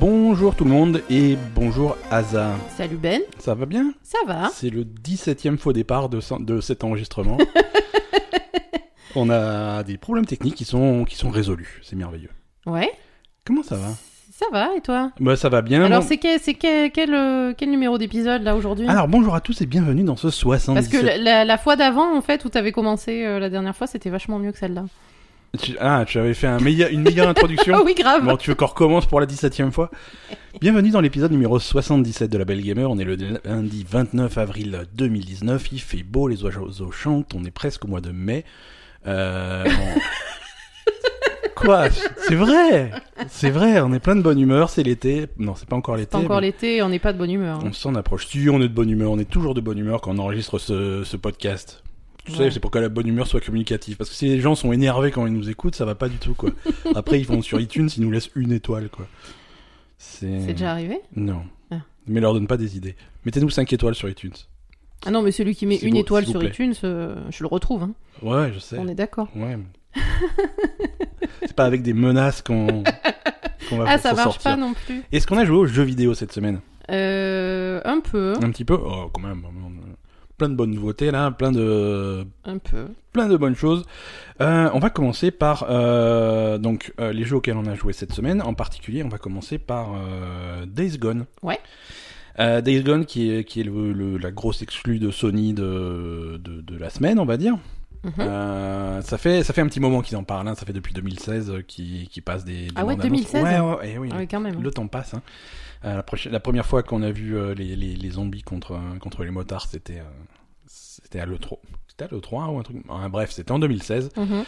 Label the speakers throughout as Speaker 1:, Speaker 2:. Speaker 1: Bonjour tout le monde et bonjour Aza.
Speaker 2: Salut Ben,
Speaker 1: Ça va bien
Speaker 2: ça va
Speaker 1: C'est le 17 e faux départ de, ce- de cet enregistrement. On a des problèmes techniques qui sont, qui sont résolus. C'est merveilleux.
Speaker 2: Ouais,
Speaker 1: Comment ça va
Speaker 2: ça va et toi
Speaker 1: bah, Ça va bien.
Speaker 2: Alors
Speaker 1: Bon-
Speaker 2: c'est quel, c'est quel, quel, euh, quel numéro d'épisode là aujourd'hui
Speaker 1: Alors bonjour à tous et bienvenue dans ce 77.
Speaker 2: Parce que la, la- la fois d'avant en fait où t'avais commencé euh, la dernière fois c'était vachement mieux que celle-là.
Speaker 1: Tu- Ah, tu avais fait un meilleur- une meilleure introduction
Speaker 2: Ah oui grave
Speaker 1: Bon, tu veux qu'on recommence pour la 17e fois Bienvenue dans l'épisode numéro 77 de la Belle Gamer. On est le lundi 29 avril 2019. Il fait beau, les oiseaux chantent. On est presque au mois de mai. Euh, on- Quoi C'est vrai C'est vrai, on est plein de bonne humeur. C'est l'été. Non, c'est pas encore l'été.
Speaker 2: C'est encore
Speaker 1: mais
Speaker 2: l'été on n'est pas de bonne humeur.
Speaker 1: On s'en approche. Si on est de bonne humeur, on est toujours de bonne humeur quand on enregistre ce, ce podcast. Tu sais,
Speaker 2: Ouais.
Speaker 1: c'est pour que la bonne humeur soit communicative. Parce que si les gens sont énervés quand ils nous écoutent, ça va pas du tout, quoi. Après, ils vont sur iTunes, ils nous laissent une étoile, quoi. C'est.
Speaker 2: C'est déjà arrivé
Speaker 1: Non.
Speaker 2: Ah.
Speaker 1: Mais leur donne pas des idées. Mettez-nous 5 étoiles sur iTunes.
Speaker 2: Ah non mais celui qui met
Speaker 1: S'il
Speaker 2: une
Speaker 1: vous-
Speaker 2: étoile
Speaker 1: s'il vous
Speaker 2: sur
Speaker 1: plaît.
Speaker 2: iTunes euh, je le retrouve, hein.
Speaker 1: Ouais, je sais.
Speaker 2: on est d'accord.
Speaker 1: Ouais. mais- c'est pas avec des menaces qu'on qu'on va
Speaker 2: Ah ça
Speaker 1: s'en
Speaker 2: marche
Speaker 1: sortir.
Speaker 2: pas non plus.
Speaker 1: Est-ce qu'on a joué aux jeux vidéo cette semaine
Speaker 2: Euh, un peu,
Speaker 1: Un petit peu Oh, quand même. on a Plein de bonnes nouveautés, là. Plein de
Speaker 2: un peu.
Speaker 1: plein de bonnes choses. Euh, on va commencer par euh, donc euh, les jeux auxquels on a joué cette semaine. En particulier, on va commencer par euh, Days Gone.
Speaker 2: Ouais.
Speaker 1: Euh, Days Gone qui est, qui est le- le- la grosse exclue de Sony de, de, de la semaine, on va dire.
Speaker 2: Mhm.
Speaker 1: Euh, ça, fait, ça fait un petit moment qu'ils en parlent, hein. ça fait depuis 2016 euh, qu'ils qu'ils passent des, des
Speaker 2: Ah ouais,
Speaker 1: bandes annonces.
Speaker 2: 2016?
Speaker 1: Ouais, ouais, ouais, eh oui,
Speaker 2: Ah oui, quand même.
Speaker 1: le temps passe. hein. Euh, la, prochaine- la première fois qu'on a vu euh, les, les- les zombies contre, euh, contre les motards, c'était euh, c'était à l'E3. C'était à l'E3 ou un truc. Ah, bref, c'était en 2016.
Speaker 2: Mhm.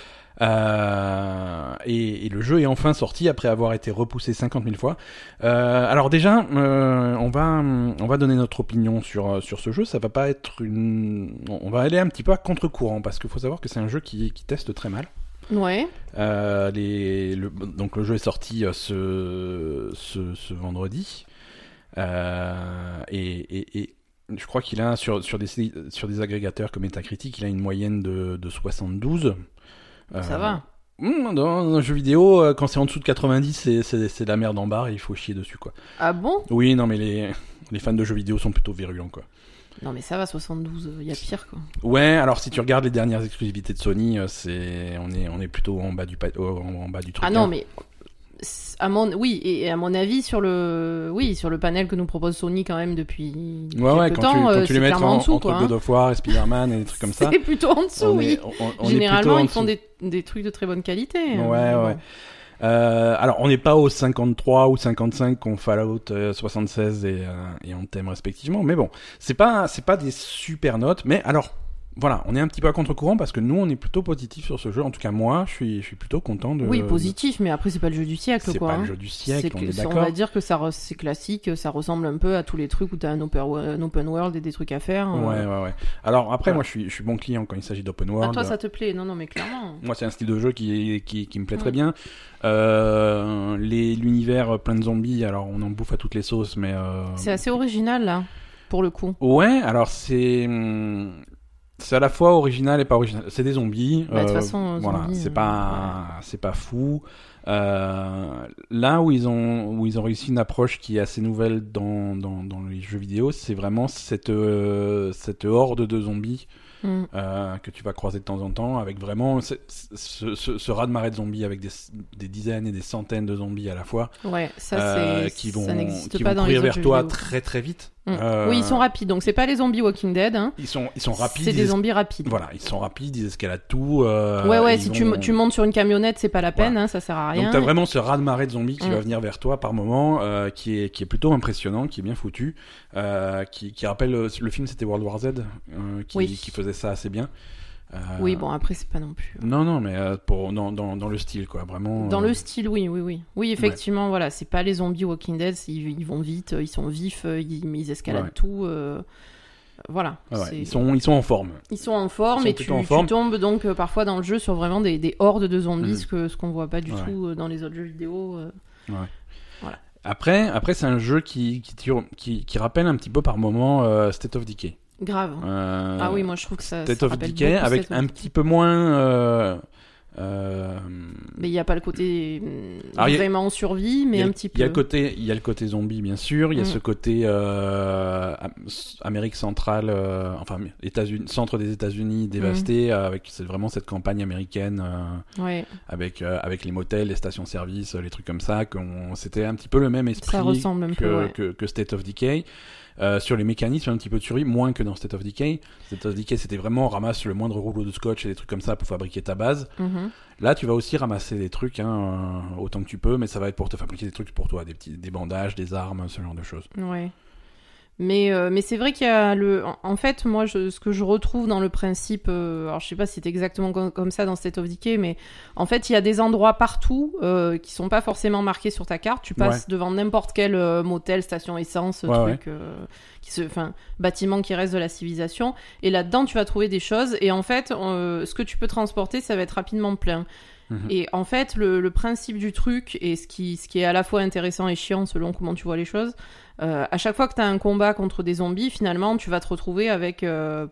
Speaker 1: Euh, et, et le jeu est enfin sorti après avoir été repoussé 50 000 fois. Euh, alors déjà, euh, on va hum, on va donner notre opinion sur euh, sur ce jeu. Ça va pas être une. On va aller un petit peu à contre-courant parce qu'il faut savoir que c'est un jeu qui, qui teste très mal.
Speaker 2: Ouais,
Speaker 1: Euh, les, le- donc le jeu est sorti euh, ce, ce, ce vendredi. Euh, et, et, et je crois qu'il a sur, sur, des, sites- sur des agrégateurs comme Metacritic, il a une moyenne de, de 72.
Speaker 2: ça
Speaker 1: Euh,
Speaker 2: va.
Speaker 1: mm, Dans un jeu vidéo, euh, quand c'est en dessous de 90, c'est- c'est c'est de la merde en barre et il faut chier dessus. quoi.
Speaker 2: Ah bon
Speaker 1: Oui, non, mais les, les fans de jeux vidéo sont plutôt virulents. quoi.
Speaker 2: Non mais ça va 72, il y a pire quoi.
Speaker 1: Ouais, alors si tu regardes les dernières exclusivités de Sony, euh, c'est on, est, on est plutôt en bas du, pa- en, en bas du truc.
Speaker 2: Ah non,
Speaker 1: hein.
Speaker 2: mais c'est- à mon oui et et à mon avis sur le oui sur le panel que nous propose Sony quand même depuis depuis
Speaker 1: Ouais, ouais,
Speaker 2: quelque
Speaker 1: quand
Speaker 2: temps,
Speaker 1: tu, quand
Speaker 2: euh,
Speaker 1: tu les
Speaker 2: c'est
Speaker 1: mets en,
Speaker 2: clairement en dessous
Speaker 1: entre
Speaker 2: quoi.
Speaker 1: God
Speaker 2: hein.
Speaker 1: of War et Spider-Man et des trucs comme ça.
Speaker 2: C'est plutôt en dessous,
Speaker 1: on
Speaker 2: oui.
Speaker 1: est- on- on- on est plutôt
Speaker 2: Généralement,
Speaker 1: en
Speaker 2: ils font
Speaker 1: dessous.
Speaker 2: des, des trucs de très bonne qualité. euh,
Speaker 1: Ouais,
Speaker 2: bon.
Speaker 1: ouais. Euh, alors, on n'est pas aux 53 ou 55 qu'on Fallout euh, 76 et, euh, et Anthem respectivement, mais bon, c'est pas, c'est pas des super notes, mais alors, voilà, on est un petit peu à contre-courant parce que nous, on est plutôt positif sur ce jeu. En tout cas, moi, je suis, je suis plutôt content de.
Speaker 2: Oui, positif, mais après c'est pas le jeu du siècle
Speaker 1: Euh, C'est
Speaker 2: quoi.
Speaker 1: pas
Speaker 2: hein.
Speaker 1: le jeu du siècle,
Speaker 2: C'est
Speaker 1: on
Speaker 2: que-
Speaker 1: est
Speaker 2: ça- on
Speaker 1: d'accord.
Speaker 2: va dire que ça re- c'est classique, ça ressemble un peu à tous les trucs où t'as un open, un open world et des trucs à faire. euh.
Speaker 1: Ouais, ouais, ouais. Alors, après,
Speaker 2: Voilà.
Speaker 1: moi, je suis, je suis bon client quand il s'agit d'open
Speaker 2: Ah,
Speaker 1: world. Euh,
Speaker 2: toi ça te plaît Non, non, mais clairement.
Speaker 1: Moi, c'est un style de jeu qui, qui, qui me plaît très
Speaker 2: Mm.
Speaker 1: bien. Euh, les- L'univers plein de zombies, alors on en bouffe à toutes les sauces, mais. euh,
Speaker 2: C'est assez original là, pour le coup.
Speaker 1: Ouais, alors c'est. hum, C'est à la fois original et pas original. C'est des zombies.
Speaker 2: Bah, de toute
Speaker 1: euh,
Speaker 2: façon, euh,
Speaker 1: voilà,
Speaker 2: zombies,
Speaker 1: c'est
Speaker 2: euh,
Speaker 1: pas, c'est pas fou. Euh, là où ils ont, où ils ont réussi une approche qui est assez nouvelle dans, dans, dans les jeux vidéo, c'est vraiment cette, euh, cette horde de zombies
Speaker 2: Mm.
Speaker 1: euh, que tu vas croiser de temps en temps, avec vraiment ce, ce, ce- ce raz-de-marée de zombies, avec des, des dizaines et des centaines de zombies à la fois,
Speaker 2: Ouais, ça
Speaker 1: euh,
Speaker 2: c'est
Speaker 1: qui vont,
Speaker 2: ça n'existe
Speaker 1: qui
Speaker 2: pas
Speaker 1: vont
Speaker 2: dans les
Speaker 1: courir
Speaker 2: autres
Speaker 1: vers
Speaker 2: jeux
Speaker 1: toi
Speaker 2: vidéo.
Speaker 1: très très vite.
Speaker 2: Mm.
Speaker 1: Euh,
Speaker 2: Oui, ils sont rapides, donc c'est pas les zombies Walking Dead. Hein.
Speaker 1: Ils sont, ils sont rapides.
Speaker 2: C'est
Speaker 1: ils
Speaker 2: des
Speaker 1: es-
Speaker 2: zombies rapides.
Speaker 1: Voilà, ils sont rapides, ils escaladent tout. euh,
Speaker 2: ouais, ouais,
Speaker 1: ils
Speaker 2: si
Speaker 1: vont-
Speaker 2: tu, m- tu montes sur une camionnette, c'est pas la peine, hein, ça sert à rien.
Speaker 1: Donc t'as vraiment ce raz-de-marée de zombies qui
Speaker 2: Mm.
Speaker 1: va venir vers toi par moment, euh, qui, est, qui est plutôt impressionnant, qui est bien foutu, euh, qui, qui rappelle euh, le film c'était World War Z, euh, qui,
Speaker 2: Oui.
Speaker 1: qui faisait ça assez bien. Euh,
Speaker 2: Oui, bon, après, c'est pas non plus.
Speaker 1: Non, non, mais euh, pour, dans, dans, dans le style, quoi, vraiment.
Speaker 2: Dans
Speaker 1: euh,
Speaker 2: le style, oui, oui, oui. Oui, effectivement, voilà, c'est pas les zombies Walking Dead, c'est- ils, ils vont vite, ils sont vifs, euh, ils, mais ils escaladent
Speaker 1: Ouais.
Speaker 2: tout. euh, Voilà.
Speaker 1: ouais,
Speaker 2: c'est-
Speaker 1: ils, sont, ils sont en forme.
Speaker 2: ils sont en
Speaker 1: ils
Speaker 2: forme
Speaker 1: sont
Speaker 2: et tu,
Speaker 1: plutôt en
Speaker 2: tu
Speaker 1: forme.
Speaker 2: tombes donc euh, parfois dans le jeu sur vraiment des, des hordes de zombies,
Speaker 1: Mhm.
Speaker 2: ce que- ce qu'on voit pas du
Speaker 1: Ouais.
Speaker 2: tout euh, dans les autres jeux vidéo. euh.
Speaker 1: Après, après c'est un jeu qui, qui, tire- qui, qui rappelle un petit peu par moment euh, State of Decay.
Speaker 2: Grave.
Speaker 1: Euh,
Speaker 2: ah oui, moi je trouve que ça.
Speaker 1: State
Speaker 2: ça
Speaker 1: of
Speaker 2: rappelle
Speaker 1: Decay
Speaker 2: beaucoup
Speaker 1: avec
Speaker 2: State of
Speaker 1: un petit peu moins euh, Euh,
Speaker 2: Mais il n'y a pas le côté euh,
Speaker 1: Alors, il y a-
Speaker 2: vraiment en survie, mais
Speaker 1: il y a-
Speaker 2: un petit peu.
Speaker 1: Il y, a le côté, il y a le côté zombie, bien sûr. Il y a
Speaker 2: Mm.
Speaker 1: ce côté euh, Am- Amérique centrale, euh, enfin, États-Unis, centre des États-Unis dévasté,
Speaker 2: Mm.
Speaker 1: euh, avec c'est vraiment cette campagne américaine, euh,
Speaker 2: Ouais,
Speaker 1: avec, euh, avec les motels, les stations-service, euh, les trucs comme ça. qu'on- C'était un petit peu le même esprit
Speaker 2: ça ressemble un
Speaker 1: que,
Speaker 2: peu. ouais.
Speaker 1: que- que State of Decay. Euh, sur les mécanismes un petit peu de survie, moins que dans State of Decay. State of Decay, c'était vraiment ramasse le moindre rouleau de scotch et des trucs comme ça pour fabriquer ta base.
Speaker 2: Mhm.
Speaker 1: Là, tu vas aussi ramasser des trucs hein, euh, autant que tu peux, mais ça va être pour te fabriquer des trucs pour toi, des petits, des bandages, des armes, ce genre de choses.
Speaker 2: Ouais. Mais, euh, mais c'est vrai qu'il y a le. en- En fait, moi, je- ce que je retrouve dans le principe. euh, alors, je sais pas si c'est exactement com- comme ça dans State of Decay, mais en fait, il y a des endroits partout euh, qui sont pas forcément marqués sur ta carte. Tu passes devant n'importe quel euh, motel, station essence,
Speaker 1: Ouais,
Speaker 2: truc. euh, qui se, enfin, bâtiment qui reste de la civilisation. Et là-dedans, tu vas trouver des choses. Et en fait, euh, ce que tu peux transporter, ça va être rapidement plein.
Speaker 1: Mhm.
Speaker 2: Et en fait, le, le principe du truc, et ce qui, ce qui est à la fois intéressant et chiant selon comment tu vois les choses, euh, à chaque fois que tu as un combat contre des zombies, finalement, tu vas te retrouver avec... euh,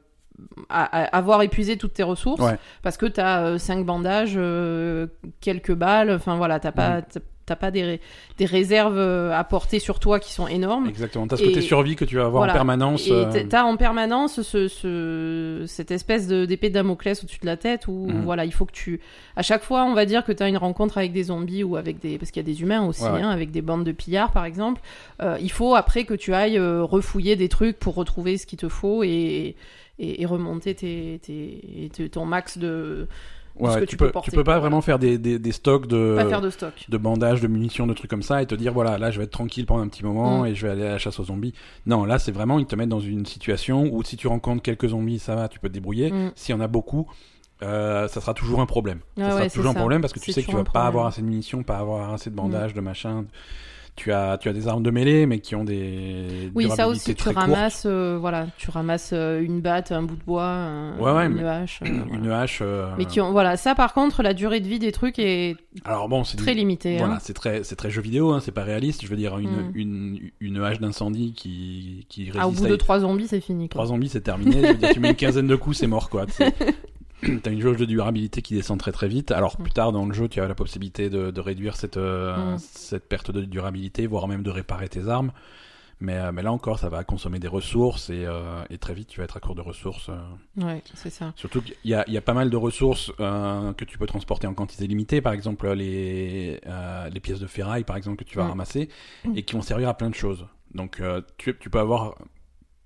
Speaker 2: à, à avoir épuisé toutes tes ressources
Speaker 1: Ouais.
Speaker 2: parce que tu as 5 bandages, euh, quelques balles, enfin voilà, t'as pas, t'as- t'as pas des, ré- des réserves euh, à porter sur toi qui sont énormes.
Speaker 1: Exactement. T'as ce
Speaker 2: Mmh. Et-
Speaker 1: côté survie que tu vas avoir
Speaker 2: voilà.
Speaker 1: en permanence.
Speaker 2: Et
Speaker 1: euh,
Speaker 2: t'as- t'as en permanence ce, ce- cette espèce de- d'épée de Damoclès au-dessus de la tête où
Speaker 1: Mhm.
Speaker 2: voilà, il faut que tu. À chaque fois, on va dire que t'as une rencontre avec des zombies ou avec des. Parce qu'il y a des humains aussi,
Speaker 1: Ouais, ouais.
Speaker 2: hein, avec des bandes de pillards par exemple. Euh, il faut après que tu ailles euh, refouiller des trucs pour retrouver ce qu'il te faut et, et, et remonter tes, tes, tes- ton max de.
Speaker 1: ouais,
Speaker 2: ce que
Speaker 1: tu,
Speaker 2: tu peux
Speaker 1: peux,
Speaker 2: porter,
Speaker 1: tu peux pas
Speaker 2: voilà.
Speaker 1: vraiment faire des, des, des stocks de,
Speaker 2: Pas faire de stock.
Speaker 1: de bandages, de munitions, de trucs comme ça, et te dire voilà, là je vais être tranquille pendant un petit moment
Speaker 2: Mm.
Speaker 1: et je vais aller à la chasse aux zombies. Non, là c'est vraiment ils te mettent dans une situation où si tu rencontres quelques zombies, ça va, tu peux te débrouiller.
Speaker 2: Mm.
Speaker 1: S'il y en a beaucoup, euh, ça sera toujours un problème.
Speaker 2: Ah
Speaker 1: ça sera
Speaker 2: ouais,
Speaker 1: toujours
Speaker 2: c'est
Speaker 1: un
Speaker 2: ça.
Speaker 1: problème parce que tu
Speaker 2: C'est
Speaker 1: sais que tu
Speaker 2: toujours
Speaker 1: vas
Speaker 2: un
Speaker 1: pas avoir
Speaker 2: problème. Mm.
Speaker 1: assez de munitions, pas avoir assez de bandages, de machin. Tu as, tu as des armes de mêlée, mais qui ont des
Speaker 2: Oui, ça
Speaker 1: durabilités
Speaker 2: aussi, tu
Speaker 1: très courtes.
Speaker 2: ramasses, euh, voilà, tu ramasses euh, une batte, un bout de bois, un-
Speaker 1: Ouais, ouais,
Speaker 2: une
Speaker 1: mais-
Speaker 2: hache. euh, voilà.
Speaker 1: une hache. euh,
Speaker 2: Mais qui ont, voilà, ça par contre, la durée de vie des trucs est
Speaker 1: Alors bon, c'est
Speaker 2: très
Speaker 1: du-
Speaker 2: limitée.
Speaker 1: Voilà,
Speaker 2: hein.
Speaker 1: c'est très, c'est très jeu vidéo, hein, c'est pas réaliste. Je veux dire, une,
Speaker 2: Mm.
Speaker 1: une, une hache d'incendie qui, qui résiste
Speaker 2: Ah, au bout
Speaker 1: à
Speaker 2: de trois zombies, c'est fini. Quoi.
Speaker 1: Trois zombies, c'est terminé. Je veux dire, tu mets une quinzaine de coups, c'est mort, quoi. C'est- T'as une jauge de durabilité qui descend très très vite. Alors plus tard dans le jeu, tu as la possibilité de, de réduire cette, euh,
Speaker 2: Mm.
Speaker 1: cette perte de durabilité, voire même de réparer tes armes. Mais, euh, mais là encore, ça va consommer des ressources et, euh, et très vite, tu vas être à court de ressources. euh.
Speaker 2: Ouais, c'est ça.
Speaker 1: Surtout qu'il y a, il y a pas mal de ressources euh, que tu peux transporter en quantité limitée. Par exemple, les, euh, les pièces de ferraille, par exemple, que tu vas
Speaker 2: Mm.
Speaker 1: ramasser et qui vont servir à plein de choses. Donc, euh, tu, tu peux avoir,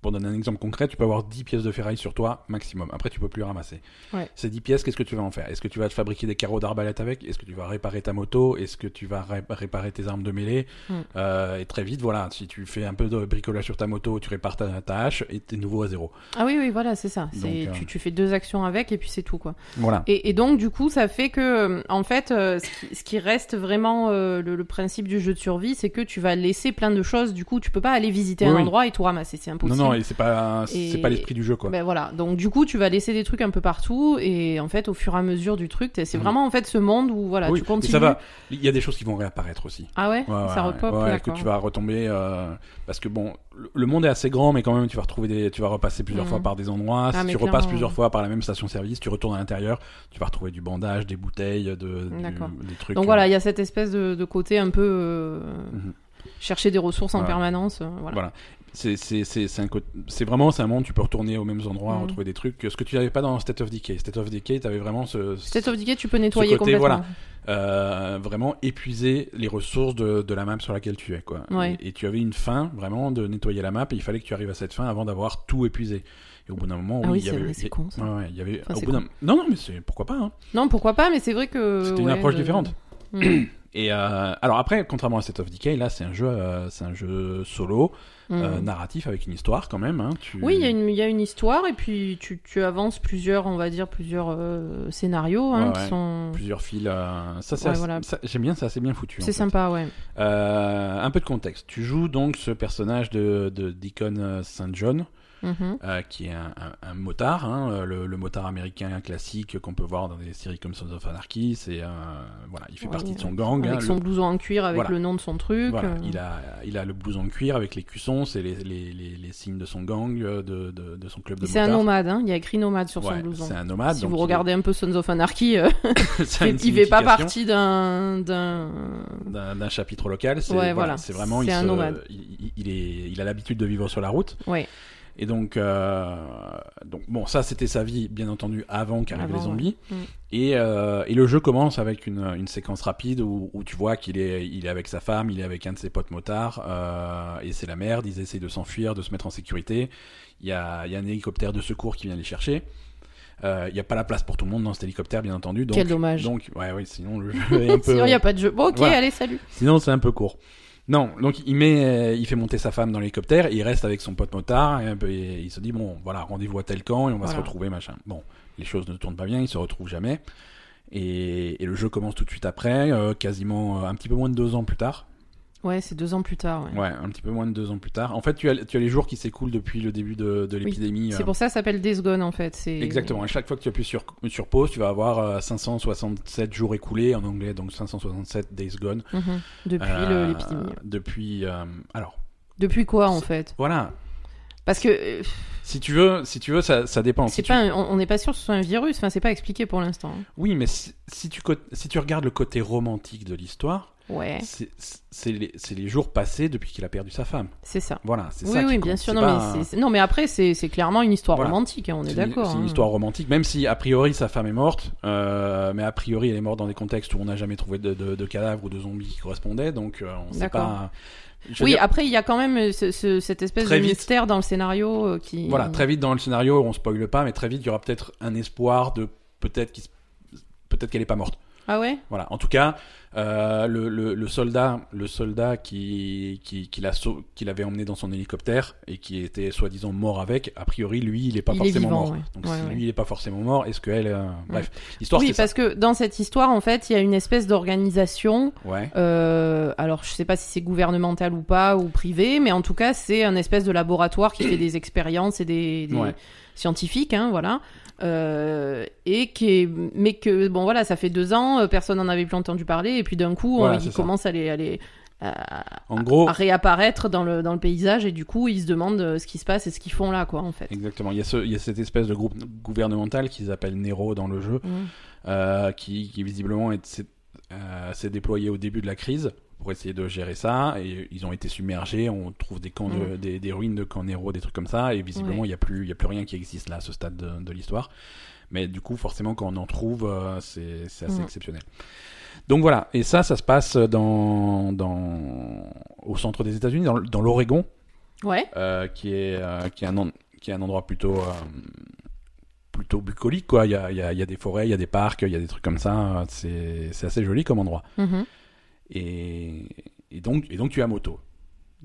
Speaker 1: pour donner un exemple concret, tu peux avoir 10 pièces de ferraille sur toi maximum. Après, tu peux plus ramasser.
Speaker 2: Ouais.
Speaker 1: Ces 10 pièces, qu'est-ce que tu vas en faire Est-ce que tu vas te fabriquer des carreaux d'arbalète avec Est-ce que tu vas réparer ta moto Est-ce que tu vas ré- réparer tes armes de mêlée
Speaker 2: Mm.
Speaker 1: Euh, Et très vite, voilà, si tu fais un peu de bricolage sur ta moto, tu répares ta, ta hache et t'es nouveau à zéro.
Speaker 2: Ah oui, oui, voilà, c'est ça. C'est-
Speaker 1: Donc, euh,
Speaker 2: Tu, tu fais deux actions avec et puis c'est tout, quoi.
Speaker 1: Voilà.
Speaker 2: Et, et donc, du coup, ça fait que, euh, en fait, euh, ce, qui, ce qui reste vraiment euh, le, le principe du jeu de survie, c'est que tu vas laisser plein de choses. Du coup, tu peux pas aller visiter
Speaker 1: Oui,
Speaker 2: un
Speaker 1: oui.
Speaker 2: endroit et tout ramasser. C'est
Speaker 1: Non,
Speaker 2: impossible.
Speaker 1: non, et c'est pas, c'est
Speaker 2: Et-
Speaker 1: pas l'esprit du jeu, quoi.
Speaker 2: Ben voilà, donc du coup tu vas laisser des trucs un peu partout et en fait au fur et à mesure du truc, t'es- c'est
Speaker 1: Mm.
Speaker 2: vraiment en fait ce monde où voilà,
Speaker 1: Oui,
Speaker 2: tu
Speaker 1: mais
Speaker 2: continues.
Speaker 1: ça va. Il y a des choses qui vont réapparaître aussi.
Speaker 2: Ah ouais,
Speaker 1: Ouais, ouais,
Speaker 2: ça repop,
Speaker 1: ouais, ouais, que
Speaker 2: d'accord.
Speaker 1: tu vas retomber euh, parce que bon, le- le monde est assez grand, mais quand même tu vas retrouver des, tu vas repasser plusieurs
Speaker 2: Mhm.
Speaker 1: fois par des endroits.
Speaker 2: Ah,
Speaker 1: si
Speaker 2: mais
Speaker 1: tu repasses
Speaker 2: clairement,
Speaker 1: plusieurs
Speaker 2: ouais.
Speaker 1: fois par la même station-service, tu retournes à l'intérieur, tu vas retrouver du bandage, des bouteilles, de, du-
Speaker 2: D'accord.
Speaker 1: des trucs.
Speaker 2: Donc
Speaker 1: euh,
Speaker 2: voilà, il y a cette espèce de, de côté un peu euh,
Speaker 1: Mhm.
Speaker 2: chercher des ressources en
Speaker 1: Voilà.
Speaker 2: permanence. euh, voilà.
Speaker 1: Voilà. C'est- C'est c'est- c'est un co- c'est vraiment c'est un monde tu peux retourner aux mêmes endroits,
Speaker 2: Mhm.
Speaker 1: retrouver des trucs. euh, Ce que tu n'avais pas dans State of Decay. State of Decay, tu avais vraiment ce, ce-
Speaker 2: State of Decay, tu peux nettoyer
Speaker 1: côté, voilà.
Speaker 2: complètement.
Speaker 1: euh, vraiment épuiser les ressources de, de la map sur laquelle tu es. Quoi.
Speaker 2: Ouais.
Speaker 1: Et, et tu avais une fin vraiment de nettoyer la map et il fallait que tu arrives à cette fin avant d'avoir tout épuisé. Et au bout d'un moment,
Speaker 2: Ah oui,
Speaker 1: il y
Speaker 2: c'est
Speaker 1: avait.
Speaker 2: vrai, c'est
Speaker 1: il-
Speaker 2: con, ça.
Speaker 1: Ouais, ouais, il y avait.
Speaker 2: Enfin,
Speaker 1: au
Speaker 2: c'est
Speaker 1: bout d'un-
Speaker 2: con.
Speaker 1: Non, non, mais c'est pourquoi pas. hein.
Speaker 2: Non, pourquoi pas, mais c'est vrai que.
Speaker 1: C'était une
Speaker 2: ouais,
Speaker 1: approche
Speaker 2: de-
Speaker 1: différente.
Speaker 2: Mm.
Speaker 1: Et euh, alors après, contrairement à State of Decay, là c'est un jeu, euh, c'est un jeu solo, euh,
Speaker 2: Mm.
Speaker 1: narratif avec une histoire quand même. hein. Tu-
Speaker 2: Oui, il y, a une- il y a une histoire et puis tu, tu avances plusieurs, on va dire, plusieurs euh, scénarios hein,
Speaker 1: Ouais,
Speaker 2: qui
Speaker 1: ouais.
Speaker 2: sont.
Speaker 1: plusieurs fils. euh, ça, c'est
Speaker 2: Ouais,
Speaker 1: assez-
Speaker 2: voilà.
Speaker 1: ça- j'aime bien, c'est assez bien foutu. en
Speaker 2: C'est
Speaker 1: fait.
Speaker 2: sympa, ouais.
Speaker 1: Euh, un peu de contexte. Tu joues donc ce personnage de, de Deacon euh, St. John.
Speaker 2: Mhm.
Speaker 1: euh, qui est un, un- un motard, hein, euh, le, le motard américain classique qu'on peut voir dans des séries comme Sons of Anarchy. C'est euh, voilà, il fait
Speaker 2: Ouais,
Speaker 1: partie de son gang. hein,
Speaker 2: Avec
Speaker 1: le-
Speaker 2: son blouson en cuir, avec
Speaker 1: Voilà.
Speaker 2: le nom de son truc.
Speaker 1: voilà,
Speaker 2: euh,
Speaker 1: il a il a le blouson de cuir avec les cuissons, c'est les, les, les, les signes de son gang, euh, de, de, de son club de
Speaker 2: C'est un
Speaker 1: motards.
Speaker 2: nomade, hein. il y a écrit nomade sur son
Speaker 1: Ouais,
Speaker 2: blouson.
Speaker 1: c'est un nomade.
Speaker 2: si
Speaker 1: donc
Speaker 2: vous
Speaker 1: il-
Speaker 2: regardez un peu Sons of Anarchy, euh,
Speaker 1: ça a une
Speaker 2: il fait pas
Speaker 1: signification.
Speaker 2: partie d'un. d'un-
Speaker 1: d'un d'un chapitre local. C'est
Speaker 2: Ouais,
Speaker 1: voilà,
Speaker 2: voilà.
Speaker 1: c'est vraiment il,
Speaker 2: C'est un
Speaker 1: se-
Speaker 2: nomade.
Speaker 1: il, il- il est, il a l'habitude de vivre sur la route.
Speaker 2: Ouais.
Speaker 1: Et donc, euh, donc bon, ça c'était sa vie, bien entendu, avant qu'arrivent
Speaker 2: Avant,
Speaker 1: les zombies.
Speaker 2: ouais. Mm.
Speaker 1: Et, euh, et le jeu commence avec une, une séquence rapide où, où tu vois qu'il est, il est avec sa femme, il est avec un de ses potes motards, euh, et c'est la merde. Ils essaient de s'enfuir, de se mettre en sécurité. Il y a, il y a un hélicoptère de secours qui vient les chercher. Euh, Il n'y a pas la place pour tout le monde dans cet hélicoptère, bien entendu. Donc,
Speaker 2: Quel dommage.
Speaker 1: donc ouais, ouais, sinon le jeu est un peu.
Speaker 2: Sinon, il n'y a pas de jeu. Bon, ok,
Speaker 1: Voilà.
Speaker 2: allez, salut.
Speaker 1: Sinon, c'est un peu court. Non, donc il met, euh, il fait monter sa femme dans l'hélicoptère, il reste avec son pote motard, et, un peu- et il se dit bon, voilà, rendez-vous à tel camp et on va se
Speaker 2: Voilà.
Speaker 1: retrouver, machin. Bon, les choses ne tournent pas bien, ils se retrouvent jamais, et, et le jeu commence tout de suite après, euh, quasiment euh, un petit peu moins de deux ans plus tard.
Speaker 2: Ouais, c'est deux ans plus tard. ouais.
Speaker 1: Ouais, un petit peu moins de deux ans plus tard. En fait, tu as, tu as les jours qui s'écoulent depuis le début de, de l'épidémie.
Speaker 2: C'est
Speaker 1: euh,
Speaker 2: pour ça que ça s'appelle Days Gone en fait. c'est-
Speaker 1: Exactement. À chaque fois que tu appuies sur, sur pause, tu vas avoir euh, 567 jours écoulés en anglais, donc 567 days gone.
Speaker 2: Mhm. Depuis
Speaker 1: Euh,
Speaker 2: le- l'épidémie.
Speaker 1: Depuis. euh, alors,
Speaker 2: Depuis quoi en
Speaker 1: c'est-
Speaker 2: fait
Speaker 1: voilà.
Speaker 2: Parce que euh,
Speaker 1: Si tu veux, si tu veux, ça, ça dépend.
Speaker 2: c'est
Speaker 1: Si tu-
Speaker 2: pas un- on on n'est pas sûr que ce soit un virus. Enfin, c'est pas expliqué pour l'instant. hein.
Speaker 1: Oui, mais si, si tu co- si tu regardes le côté romantique de l'histoire,
Speaker 2: Ouais,
Speaker 1: c'est- c'est les, c'est les jours passés depuis qu'il a perdu sa femme.
Speaker 2: c'est ça.
Speaker 1: Voilà, c'est
Speaker 2: Oui,
Speaker 1: ça.
Speaker 2: oui,
Speaker 1: qui
Speaker 2: bien
Speaker 1: compte.
Speaker 2: sûr.
Speaker 1: C'est
Speaker 2: Non,
Speaker 1: pas
Speaker 2: mais
Speaker 1: un-
Speaker 2: c'est- c'est- non, mais après, c'est c'est clairement une histoire
Speaker 1: Voilà.
Speaker 2: romantique. hein, on est,
Speaker 1: c'est une-
Speaker 2: d'accord.
Speaker 1: C'est
Speaker 2: hein.
Speaker 1: une histoire romantique, même si a priori sa femme est morte, euh, mais a priori elle est morte dans des contextes où on n'a jamais trouvé de, de, de cadavre ou de zombies qui correspondaient, donc euh, on sait
Speaker 2: D'accord.
Speaker 1: pas. Je veux
Speaker 2: Oui,
Speaker 1: dire,
Speaker 2: après, il y a quand même euh, ce- ce- cette espèce
Speaker 1: Très
Speaker 2: de
Speaker 1: vite.
Speaker 2: mystère dans le scénario euh, qui.
Speaker 1: Voilà, très vite dans le scénario, on spoile pas, mais très vite il y aura peut-être un espoir de peut-être qu'il se- peut-être qu'elle est pas morte.
Speaker 2: Ah ouais
Speaker 1: Voilà. En tout cas, euh, le, le, le soldat, le soldat qui, qui, qui, l'a sau- qui l'avait emmené dans son hélicoptère et qui était soi-disant mort avec, a priori, lui, il est pas
Speaker 2: Il est
Speaker 1: forcément
Speaker 2: vivant,
Speaker 1: mort.
Speaker 2: ouais.
Speaker 1: Donc
Speaker 2: Ouais,
Speaker 1: si
Speaker 2: ouais.
Speaker 1: lui, il est pas forcément mort, est-ce que elle, euh, bref, l'histoire
Speaker 2: Oui,
Speaker 1: c'est ça.
Speaker 2: parce que dans cette histoire, en fait, il y a une espèce d'organisation.
Speaker 1: Ouais.
Speaker 2: euh, alors, je sais pas si c'est gouvernemental ou pas, ou privé, mais en tout cas, c'est un espèce de laboratoire qui fait des expériences et des, des
Speaker 1: Ouais.
Speaker 2: scientifiques, hein, voilà. Euh, et qui est- mais que bon voilà, ça fait deux ans, euh, personne n'en avait plus entendu parler, et puis d'un coup,
Speaker 1: Voilà,
Speaker 2: euh,
Speaker 1: c'est
Speaker 2: ils
Speaker 1: ça. Oh.
Speaker 2: commencent à les, à les- à-
Speaker 1: En gros,
Speaker 2: à réapparaître dans le dans le paysage, et du coup, ils se demandent euh, ce qui se passe et ce qu'ils font là, quoi, en fait.
Speaker 1: exactement. Il y a ce, il y a cette espèce de groupe gouvernemental qu'ils appellent Nero dans le jeu,
Speaker 2: Mm.
Speaker 1: euh, qui, qui visiblement est- s'est euh, s'est déployé au début de la crise pour essayer de gérer ça. Et ils ont été submergés. On trouve des camps, de- des, des ruines de camps Nero, des trucs comme ça. Et visiblement,
Speaker 2: Ouais.
Speaker 1: il n'y a plus, il y a plus rien qui existe là, à ce stade de, de l'histoire. Mais du coup, forcément, quand on en trouve, euh, c'est c'est assez
Speaker 2: Mhm.
Speaker 1: exceptionnel. Donc voilà. Et ça, ça se passe dans, dans au centre des États-Unis, dans, l- dans l'Oregon,
Speaker 2: Ouais.
Speaker 1: euh, qui est euh, qui est un en- qui est un endroit plutôt euh, plutôt bucolique quoi. Il y a, il y, a, il y a des forêts, il y a des parcs, il y a des trucs comme ça. C'est c'est assez joli comme endroit.
Speaker 2: Mhm.
Speaker 1: Et, et donc et donc tu as moto.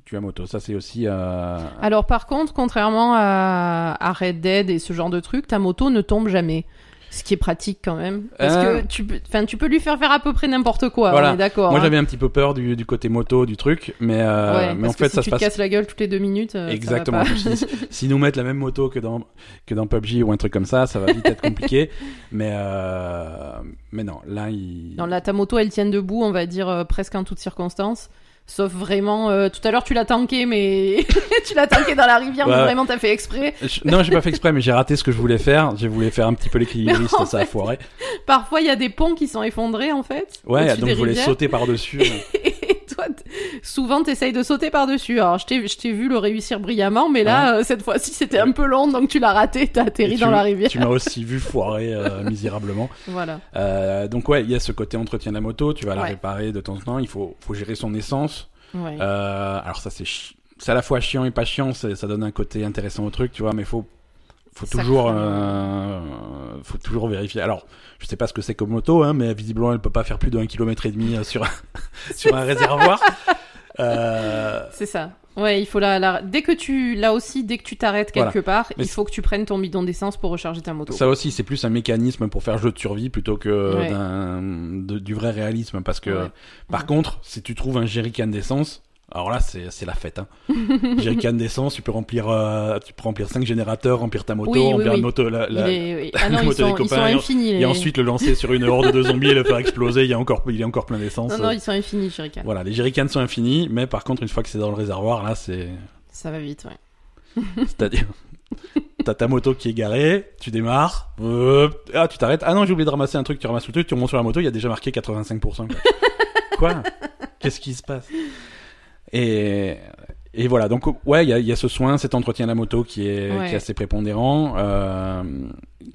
Speaker 1: Tu as moto. Ça c'est aussi euh,
Speaker 2: Ah. Alors par contre, contrairement à, à Red Dead et ce genre de truc, ta moto ne tombe jamais. Ce qui est pratique quand même. Parce
Speaker 1: Euh.
Speaker 2: que tu peux, enfin, tu peux lui faire faire à peu près n'importe quoi,
Speaker 1: Voilà.
Speaker 2: on est d'accord.
Speaker 1: moi
Speaker 2: hein.
Speaker 1: j'avais un petit peu peur du, du côté moto du truc, mais euh,
Speaker 2: Ouais,
Speaker 1: mais en
Speaker 2: parce que
Speaker 1: fait
Speaker 2: si
Speaker 1: ça se
Speaker 2: tu te
Speaker 1: passe
Speaker 2: casses la gueule toutes les deux minutes. euh, ça va
Speaker 1: Exactement.
Speaker 2: pas.
Speaker 1: Si, si nous mettent la même moto que dans que dans PUBG ou un truc comme ça, ça va vite être compliqué. mais euh, mais non, là il
Speaker 2: Non, là, ta moto, elle tient debout, on va dire, euh, presque en toutes circonstances. Sauf vraiment, euh, tout à l'heure tu l'as tanké, mais tu l'as tanké dans la rivière,
Speaker 1: Ouais.
Speaker 2: mais vraiment t'as fait exprès.
Speaker 1: Je- Non, j'ai pas fait exprès, mais j'ai raté ce que je voulais faire. J'ai voulu faire un petit peu l'équilibriste,
Speaker 2: Mais en
Speaker 1: ça a foiré.
Speaker 2: Parfois il y a des ponts qui sont effondrés en fait.
Speaker 1: Ouais,
Speaker 2: au-dessus
Speaker 1: donc
Speaker 2: des
Speaker 1: je voulais
Speaker 2: rivières.
Speaker 1: sauter par-dessus.
Speaker 2: Et toi, t- souvent, t'essayes de sauter par-dessus. Alors, je t'ai je t'ai vu le réussir brillamment, mais là, euh, cette fois-ci, c'était un peu long, donc tu l'as raté, t'as
Speaker 1: Et
Speaker 2: atterri
Speaker 1: tu
Speaker 2: dans
Speaker 1: m-
Speaker 2: la rivière.
Speaker 1: Tu m'as aussi vu foirer euh, misérablement.
Speaker 2: Voilà.
Speaker 1: Euh, donc ouais, il y a ce côté entretien de la moto. Tu vas la
Speaker 2: Ouais.
Speaker 1: réparer de temps en temps. Il faut, faut gérer son essence.
Speaker 2: Ouais.
Speaker 1: Euh, alors ça c'est, chi- c'est à la fois chiant et pas chiant. c'est- Ça donne un côté intéressant au truc, tu vois. Mais faut, faut
Speaker 2: Ça
Speaker 1: toujours,
Speaker 2: craint.
Speaker 1: euh, faut toujours vérifier. Alors, je sais pas ce que c'est comme moto, hein, mais visiblement elle peut pas faire plus de 1,5 km et demi euh, sur un- sur un réservoir. Euh,
Speaker 2: C'est ça. Ouais, il faut la, la- dès que tu, là aussi, dès que tu t'arrêtes
Speaker 1: Voilà.
Speaker 2: quelque part,
Speaker 1: Mais
Speaker 2: il
Speaker 1: c'est-
Speaker 2: faut que tu prennes ton bidon d'essence pour recharger ta moto.
Speaker 1: Ça aussi, c'est plus un mécanisme pour faire jeu de survie plutôt que
Speaker 2: Ouais.
Speaker 1: d'un de- du vrai réalisme. Parce que,
Speaker 2: Ouais.
Speaker 1: par
Speaker 2: Ouais.
Speaker 1: contre, si tu trouves un jerrycan d'essence, Alors là, c'est c'est la fête. Hein. Jerrycan d'essence, tu peux remplir, euh, tu peux remplir 5 générateurs, remplir ta moto,
Speaker 2: Oui, oui,
Speaker 1: remplir
Speaker 2: oui.
Speaker 1: la moto, la, la-
Speaker 2: Il est- oui. Ah
Speaker 1: la
Speaker 2: non, ils
Speaker 1: moto des
Speaker 2: sont, ils sont
Speaker 1: copains, et en-
Speaker 2: infinis. les-
Speaker 1: et ensuite le lancer sur une horde de zombies et le faire exploser. Il y a encore, il y a encore plein d'essence.
Speaker 2: Non, non, ils sont infinis, Shuriken.
Speaker 1: Voilà, les jerrycans sont infinis, mais par contre, une fois que c'est dans le réservoir, là, c'est.
Speaker 2: Ça va vite, ouais.
Speaker 1: C'est-à-dire. T'as ta moto qui est garée, tu démarres, euh, ah, tu t'arrêtes, ah non, j'ai oublié de ramasser un truc, tu ramasses le truc, tu remontes sur la moto, il y a déjà marqué 85%. Quoi Quoi Qu'est-ce qui se passe Et. Et voilà, donc ouais, il y, a- il y a ce soin, cet entretien de la moto qui est,
Speaker 2: Ouais.
Speaker 1: qui est assez prépondérant, euh,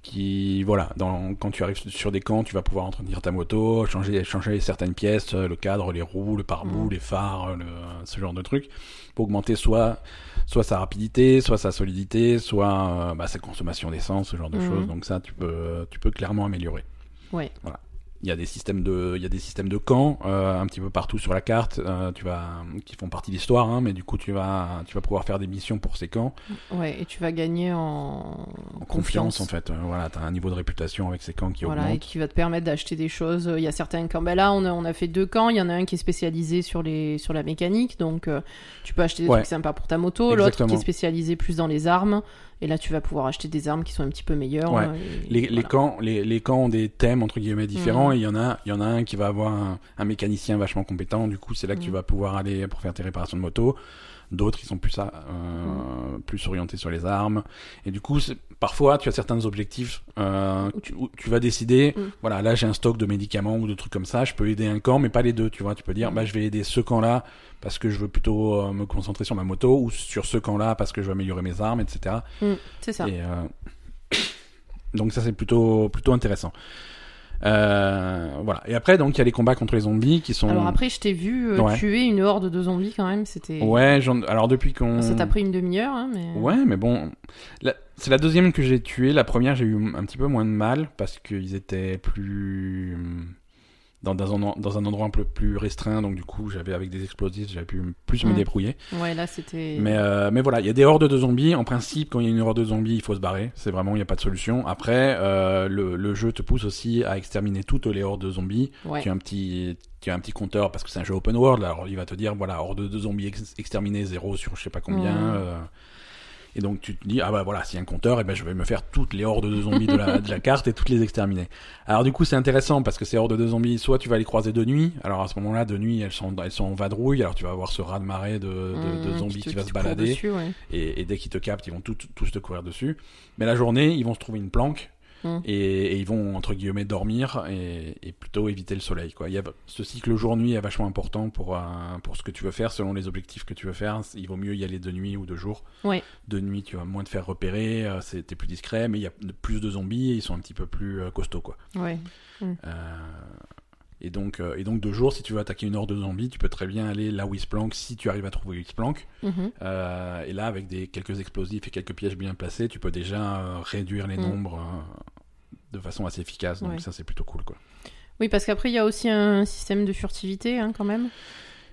Speaker 1: qui voilà, dans, quand tu arrives sur des camps, tu vas pouvoir entretenir ta moto, changer, changer certaines pièces, euh, le cadre, les roues, le pare-boue,
Speaker 2: Mhm.
Speaker 1: les phares, le- ce genre de trucs, pour augmenter soit soit sa rapidité, soit sa solidité, soit euh, bah, sa consommation d'essence, ce genre de
Speaker 2: Mhm.
Speaker 1: choses. Donc ça, tu peux, tu peux clairement améliorer.
Speaker 2: Ouais.
Speaker 1: Voilà. Il y a des systèmes de, il y a des systèmes de camps euh, un petit peu partout sur la carte, euh, tu vas, qui font partie de l'histoire, hein, mais du coup tu vas, tu vas pouvoir faire des missions pour ces camps
Speaker 2: Ouais, et tu vas gagner en,
Speaker 1: en confiance, en fait. Euh, voilà, t'as un niveau de réputation avec ces camps qui
Speaker 2: Voilà, et
Speaker 1: augmente.
Speaker 2: qui va te permettre d'acheter des choses. Il y a certains camps. Ben là, on a, on a fait deux camps. Il y en a un qui est spécialisé sur, les, sur la mécanique. Donc, euh, tu peux acheter des
Speaker 1: Ouais.
Speaker 2: trucs sympas pour ta moto. L'autre qui
Speaker 1: Exactement.
Speaker 2: est spécialisé plus dans les armes. Et là, tu vas pouvoir acheter des armes qui sont un petit peu meilleures.
Speaker 1: Ouais.
Speaker 2: euh, et
Speaker 1: Les, les
Speaker 2: voilà.
Speaker 1: camps, les, les camps ont des thèmes entre guillemets différents. et Il y en a, il y en a un qui va avoir un, un mécanicien vachement compétent. Du coup, c'est là que tu
Speaker 2: Mhm.
Speaker 1: vas pouvoir aller pour faire tes réparations de moto. D'autres, ils sont plus à- euh, plus orientés sur les armes. Et du coup, c'est- parfois, tu as certains objectifs euh, où tu, Mm. où tu vas décider.
Speaker 2: Mhm.
Speaker 1: Voilà, là, j'ai un stock de médicaments ou de trucs comme ça. Je peux aider un camp, mais pas les deux. Tu vois, tu peux dire,
Speaker 2: Mhm.
Speaker 1: bah, je vais aider ce camp-là parce que je veux plutôt euh, me concentrer sur ma moto ou sur ce camp-là parce que je veux améliorer mes armes, etc.
Speaker 2: Mm, c'est ça.
Speaker 1: Et, euh, Donc ça c'est plutôt plutôt intéressant. Euh, voilà. Et après donc il y a les combats contre les zombies qui sont.
Speaker 2: Alors après, je t'ai vu euh,
Speaker 1: Ouais.
Speaker 2: tuer une horde de zombies quand même. C'était.
Speaker 1: Ouais. j'en- Alors depuis qu'on.
Speaker 2: Ça t'a pris une demi-heure, hein, mais.
Speaker 1: Ouais, mais bon, la- c'est la deuxième que j'ai tuée. La première j'ai eu un petit peu moins de mal parce qu'ils étaient plus dans, dans un, en- dans un endroit un peu plus restreint. Donc du coup j'avais avec des explosifs j'avais pu m- plus me
Speaker 2: Mm.
Speaker 1: débrouiller.
Speaker 2: Ouais, là, c'était.
Speaker 1: Mais, euh, mais voilà, il y a des hordes de zombies. En principe, quand il y a une horde de zombies, il faut se barrer. C'est vraiment, il n'y a pas de solution. Après, euh, le, le jeu te pousse aussi à exterminer toutes les hordes de zombies.
Speaker 2: Ouais.
Speaker 1: Tu as un petit, tu as un petit compteur parce que c'est un jeu open world. Alors, il va te dire, voilà, horde de zombies ex- exterminés, zéro sur je sais pas combien.
Speaker 2: Mhm.
Speaker 1: euh. et donc, tu te dis, ah bah voilà, s'il y a un compteur, et ben, je vais me faire toutes les hordes de zombies de la, de la carte et toutes les exterminer. Alors, du coup, c'est intéressant parce que ces hordes de zombies, soit tu vas les croiser de nuit. Alors, à ce moment-là, de nuit, elles sont, elles sont en vadrouille. Alors, tu vas avoir ce raz-de-marée de, de- de
Speaker 2: Hum,
Speaker 1: zombies
Speaker 2: te-
Speaker 1: qui va
Speaker 2: te
Speaker 1: se
Speaker 2: courent
Speaker 1: balader
Speaker 2: dessus, ouais.
Speaker 1: et, et dès qu'ils te captent, ils vont tout- tous te courir dessus. Mais la journée, ils vont se trouver une planque
Speaker 2: Mm.
Speaker 1: et, et ils vont entre guillemets dormir et, et plutôt éviter le soleil. Quoi. Il y a, ce cycle jour-nuit est vachement important pour, euh, pour ce que tu veux faire, selon les objectifs que tu veux faire. Il vaut mieux y aller de nuit ou de jour.
Speaker 2: Ouais.
Speaker 1: De nuit, tu vas moins te faire repérer, euh, c'est- t'es plus discret, mais il y a de- plus de zombies et ils sont un petit peu plus euh, costauds. Quoi.
Speaker 2: Ouais.
Speaker 1: Euh, et, donc, euh, et donc de jour, si tu veux attaquer une horde de zombies, tu peux très bien aller là où ils se planquent si tu arrives à trouver où ils se planquent.
Speaker 2: Mhm.
Speaker 1: Euh, et là, avec des, quelques explosifs et quelques pièges bien placés, tu peux déjà euh, réduire les
Speaker 2: Mm.
Speaker 1: nombres euh, de façon assez efficace. Donc
Speaker 2: Ouais.
Speaker 1: ça, c'est plutôt cool, quoi.
Speaker 2: Oui, parce qu'après, il y a aussi un système de furtivité, hein, quand même,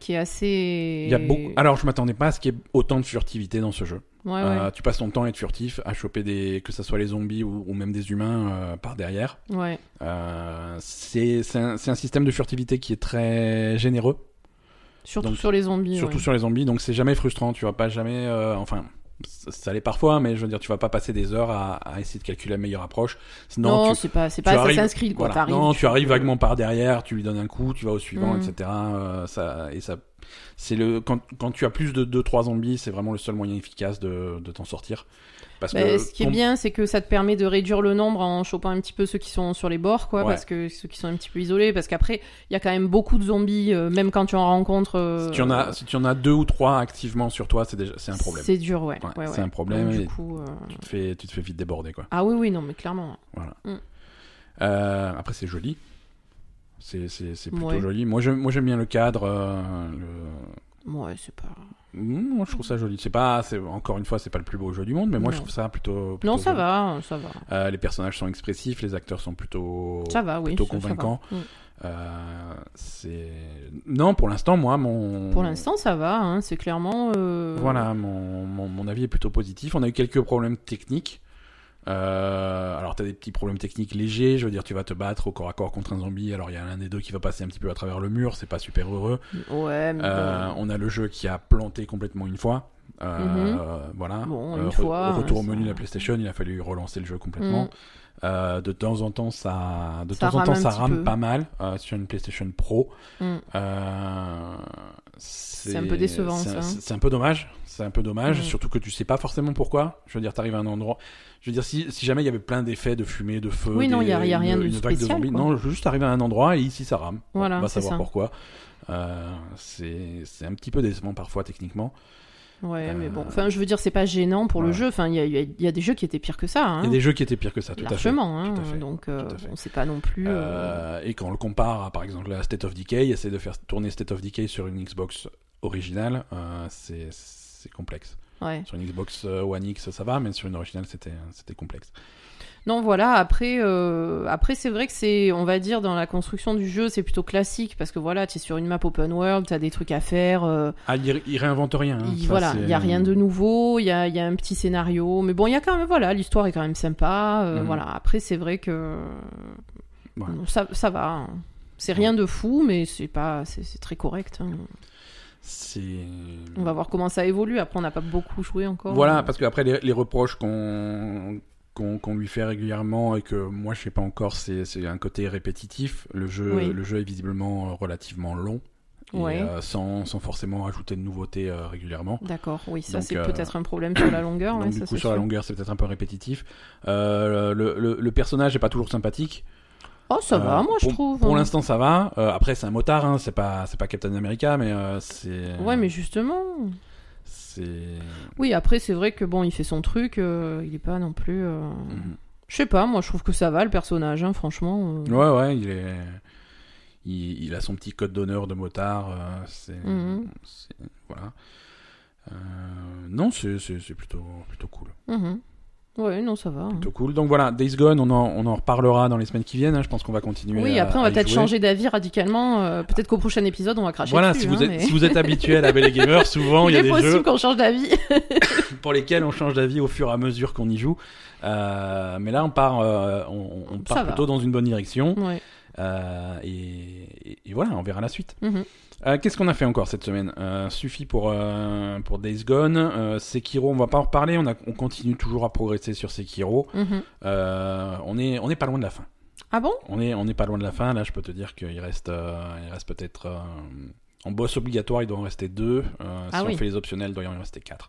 Speaker 2: qui est assez.
Speaker 1: Il y a beaucoup... Alors, je m'attendais pas à ce qu'il y ait autant de furtivité dans ce jeu.
Speaker 2: Ouais, Ah ouais.
Speaker 1: Euh, tu passes ton temps à être furtif, à choper des, que ce soit les zombies ou, ou même des humains euh, par derrière.
Speaker 2: Ouais.
Speaker 1: Euh, c'est c'est un, c'est un système de furtivité qui est très généreux,
Speaker 2: Surtout
Speaker 1: Donc,
Speaker 2: sur les zombies.
Speaker 1: surtout
Speaker 2: ouais.
Speaker 1: sur les zombies. Donc c'est jamais frustrant. Tu vas pas jamais, euh, enfin. Ça ça l'est parfois, hein, mais je veux dire, tu vas pas passer des heures à, à essayer de calculer la meilleure approche. Sinon,
Speaker 2: Non,
Speaker 1: tu,
Speaker 2: c'est pas, c'est
Speaker 1: tu
Speaker 2: pas
Speaker 1: arrives-
Speaker 2: Assassin's Creed, quoi.
Speaker 1: voilà.
Speaker 2: T'arrives,
Speaker 1: non, tu arrives vaguement par derrière, tu lui donnes un coup, tu vas au suivant,
Speaker 2: Mm.
Speaker 1: etc. Euh, ça, et ça, c'est le quand, quand tu as plus de 2-3 zombies, c'est vraiment le seul moyen efficace de, de t'en sortir. Parce
Speaker 2: Bah,
Speaker 1: que
Speaker 2: ce qui est
Speaker 1: ton-
Speaker 2: bien, c'est que ça te permet de réduire le nombre en chopant un petit peu ceux qui sont sur les bords, quoi,
Speaker 1: Ouais.
Speaker 2: parce que ceux qui sont un petit peu isolés, parce qu'après, il y a quand même beaucoup de zombies, euh, même quand tu en rencontres. euh,
Speaker 1: si tu en as, si tu en as deux ou trois activement sur toi, c'est déjà, c'est un problème.
Speaker 2: C'est dur, ouais.
Speaker 1: Ouais,
Speaker 2: ouais,
Speaker 1: c'est
Speaker 2: ouais.
Speaker 1: un problème
Speaker 2: Donc,
Speaker 1: et-
Speaker 2: du coup, euh,
Speaker 1: Tu te fais, tu te fais vite déborder quoi.
Speaker 2: Ah oui, oui, non, mais clairement.
Speaker 1: Euh, après, c'est joli. C'est, c'est, c'est plutôt
Speaker 2: Ouais.
Speaker 1: joli. Moi, j'aime, moi, j'aime bien le cadre. euh, le-
Speaker 2: Ouais, c'est pas.
Speaker 1: Mm, Moi, je trouve ça joli. C'est pas, c'est encore une fois, c'est pas le plus beau jeu du monde, mais moi, je
Speaker 2: Non.
Speaker 1: trouve ça plutôt. plutôt
Speaker 2: Non, ça
Speaker 1: joli.
Speaker 2: va, ça va.
Speaker 1: Euh, les personnages sont expressifs, les acteurs sont plutôt.
Speaker 2: Ça va, oui.
Speaker 1: plutôt
Speaker 2: ça- ça va.
Speaker 1: convaincant.
Speaker 2: Mm.
Speaker 1: Euh, c'est non pour l'instant moi mon
Speaker 2: Pour l'instant, ça va, hein, c'est clairement. euh,
Speaker 1: voilà mon, mon, mon avis est plutôt positif. On a eu quelques problèmes techniques. Euh, alors t'as des petits problèmes techniques légers, je veux dire, tu vas te battre au corps à corps contre un zombie, alors il y a l'un des deux qui va passer un petit peu à travers le mur, c'est pas super heureux.
Speaker 2: Ouais, mais
Speaker 1: Euh,
Speaker 2: bon.
Speaker 1: on a le jeu qui a planté complètement une fois. Euh, Voilà.
Speaker 2: Mhm. Bon, une
Speaker 1: Euh, re-
Speaker 2: fois,
Speaker 1: retour au
Speaker 2: ça-
Speaker 1: menu de la PlayStation, il a fallu relancer le jeu complètement.
Speaker 2: Mm.
Speaker 1: Euh, de temps en temps, ça, de
Speaker 2: Ça
Speaker 1: temps en
Speaker 2: rame
Speaker 1: temps,
Speaker 2: un
Speaker 1: ça
Speaker 2: petit
Speaker 1: rame
Speaker 2: peu.
Speaker 1: pas mal euh, sur une PlayStation Pro.
Speaker 2: Mm.
Speaker 1: Euh, c'est
Speaker 2: un peu décevant,
Speaker 1: c'est-
Speaker 2: ça.
Speaker 1: C'est c'est un peu dommage. C'est un peu dommage,
Speaker 2: Mm.
Speaker 1: surtout que tu sais pas forcément pourquoi. Je veux dire, t'arrives à un endroit. Je veux dire, si, si jamais il y avait plein d'effets de fumée, de feu,
Speaker 2: Oui, non,
Speaker 1: des-
Speaker 2: y a- y a rien
Speaker 1: une-
Speaker 2: de
Speaker 1: une vague
Speaker 2: spécial,
Speaker 1: zombies.
Speaker 2: quoi.
Speaker 1: Non, juste arriver à un endroit et ici ça rame. Bon,
Speaker 2: Voilà,
Speaker 1: on va
Speaker 2: c'est
Speaker 1: savoir
Speaker 2: ça.
Speaker 1: pourquoi. Euh, c'est c'est un petit peu décevant parfois techniquement.
Speaker 2: Mm. Ouais, mais bon.
Speaker 1: Euh,
Speaker 2: Enfin, je veux dire, c'est pas gênant pour
Speaker 1: ouais.
Speaker 2: le jeu. Enfin, il y a, il y a- il y a des jeux qui étaient pires que ça. Hein.
Speaker 1: Il y a des jeux qui étaient pires que ça, tout à fait.
Speaker 2: largement. hein.
Speaker 1: tout à fait,
Speaker 2: Donc, euh,
Speaker 1: tout à fait.
Speaker 2: on sait pas non plus. euh,
Speaker 1: Euh, et quand on le compare à par exemple la State of Decay, essayer de faire tourner State of Decay sur une Xbox originale, euh, c'est c'est complexe.
Speaker 2: Ouais.
Speaker 1: Sur une Xbox euh, One X, ça va, mais sur une originale, c'était c'était complexe.
Speaker 2: Non, voilà. Après, euh, après, c'est vrai que c'est, on va dire, dans la construction du jeu, c'est plutôt classique parce que voilà, tu es sur une map open world, t'as des trucs à faire. euh,
Speaker 1: Ah, il, il réinvente rien. hein.
Speaker 2: il-
Speaker 1: Ça,
Speaker 2: voilà,
Speaker 1: c'est-
Speaker 2: il y a rien de nouveau. Il y a, il y a un petit scénario, mais bon, il y a quand même, voilà, l'histoire est quand même sympa. euh,
Speaker 1: Mhm.
Speaker 2: Voilà. Après, c'est vrai que
Speaker 1: Ouais.
Speaker 2: bon, ça, ça va. hein. C'est rien de fou, mais c'est pas, c'est c'est très correct. hein.
Speaker 1: C'est.
Speaker 2: On va voir comment ça évolue. Après, on n'a pas beaucoup joué encore.
Speaker 1: Voilà, parce que après les, les reproches qu'on qu'on qu'on lui fait régulièrement et que moi je sais pas encore, c'est c'est un côté répétitif. Le jeu,
Speaker 2: Oui.
Speaker 1: le jeu est visiblement euh, relativement long. Et,
Speaker 2: Ouais.
Speaker 1: euh, sans, sans forcément ajouter de nouveautés euh, régulièrement.
Speaker 2: D'accord, oui, ça
Speaker 1: Donc,
Speaker 2: c'est
Speaker 1: euh,
Speaker 2: peut-être un problème sur la longueur.
Speaker 1: Donc
Speaker 2: ouais,
Speaker 1: du
Speaker 2: ça,
Speaker 1: coup
Speaker 2: c'est
Speaker 1: sur la
Speaker 2: sûr.
Speaker 1: longueur c'est peut-être un peu répétitif. Euh, le, le- le personnage est pas toujours sympathique.
Speaker 2: Oh, ça
Speaker 1: Euh,
Speaker 2: va, moi
Speaker 1: pour-
Speaker 2: je trouve.
Speaker 1: Pour
Speaker 2: hein.
Speaker 1: l'instant ça va. Euh, après c'est un motard, hein, c'est pas c'est pas Captain America mais euh, c'est.
Speaker 2: Ouais, mais justement.
Speaker 1: C'est.
Speaker 2: Oui, après, c'est vrai que bon, il fait son truc, euh, il est pas non plus. euh,
Speaker 1: Mhm.
Speaker 2: Je sais pas, moi je trouve que ça va le personnage, hein, franchement. euh.
Speaker 1: Ouais ouais il est. Il, il a son petit code d'honneur de motard. euh, c'est.
Speaker 2: Mhm.
Speaker 1: c'est- Voilà. Euh, non c'est c'est c'est plutôt plutôt cool.
Speaker 2: Mhm. Ouais, non, ça va. hein.
Speaker 1: Plutôt cool. Donc voilà Days Gone on en on en reparlera dans les semaines qui viennent. hein. Je pense qu'on va continuer.
Speaker 2: Oui,
Speaker 1: à-
Speaker 2: après on
Speaker 1: à
Speaker 2: va
Speaker 1: y
Speaker 2: peut-être
Speaker 1: jouer.
Speaker 2: changer d'avis radicalement. euh, peut-être qu'au prochain épisode on va cracher
Speaker 1: Voilà,
Speaker 2: dessus.
Speaker 1: si, vous
Speaker 2: hein,
Speaker 1: êtes,
Speaker 2: mais-
Speaker 1: si vous êtes habitué à la Belle et Gamer, souvent il
Speaker 2: il
Speaker 1: y a
Speaker 2: est
Speaker 1: des
Speaker 2: possible
Speaker 1: jeux
Speaker 2: qu'on change d'avis.
Speaker 1: pour lesquels on change d'avis au fur et à mesure qu'on y joue. Euh, mais là, on part, euh, on, on
Speaker 2: Ça
Speaker 1: part
Speaker 2: va. Mm.
Speaker 1: plutôt dans une bonne direction.
Speaker 2: Ouais.
Speaker 1: Euh, et, et- et voilà, on verra la suite.
Speaker 2: Mhm.
Speaker 1: Euh, Qu'est-ce qu'on a fait encore cette semaine Euh, Suffit pour, euh, pour Days Gone. Euh, Sekiro, on va pas en reparler. On, a- on continue toujours à progresser sur Sekiro.
Speaker 2: Mhm.
Speaker 1: Euh, on, est, on est pas loin de la fin.
Speaker 2: Ah bon
Speaker 1: On est, on est pas loin de la fin. Là, je peux te dire qu'il reste, euh, il reste peut-être. euh, en boss obligatoire, il doit en rester deux. Euh,
Speaker 2: Ah
Speaker 1: si on
Speaker 2: oui.
Speaker 1: fait les optionnels, il doit y en rester quatre.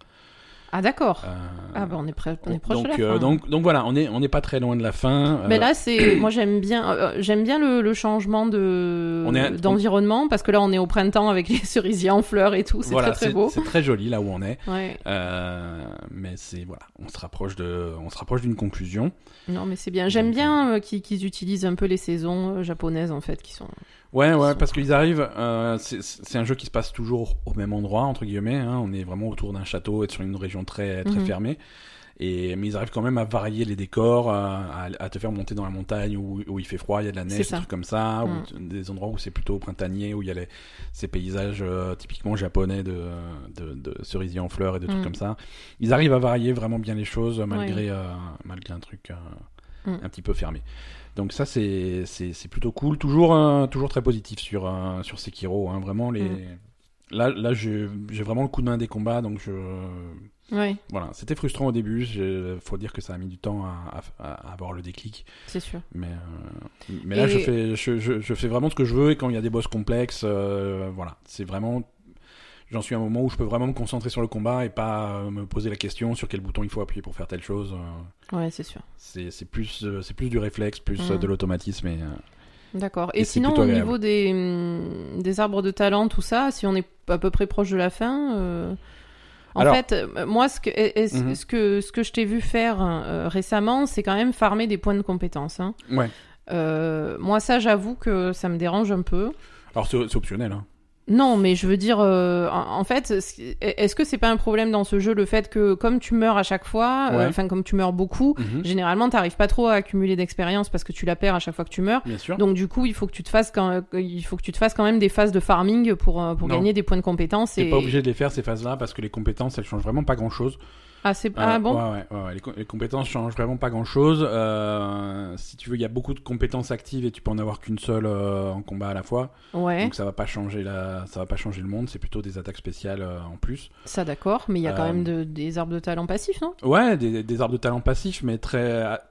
Speaker 2: Ah d'accord.
Speaker 1: Euh,
Speaker 2: Ah bah on est, prêt- on est proche
Speaker 1: donc,
Speaker 2: de la
Speaker 1: euh,
Speaker 2: fin.
Speaker 1: donc, donc voilà, on est, on n'est pas très loin de la fin.
Speaker 2: Mais
Speaker 1: Euh,
Speaker 2: là, c'est moi j'aime bien, euh, j'aime bien le, le changement de
Speaker 1: On est à-
Speaker 2: d'environnement parce que là on est au printemps avec les cerisiers en fleurs et tout, c'est
Speaker 1: Euh, voilà,
Speaker 2: très
Speaker 1: c'est-
Speaker 2: très beau.
Speaker 1: C'est très joli là où on est.
Speaker 2: Ouais.
Speaker 1: Euh, mais c'est voilà, on se rapproche de, on se rapproche d'une conclusion.
Speaker 2: Non mais c'est bien. J'aime bien euh, qu'ils qu'ils utilisent un peu les saisons euh, japonaises en fait qui sont.
Speaker 1: Ouais, ouais,
Speaker 2: sont
Speaker 1: parce qu'ils arrivent. euh, c'est- c'est un jeu qui se passe toujours au même endroit entre guillemets. hein. on est vraiment autour d'un château et sur une région très très
Speaker 2: Mhm.
Speaker 1: fermée. Et, mais ils arrivent quand même à varier les décors, euh, à, à te faire monter dans la montagne où, où il fait froid, il y a de la
Speaker 2: C'est
Speaker 1: neige, des
Speaker 2: ça.
Speaker 1: trucs comme ça,
Speaker 2: Mm.
Speaker 1: ou t- des endroits où c'est plutôt printanier, où il y a les- ces paysages euh, typiquement japonais de, de, de cerisier en fleurs et de trucs
Speaker 2: Mm.
Speaker 1: comme ça. Ils arrivent à varier vraiment bien les choses malgré, euh, malgré un truc euh,
Speaker 2: Mm.
Speaker 1: un petit peu fermé. Donc ça c'est c'est c'est plutôt cool, toujours euh, toujours très positif sur euh, sur Sekiro, hein, vraiment les. Là, là j'ai j'ai vraiment le coup de main des combats, donc je,
Speaker 2: Ouais,
Speaker 1: voilà, c'était frustrant au début. je- Faut dire que ça a mis du temps à, à- à avoir le déclic,
Speaker 2: c'est sûr.
Speaker 1: mais euh, mais là
Speaker 2: Et-
Speaker 1: je fais je, je- je fais vraiment ce que je veux et quand il y a des boss complexes, euh, voilà, c'est vraiment j'en suis à un moment où je peux vraiment me concentrer sur le combat et pas euh, me poser la question sur quel bouton il faut appuyer pour faire telle chose. euh,
Speaker 2: Ouais, c'est sûr.
Speaker 1: c'est c'est plus euh, c'est plus du réflexe, plus
Speaker 2: Mhm.
Speaker 1: euh, de l'automatisme et euh,
Speaker 2: D'accord.
Speaker 1: Et
Speaker 2: Et,
Speaker 1: c'est
Speaker 2: sinon
Speaker 1: plutôt
Speaker 2: au
Speaker 1: agréable.
Speaker 2: niveau des hum, des arbres de talent tout ça, si on est à peu près proche de la fin. euh, En
Speaker 1: Alors-
Speaker 2: fait, euh, moi, ce que, est-ce-
Speaker 1: Mhm.
Speaker 2: ce que, ce que je t'ai vu faire euh, récemment, c'est quand même farmer des points de compétence. hein.
Speaker 1: ouais.
Speaker 2: Euh, moi, ça, j'avoue que ça me dérange un peu.
Speaker 1: Alors c'est c'est optionnel. hein.
Speaker 2: Non, mais je veux dire, euh, en en fait, ce- est-ce que c'est pas un problème dans ce jeu le fait que comme tu meurs à chaque fois, euh,
Speaker 1: Ouais.
Speaker 2: enfin comme tu meurs beaucoup,
Speaker 1: Mhm.
Speaker 2: généralement t'arrives pas trop à accumuler d'expérience parce que tu la perds à chaque fois que tu meurs.
Speaker 1: Bien sûr.
Speaker 2: Donc du coup, il faut que tu te fasses quand, il faut que tu te fasses quand même des phases de farming pour euh, pour
Speaker 1: Non.
Speaker 2: gagner des points de compétence.
Speaker 1: T'es
Speaker 2: Et
Speaker 1: pas obligé de les faire ces phases-là parce que les compétences elles changent vraiment pas grand-chose.
Speaker 2: Ah, c'est
Speaker 1: Euh,
Speaker 2: ah, bon
Speaker 1: ouais, ouais, ouais, ouais. Les, co- les compétences changent vraiment pas grand chose. si tu veux, il y a beaucoup de compétences actives et tu peux en avoir qu'une seule euh, en combat à la fois.
Speaker 2: Ouais,
Speaker 1: Donc ça va pas changer la, ça va pas changer le monde. C'est plutôt des attaques spéciales euh, en plus.
Speaker 2: ça d'accord, mais il y a quand
Speaker 1: Euh,
Speaker 2: même de- des arbres de talent passifs, non
Speaker 1: Ouais, des, des arbres de talent passifs, mais très a-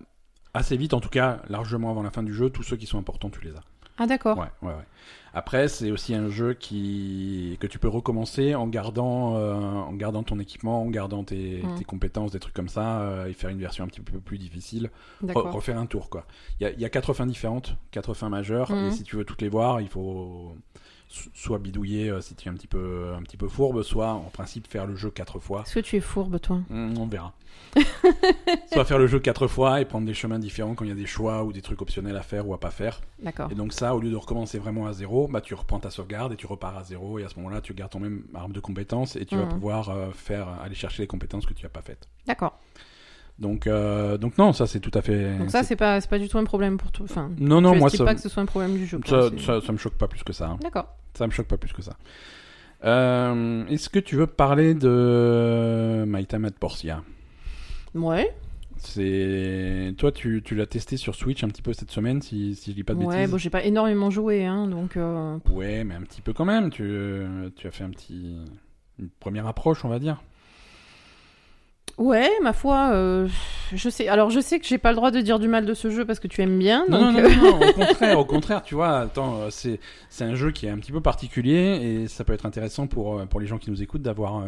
Speaker 1: assez vite, en tout cas, largement avant la fin du jeu, tous ceux qui sont importants, tu les as.
Speaker 2: Ah d'accord.
Speaker 1: Ouais, ouais, ouais. Après, c'est aussi un jeu qui que tu peux recommencer en gardant, euh, en gardant ton équipement, en gardant tes,
Speaker 2: Mm.
Speaker 1: tes compétences, des trucs comme ça, euh, et faire une version un petit peu plus difficile, Re-
Speaker 2: D'accord.
Speaker 1: refaire un tour quoi. Il y a, il y a quatre fins différentes, quatre fins majeures,
Speaker 2: Mm.
Speaker 1: et si tu veux toutes les voir, il faut so- soit bidouiller euh, si tu es un petit peu un petit peu fourbe, soit en principe faire le jeu quatre fois.
Speaker 2: Est-ce que tu es fourbe, toi
Speaker 1: Mm, On verra. Soit faire le jeu quatre fois et prendre des chemins différents quand il y a des choix ou des trucs optionnels à faire ou à pas faire.
Speaker 2: D'accord.
Speaker 1: Et donc ça, au lieu de recommencer vraiment à zéro, bah tu reprends ta sauvegarde et tu repars à zéro et à ce moment-là, tu gardes ton même arbre de compétences et tu vas
Speaker 2: Mhm.
Speaker 1: pouvoir euh, faire aller chercher les compétences que tu n'as pas faites.
Speaker 2: D'accord.
Speaker 1: Donc euh, donc non, ça c'est tout à fait.
Speaker 2: Donc ça,
Speaker 1: c'est-
Speaker 2: c'est pas, c'est pas du tout un problème pour toi. Enfin,
Speaker 1: non non
Speaker 2: tu
Speaker 1: moi
Speaker 2: estimes
Speaker 1: ça,
Speaker 2: pas que ce soit un problème du jeu. quoi,
Speaker 1: ça,
Speaker 2: c'est-
Speaker 1: ça ça me choque pas plus que ça. hein.
Speaker 2: D'accord.
Speaker 1: Ça me choque pas plus que ça. Euh, Est-ce que tu veux parler de My Time at Portia
Speaker 2: Ouais.
Speaker 1: C'est toi, tu, tu l'as testé sur Switch un petit peu cette semaine, si, si je dis pas de
Speaker 2: ouais,
Speaker 1: bêtises.
Speaker 2: bon, j'ai pas énormément joué, hein, donc... euh,
Speaker 1: Ouais, mais un petit peu quand même. Tu, euh, tu as fait un petit une première approche, on va dire.
Speaker 2: Ouais, ma foi, euh, je sais. Alors, je sais que j'ai pas le droit de dire du mal de ce jeu parce que tu aimes bien,
Speaker 1: Non,
Speaker 2: donc...
Speaker 1: non,
Speaker 2: euh,
Speaker 1: non, non, non, au contraire, au contraire, tu vois. Attends, euh, c'est c'est un jeu qui est un petit peu particulier et ça peut être intéressant pour euh, pour les gens qui nous écoutent d'avoir. euh,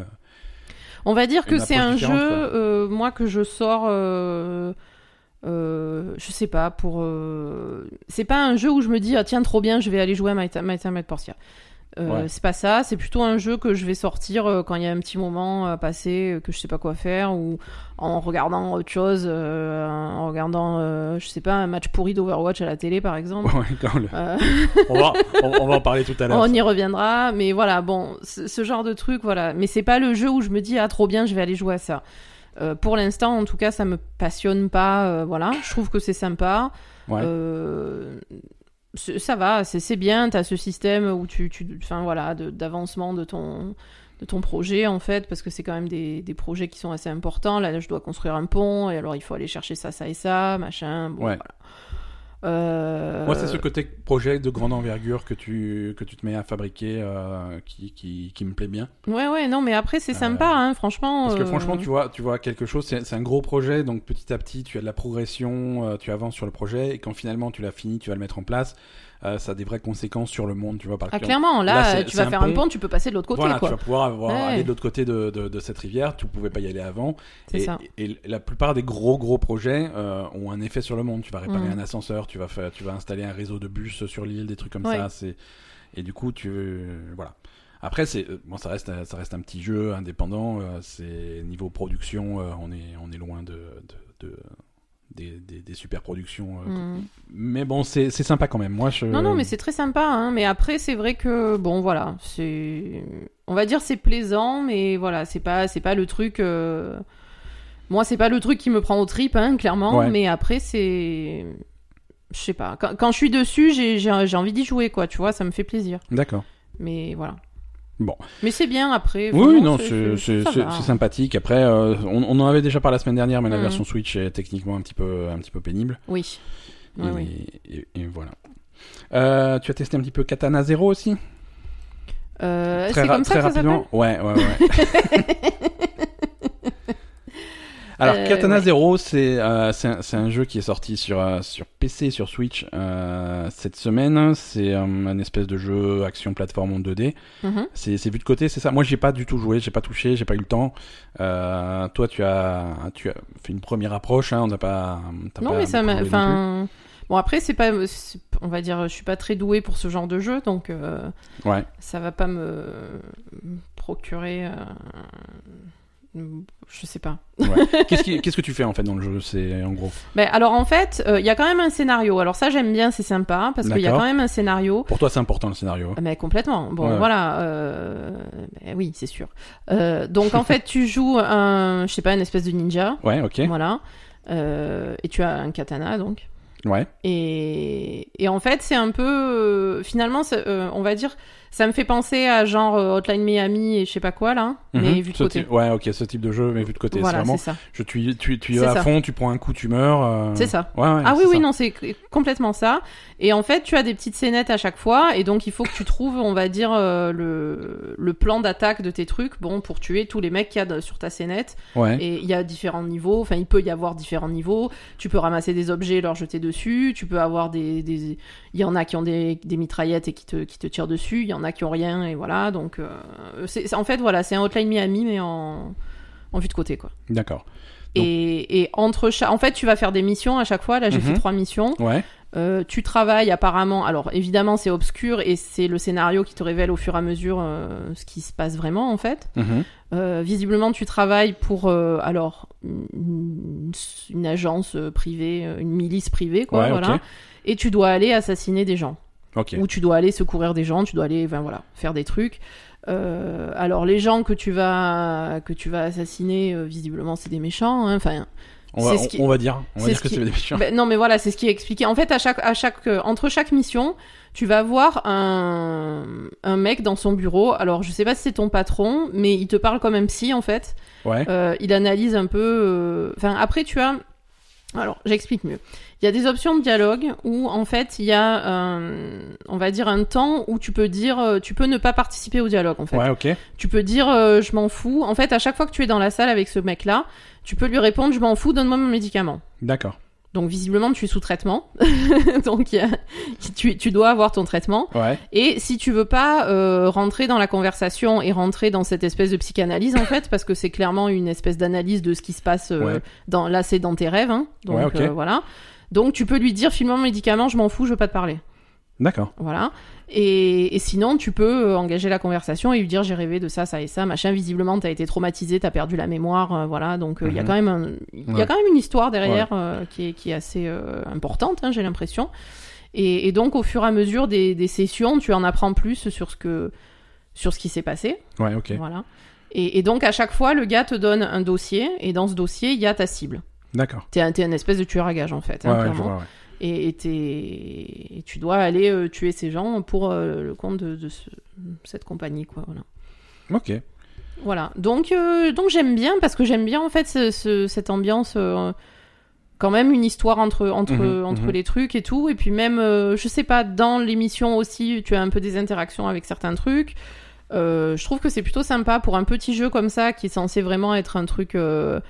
Speaker 2: On va dire
Speaker 1: Une
Speaker 2: que c'est
Speaker 1: approche
Speaker 2: un jeu,
Speaker 1: différente, quoi.
Speaker 2: euh, moi, que je sors. Euh, euh, je sais pas, pour. euh, C'est pas un jeu où je me dis, ah, tiens, trop bien, je vais aller jouer à My Time My Time at Portia. Euh,
Speaker 1: Ouais.
Speaker 2: C'est pas ça, c'est plutôt un jeu que je vais sortir euh, quand il y a un petit moment à passer, euh, que je sais pas quoi faire, ou en regardant autre chose, euh, en regardant, euh, je sais pas, un match pourri d'Overwatch à la télé par exemple.
Speaker 1: ouais, quand le-
Speaker 2: Euh,
Speaker 1: on, va, on, on va en parler tout à l'heure.
Speaker 2: on y reviendra, mais voilà, bon, ce, ce genre de truc, voilà. Mais c'est pas le jeu où je me dis, ah, trop bien, je vais aller jouer à ça. Euh, pour l'instant, en tout cas, ça me passionne pas, euh, voilà. Je trouve que c'est sympa.
Speaker 1: Ouais.
Speaker 2: Euh, c'est- ça va, c'est c'est bien, t'as ce système où tu, tu enfin voilà, de- d'avancement de ton de ton projet en fait, parce que c'est quand même des, des projets qui sont assez importants. Là, je dois construire un pont, et alors il faut aller chercher ça, ça et ça, machin. Bon,
Speaker 1: Ouais.
Speaker 2: voilà. Euh,
Speaker 1: Moi, c'est ce côté projet de grande envergure que tu que tu te mets à fabriquer euh, qui, qui qui me plaît bien.
Speaker 2: Ouais, ouais, non, mais après, c'est
Speaker 1: Euh,
Speaker 2: sympa, hein, franchement.
Speaker 1: Parce que
Speaker 2: euh,
Speaker 1: franchement, tu vois, tu vois quelque chose, c'est c'est un gros projet, donc petit à petit, tu as de la progression, euh, tu avances sur le projet, et quand finalement tu l'as fini, tu vas le mettre en place, euh, ça a des vraies conséquences sur le monde, tu vois, par
Speaker 2: Ah,
Speaker 1: exemple.
Speaker 2: clairement,
Speaker 1: Là,
Speaker 2: là,
Speaker 1: c'est-
Speaker 2: tu
Speaker 1: c'est
Speaker 2: vas
Speaker 1: un
Speaker 2: faire un
Speaker 1: pont.
Speaker 2: pont, tu peux passer de l'autre côté,
Speaker 1: voilà,
Speaker 2: quoi.
Speaker 1: tu vas pouvoir avoir,
Speaker 2: Ouais.
Speaker 1: aller de l'autre côté de, de- de cette rivière, tu pouvais pas y aller avant.
Speaker 2: C'est
Speaker 1: Et,
Speaker 2: ça.
Speaker 1: et la plupart des gros gros projets euh, ont un effet sur le monde. Tu vas réparer
Speaker 2: Mm.
Speaker 1: un ascenseur, tu vas faire, tu vas installer un réseau de bus sur l'île, des trucs comme
Speaker 2: Ouais.
Speaker 1: ça. C'est et du coup tu voilà. Après c'est euh, bon ça reste un- ça reste un petit jeu indépendant. euh, c'est niveau production euh, on est on est loin de, de- de- des, des- des super productions. euh,
Speaker 2: Mm.
Speaker 1: Mais bon c'est c'est sympa quand même. Moi je
Speaker 2: Non, non, mais c'est très sympa, hein, mais après, c'est vrai que, bon, voilà, c'est. On va dire c'est plaisant, mais voilà, c'est pas, c'est pas le truc. euh, Moi, c'est pas le truc qui me prend aux tripes, hein, clairement,
Speaker 1: Ouais.
Speaker 2: mais après, c'est. Je sais pas. Quand, quand je suis dessus, j'ai j'ai- j'ai envie d'y jouer, quoi, tu vois, ça me fait plaisir.
Speaker 1: d'accord.
Speaker 2: Mais voilà.
Speaker 1: Bon.
Speaker 2: Mais c'est bien après.
Speaker 1: Oui,
Speaker 2: vraiment,
Speaker 1: non,
Speaker 2: c'est-
Speaker 1: c'est c'est-
Speaker 2: ça
Speaker 1: c'est-
Speaker 2: va.
Speaker 1: c'est sympathique. Après, euh, on, on en avait déjà parlé la semaine dernière, mais la
Speaker 2: Mm.
Speaker 1: version Switch est techniquement un petit peu, un petit peu pénible.
Speaker 2: Oui.
Speaker 1: Et,
Speaker 2: Oui, oui.
Speaker 1: et- et voilà. Euh, tu as testé un petit peu Katana Zero aussi
Speaker 2: Euh,
Speaker 1: Très
Speaker 2: c'est
Speaker 1: ra-
Speaker 2: comme ça
Speaker 1: très
Speaker 2: que ça s'appelle
Speaker 1: rapidement. Ouais, ouais, ouais. Alors,
Speaker 2: Euh,
Speaker 1: Katana
Speaker 2: ouais.
Speaker 1: Zero, c'est euh, c'est un, c'est un jeu qui est sorti sur, euh, sur PC, sur Switch euh, cette semaine. C'est euh, un espèce de jeu action plateforme en 2D.
Speaker 2: Mhm.
Speaker 1: C'est, c'est vu de côté, c'est ça. Moi, j'ai pas du tout joué, j'ai pas touché, j'ai pas eu le temps. Euh, toi, tu as, tu as fait une première approche. Hein, on n'a pas. t'as
Speaker 2: Non,
Speaker 1: pas
Speaker 2: mais ça
Speaker 1: beaucoup
Speaker 2: m'a.
Speaker 1: joué non
Speaker 2: Enfin. Bon, après, c'est pas. c'est- On va dire, je suis pas très douée pour ce genre de jeu, donc euh,
Speaker 1: plus. Ouais.
Speaker 2: ça va pas me me procurer. euh, Je sais pas.
Speaker 1: qu'est-ce, qui- qu'est-ce que tu fais en fait dans le jeu C'est en gros.
Speaker 2: Mais alors, en fait, euh, il y a quand même un scénario. Alors, ça, j'aime bien, c'est sympa, hein, parce qu'il y a
Speaker 1: D'accord.
Speaker 2: quand même un scénario.
Speaker 1: Pour toi, c'est important le scénario. hein.
Speaker 2: Mais complètement. Bon,
Speaker 1: Ouais.
Speaker 2: voilà. euh, ben oui, c'est sûr. Euh, donc, en fait, tu joues un. Je sais pas, une espèce de ninja.
Speaker 1: Ouais, ok.
Speaker 2: Voilà. Euh, et tu as un katana, donc.
Speaker 1: Ouais.
Speaker 2: Et, et en fait, c'est un peu. euh, finalement, c'est, euh, on va dire. Ça me fait penser à genre euh, Hotline Miami et je sais pas quoi, là. hein, Mais
Speaker 1: Mhm.
Speaker 2: vu de
Speaker 1: Ce
Speaker 2: côté.
Speaker 1: type- Ouais, ok, ce type de jeu, mais vu de côté. c'est
Speaker 2: Voilà,
Speaker 1: vraiment,
Speaker 2: c'est ça.
Speaker 1: je, tu, y- tu, tu y
Speaker 2: C'est
Speaker 1: vas à
Speaker 2: ça.
Speaker 1: fond, tu prends un coup, tu meurs. euh,
Speaker 2: C'est ça.
Speaker 1: Ouais, ouais,
Speaker 2: Ah oui,
Speaker 1: c'est
Speaker 2: oui,
Speaker 1: ça.
Speaker 2: non, c'est c- complètement ça. Et en fait, tu as des petites scénettes à chaque fois, et donc il faut que tu trouves, on va dire, euh, le, le plan d'attaque de tes trucs, bon, pour tuer tous les mecs qu'il y a de- sur ta scénette.
Speaker 1: Ouais.
Speaker 2: Et il y a différents niveaux, enfin, il peut y avoir différents niveaux. Tu peux ramasser des objets et leur jeter dessus, tu peux avoir des. des- Il y en a qui ont des, des mitraillettes et qui te, qui te tirent dessus, il y en a qui ont rien, et voilà. Donc, euh, c'est c'est- en fait, voilà, c'est un Hotline Miami, mais en, en vue de côté, quoi.
Speaker 1: D'accord. Donc-
Speaker 2: Et, et entre cha- En fait, tu vas faire des missions à chaque fois. Là, j'ai
Speaker 1: Mhm.
Speaker 2: fait trois missions.
Speaker 1: Ouais.
Speaker 2: Euh, tu travailles apparemment. Alors évidemment, c'est obscur et c'est le scénario qui te révèle au fur et à mesure euh, ce qui se passe vraiment en fait.
Speaker 1: Mhm.
Speaker 2: Euh, visiblement, tu travailles pour euh, alors une, une agence euh, privée, euh, une milice privée quoi,
Speaker 1: Ouais,
Speaker 2: voilà.
Speaker 1: ok.
Speaker 2: Et tu dois aller assassiner des gens
Speaker 1: Ok.
Speaker 2: où tu dois aller secourir des gens, tu dois aller, ben voilà, faire des trucs. Euh, alors les gens que tu vas que tu vas assassiner, euh, visiblement, c'est des méchants. hein. Enfin,
Speaker 1: On va,
Speaker 2: c'est ce
Speaker 1: on-
Speaker 2: qui-
Speaker 1: on va dire. On va
Speaker 2: c'est
Speaker 1: dire
Speaker 2: ce
Speaker 1: que
Speaker 2: qui-
Speaker 1: c'est des méchants.
Speaker 2: ben, non, mais voilà, c'est ce qui est expliqué. En fait, à chaque, à chaque, euh, entre chaque mission, tu vas voir un, un mec dans son bureau. Alors, je sais pas si c'est ton patron, mais il te parle comme un psy, en fait.
Speaker 1: Ouais.
Speaker 2: Euh, il analyse un peu. euh, Enfin, après, tu as. Alors, j'explique mieux. Il y a des options de dialogue où, en fait, il y a, un- on va dire, un temps où tu peux dire, euh, tu peux ne pas participer au dialogue, en fait.
Speaker 1: Ouais, ok.
Speaker 2: Tu peux dire euh, je m'en fous. En fait, à chaque fois que tu es dans la salle avec ce mec-là, tu peux lui répondre je m'en fous, donne-moi mon médicament.
Speaker 1: D'accord.
Speaker 2: Donc visiblement, tu es sous traitement. Donc il y a- tu, tu dois avoir ton traitement.
Speaker 1: Ouais.
Speaker 2: Et si tu veux pas euh, rentrer dans la conversation et rentrer dans cette espèce de psychanalyse, en fait, parce que c'est clairement une espèce d'analyse de ce qui se passe euh,
Speaker 1: Ouais.
Speaker 2: dans... Là, c'est dans tes rêves. hein. Donc
Speaker 1: Ouais, ok.
Speaker 2: euh, voilà. Donc tu peux lui dire filme-moi mon médicament, je m'en fous, je veux pas te parler.
Speaker 1: D'accord.
Speaker 2: Voilà. Et, et sinon, tu peux euh, engager la conversation et lui dire j'ai rêvé de ça, ça et ça, machin. Visiblement, t'as été traumatisé, t'as perdu la mémoire, euh, voilà. Donc il y a
Speaker 1: Mhm.
Speaker 2: quand même, un- il y
Speaker 1: Ouais.
Speaker 2: a quand même une histoire derrière euh, qui, est, qui est assez euh, importante, hein, j'ai l'impression. Et, et donc au fur et à mesure des, des sessions, tu en apprends plus sur ce que sur ce qui s'est passé,
Speaker 1: Ouais, ok.
Speaker 2: voilà. Et, et donc à chaque fois, le gars te donne un dossier et dans ce dossier, il y a ta cible.
Speaker 1: D'accord.
Speaker 2: T'es un, t'es un espèce de tueur à gage en fait,
Speaker 1: Ouais,
Speaker 2: hein,
Speaker 1: ouais, je
Speaker 2: clairement
Speaker 1: vois, ouais.
Speaker 2: et, et t'es- et tu dois aller euh, tuer ces gens pour euh, le compte de, de ce- cette compagnie quoi voilà
Speaker 1: Ok.
Speaker 2: voilà donc euh, donc j'aime bien parce que j'aime bien en fait ce- ce- cette ambiance euh, quand même une histoire entre entre
Speaker 1: Mhm,
Speaker 2: entre
Speaker 1: mhm.
Speaker 2: les trucs et tout et puis même euh, je sais pas dans l'émission aussi tu as un peu des interactions avec certains trucs Euh, je trouve que c'est plutôt sympa pour un petit jeu comme ça qui est censé vraiment être un truc euh,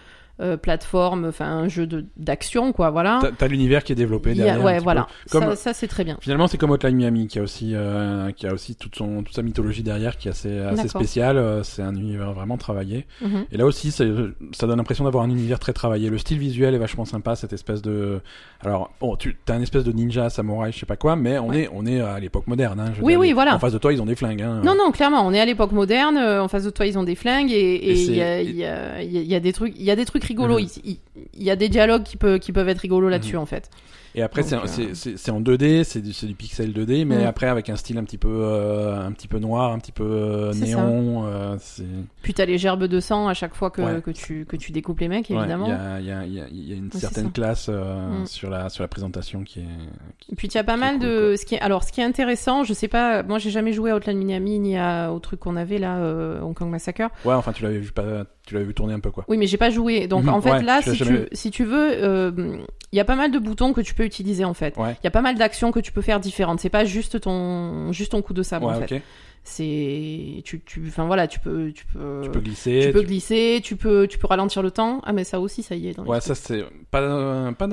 Speaker 2: euh, plateforme enfin un jeu de- d'action quoi voilà
Speaker 1: T'as- T'as l'univers qui est développé
Speaker 2: Il y a-
Speaker 1: derrière. un
Speaker 2: ouais
Speaker 1: petit
Speaker 2: voilà
Speaker 1: peu. Comme-
Speaker 2: ça, ça c'est très bien
Speaker 1: Finalement, c'est comme Hotline Miami qui a aussi, euh, qui a aussi toute, son, toute sa mythologie derrière qui est assez, assez
Speaker 2: D'accord.
Speaker 1: spéciale. euh, C'est un univers vraiment travaillé.
Speaker 2: Mhm.
Speaker 1: Et là aussi, c'est- ça donne l'impression d'avoir un univers très travaillé. Le style visuel est vachement sympa, cette espèce de. Alors, bon, tu as une espèce de ninja, samouraï, je sais pas quoi, mais on, est, on est à l'époque moderne. hein, je veux
Speaker 2: Oui,
Speaker 1: dire,
Speaker 2: oui,
Speaker 1: les-
Speaker 2: voilà.
Speaker 1: En face de toi, ils ont des flingues. hein.
Speaker 2: Non, non, clairement, on est à l'époque moderne, euh, en face de toi ils ont des flingues et
Speaker 1: Et
Speaker 2: et il y, a-
Speaker 1: c'est-
Speaker 2: il y a- il y a- il y a des trucs, il y a des trucs rigolos,
Speaker 1: Mhm.
Speaker 2: il, il- il y a des dialogues qui, peut- qui peuvent être rigolos là-dessus en fait.
Speaker 1: Et après,
Speaker 2: Donc,
Speaker 1: c'est
Speaker 2: euh,
Speaker 1: c'est- c'est- c'est en 2D, c'est du, c'est du pixel 2D, mais
Speaker 2: Mm.
Speaker 1: après avec un style un petit peu, euh, un petit peu noir, un petit peu euh,
Speaker 2: C'est ça.
Speaker 1: néon. euh, c'est-
Speaker 2: Puis t'as les gerbes de sang à chaque fois que,
Speaker 1: Ouais.
Speaker 2: que tu, que tu découpes les mecs
Speaker 1: ouais,
Speaker 2: évidemment.
Speaker 1: Il y a- il y, a- il y a- il y a une
Speaker 2: c'est
Speaker 1: certaine
Speaker 2: ça.
Speaker 1: classe euh,
Speaker 2: Mm.
Speaker 1: sur, la, sur la présentation qui est.
Speaker 2: Et puis il y a pas
Speaker 1: C'est
Speaker 2: mal
Speaker 1: cool,
Speaker 2: de ce qui est alors ce qui est intéressant, je sais pas, moi j'ai jamais joué à Outland Miami ni à au truc qu'on avait là euh, Hong Kong Massacre.
Speaker 1: Ouais, enfin, tu l'avais vu, pas- tu l'avais vu tourner un peu, quoi.
Speaker 2: Oui, mais j'ai pas joué. Donc
Speaker 1: Mhm,
Speaker 2: en fait
Speaker 1: ouais,
Speaker 2: là
Speaker 1: tu l'as
Speaker 2: si
Speaker 1: jamais
Speaker 2: tu, si tu veux euh, il y a pas mal de boutons que tu peux utiliser en fait.
Speaker 1: Ouais.
Speaker 2: Il y a pas mal d'actions que tu peux faire différentes, c'est pas juste ton juste ton coup de sabre Ah en
Speaker 1: ouais,
Speaker 2: fait.
Speaker 1: ok.
Speaker 2: c'est tu tu enfin voilà tu peux tu peux
Speaker 1: Tu
Speaker 2: Euh, tu
Speaker 1: peux
Speaker 2: peux,
Speaker 1: glisser. tu-
Speaker 2: glisser tu peux tu peux ralentir le temps ah mais ça aussi ça y est dans les-
Speaker 1: Ouais, ça c'est pas, euh, pas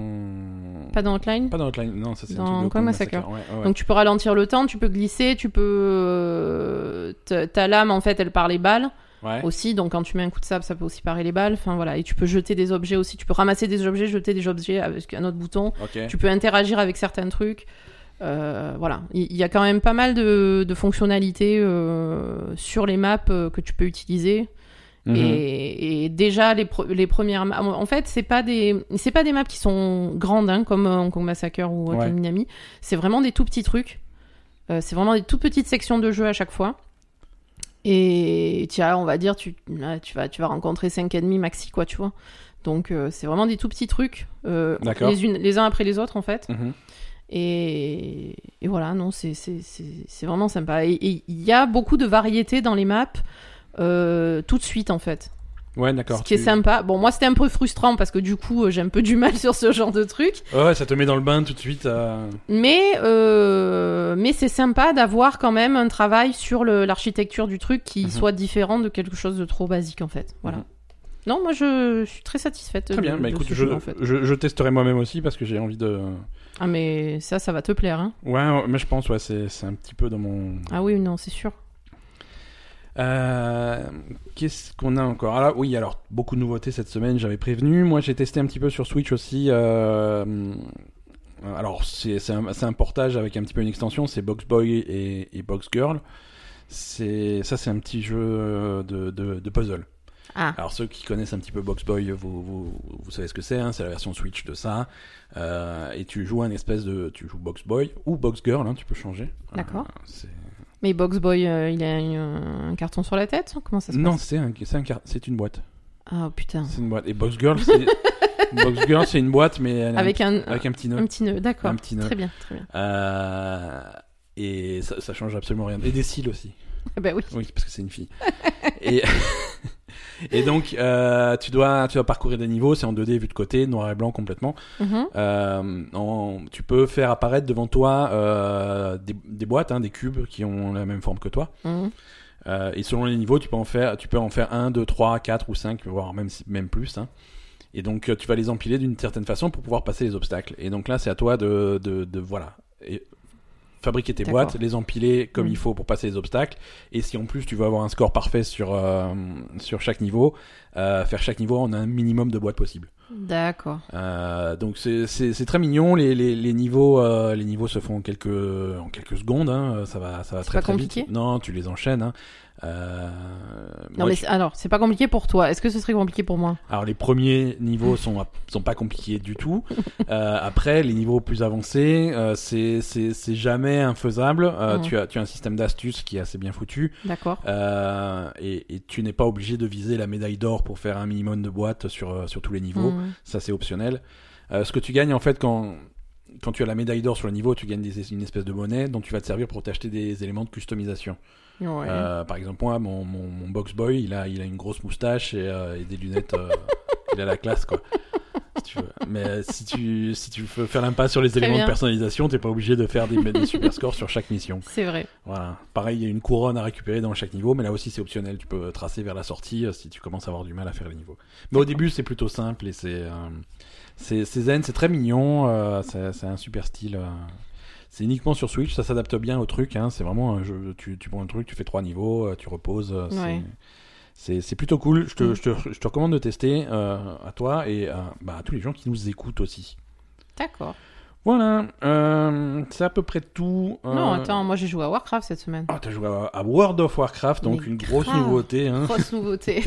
Speaker 1: dans.
Speaker 2: pas dans Outline
Speaker 1: Pas dans Outline, non, ça c'est un
Speaker 2: Dans
Speaker 1: truc de
Speaker 2: Hong Kong Massacre.
Speaker 1: Ouais, ouais, ouais.
Speaker 2: donc tu peux ralentir le temps tu peux glisser tu peux euh, ta ta lame en fait elle part les balles
Speaker 1: Ouais.
Speaker 2: aussi donc quand tu mets un coup de sable ça peut aussi parer les balles enfin voilà et tu peux jeter des objets aussi tu peux ramasser des objets jeter des objets avec un autre bouton
Speaker 1: Ok.
Speaker 2: tu peux interagir avec certains trucs Euh, voilà, il il y a quand même pas mal de, de fonctionnalités euh, sur les maps euh, que tu peux utiliser.
Speaker 1: Mhm.
Speaker 2: Et, et déjà les, pro- les premières maps, en fait c'est pas des c'est pas des maps qui sont grandes hein, comme euh, Hong Kong Massacre ou Hotel
Speaker 1: Ouais.
Speaker 2: Miami, c'est vraiment des tout petits trucs. Euh, c'est vraiment des toutes petites sections de jeu à chaque fois. Et tiens, on va dire tu là, tu vas tu vas rencontrer cinq ennemis maxi quoi, tu vois. Donc euh, c'est vraiment des tout petits trucs, euh,
Speaker 1: D'accord.
Speaker 2: les, unes, les uns après les autres en fait.
Speaker 1: Mhm.
Speaker 2: Et, et voilà, non, c'est- c'est c'est- c'est vraiment sympa. Et- Et il y a beaucoup de variété dans les maps euh, tout de suite en fait.
Speaker 1: Ouais, d'accord.
Speaker 2: Ce qui est
Speaker 1: tu-
Speaker 2: sympa. Bon, moi c'était un peu frustrant parce que du coup euh, j'ai un peu du mal sur ce genre de truc.
Speaker 1: Ouais, ça te met dans le bain tout de suite. euh,
Speaker 2: Mais, euh, mais c'est sympa d'avoir quand même un travail sur le- l'architecture du truc qui
Speaker 1: Mhm.
Speaker 2: soit différent de quelque chose de trop basique en fait. Voilà.
Speaker 1: Mhm.
Speaker 2: Non, moi je, suis très satisfaite.
Speaker 1: Très
Speaker 2: de-
Speaker 1: bien. Bah
Speaker 2: de
Speaker 1: écoute,
Speaker 2: ce
Speaker 1: je,
Speaker 2: jeu, en fait.
Speaker 1: je, je testerai moi-même aussi parce que j'ai envie de.
Speaker 2: Ah mais ça, ça va te plaire. Hein.
Speaker 1: Ouais, ouais, mais je pense, ouais, c'est c'est un petit peu dans mon.
Speaker 2: Ah oui, non, c'est sûr.
Speaker 1: Euh, Qu'est-ce qu'on a encore Ah là, oui, alors, beaucoup de nouveautés cette semaine, j'avais prévenu. Moi, j'ai testé un petit peu sur Switch aussi. euh, alors, c'est c'est un, c'est un portage avec un petit peu une extension, c'est Box Boy et, et Box Girl. C'est- Ça, c'est un petit jeu euh, de, de- de puzzle.
Speaker 2: Ah.
Speaker 1: Alors, ceux qui connaissent un petit peu Box Boy, vous, vous, vous savez ce que c'est, hein, c'est la version Switch de ça. Euh, et tu joues un espèce de. Tu joues Box Boy ou Box Girl, hein, tu peux changer.
Speaker 2: D'accord.
Speaker 1: Euh, c'est-
Speaker 2: Mais Box Boy, euh, il a une- un carton sur la tête hein, Comment ça se
Speaker 1: non,
Speaker 2: passe
Speaker 1: c'est un, c'est un car- c'est une boîte.
Speaker 2: Ah putain.
Speaker 1: C'est une boîte. Et Box Girl, c'est Box Girl, c'est une boîte, mais elle a un
Speaker 2: Avec un,
Speaker 1: petit- avec un petit nœud.
Speaker 2: un petit nœud, d'accord.
Speaker 1: Un petit nœud.
Speaker 2: Très bien, très bien.
Speaker 1: Euh, et ça, ça change absolument rien. Et des cils aussi.
Speaker 2: Ah bah oui.
Speaker 1: Oui, parce que c'est une fille. et, et donc, euh, tu dois, tu dois parcourir des niveaux. C'est en 2D vu de côté, noir et blanc complètement.
Speaker 2: Mhm.
Speaker 1: Euh, en- tu peux faire apparaître devant toi euh, des, des boîtes, hein, des cubes qui ont la même forme que toi.
Speaker 2: Mhm.
Speaker 1: Euh, et selon les niveaux, tu peux en faire, tu peux en faire 1, 2, 3, 4 ou 5, voire même, même plus. hein. Et donc, euh, tu vas les empiler d'une certaine façon pour pouvoir passer les obstacles. Et donc là, c'est à toi de, de, de- voilà, et fabriquer tes
Speaker 2: D'accord.
Speaker 1: boîtes, les empiler comme
Speaker 2: Mm.
Speaker 1: il faut pour passer les obstacles. Et si en plus tu veux avoir un score parfait sur, euh, sur chaque niveau, euh, faire chaque niveau en un minimum de boîtes possible.
Speaker 2: D'accord.
Speaker 1: Euh, donc c'est- c'est c'est très mignon. Les, les, les niveaux euh, les niveaux se font en quelques en quelques secondes. hein. Ça va ça va
Speaker 2: C'est
Speaker 1: très
Speaker 2: pas
Speaker 1: très
Speaker 2: compliqué
Speaker 1: vite. Non, tu les enchaînes. hein. Euh,
Speaker 2: Non
Speaker 1: moi,
Speaker 2: mais
Speaker 1: je-
Speaker 2: c'est- alors, c'est pas compliqué pour toi. Est-ce que ce serait compliqué pour moi
Speaker 1: Alors les premiers niveaux sont sont pas compliqués du tout. Euh, après les niveaux plus avancés, euh, c'est c'est c'est jamais infaisable. Euh,
Speaker 2: Mhm.
Speaker 1: Tu as tu as un système d'astuces qui est assez bien foutu
Speaker 2: D'accord.
Speaker 1: Euh, et, et tu n'es pas obligé de viser la médaille d'or pour faire un minimum de boîtes sur euh, sur tous les niveaux.
Speaker 2: Mhm.
Speaker 1: Ça, c'est optionnel. Euh, ce que tu gagnes, en fait, quand, quand tu as la médaille d'or sur le niveau, tu gagnes des- une espèce de monnaie dont tu vas te servir pour t'acheter des éléments de customisation.
Speaker 2: Ouais.
Speaker 1: Euh, par exemple, moi, mon, mon, mon box boy, il a, il a une grosse moustache et, euh, et des lunettes. euh, il a la classe, quoi. Si tu veux. Mais euh, si tu, si tu veux faire l'impasse sur les éléments
Speaker 2: bien.
Speaker 1: de personnalisation, t'es pas obligé de faire des, des super scores sur chaque mission.
Speaker 2: C'est vrai.
Speaker 1: Voilà. Pareil, il y a une couronne à récupérer dans chaque niveau, mais là aussi c'est optionnel. Tu peux tracer vers la sortie euh, si tu commences à avoir du mal à faire les niveaux. Mais au début, c'est plutôt simple et c'est euh, c'est c'est zen, c'est très mignon. euh, c'est c'est un super style. euh. C'est uniquement sur Switch, ça s'adapte bien au truc. hein, C'est vraiment un jeu. Tu, tu prends un truc, tu fais trois niveaux, euh, tu reposes. euh, c'est-
Speaker 2: Ouais.
Speaker 1: C'est c'est plutôt cool. Je te,
Speaker 2: Mm.
Speaker 1: je, te, je te recommande de tester euh, à toi et à, bah, à tous les gens qui nous écoutent aussi.
Speaker 2: D'accord.
Speaker 1: Voilà, euh, c'est à peu près tout. euh,
Speaker 2: Non, attends, moi j'ai joué à Warcraft cette semaine.
Speaker 1: ah, t'as joué à à World of Warcraft, donc
Speaker 2: Mais
Speaker 1: une grosse
Speaker 2: grave.
Speaker 1: nouveauté. Hein.
Speaker 2: Grosse nouveauté.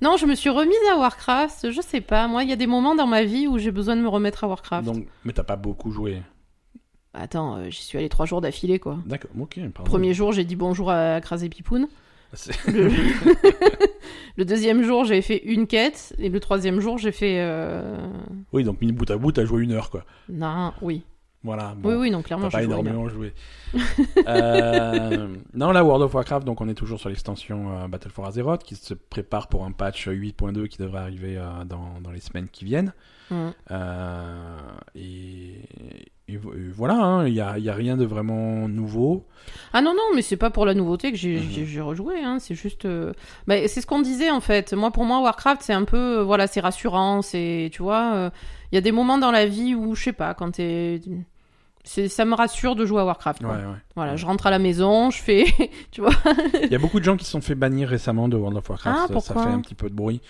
Speaker 2: non, je me suis remise à Warcraft. Je sais pas. Moi, il y a des moments dans ma vie où j'ai besoin de me remettre à Warcraft.
Speaker 1: Donc, mais t'as pas beaucoup joué.
Speaker 2: Attends, euh, j'y suis allée trois jours d'affilée, quoi.
Speaker 1: D'accord, ok, pardon.
Speaker 2: Premier jour, j'ai dit bonjour à Crasé Pipoun.
Speaker 1: C'est-
Speaker 2: Le... le deuxième jour, j'ai fait une quête. Et le troisième jour, j'ai fait. euh,
Speaker 1: Oui, donc mis bout à bout, t'as joué une heure, quoi.
Speaker 2: Non, oui.
Speaker 1: Voilà. bon,
Speaker 2: Oui, oui, non, clairement,
Speaker 1: T'as
Speaker 2: j'ai
Speaker 1: pas
Speaker 2: joué bien.
Speaker 1: énormément joué. Euh, non, là, World of Warcraft, donc on est toujours sur l'extension euh, Battle for Azeroth, qui se prépare pour un patch 8.2 qui devrait arriver euh, dans, dans les semaines qui viennent.
Speaker 2: Mm.
Speaker 1: Euh, et, et vo- et voilà, hein, il n'y a, il y a rien de vraiment nouveau.
Speaker 2: Ah non, non, mais c'est pas pour la nouveauté que j'ai
Speaker 1: Mhm.
Speaker 2: j'ai- j'ai rejoué, hein, c'est juste... euh, bah, c'est ce qu'on disait en fait. Moi, pour moi, Warcraft, c'est un peu... euh, Voilà, c'est rassurant, c'est... Tu vois, euh, il y a des moments dans la vie où, je sais pas, quand t'es... c'est- Ça me rassure de jouer à Warcraft.
Speaker 1: Ouais,
Speaker 2: quoi.
Speaker 1: ouais.
Speaker 2: Voilà, je rentre à la maison, je fais... tu vois
Speaker 1: Il y a beaucoup de gens qui se sont fait bannir récemment de World of Warcraft.
Speaker 2: Ah,
Speaker 1: ça, ça
Speaker 2: pourquoi
Speaker 1: fait un petit peu de bruit.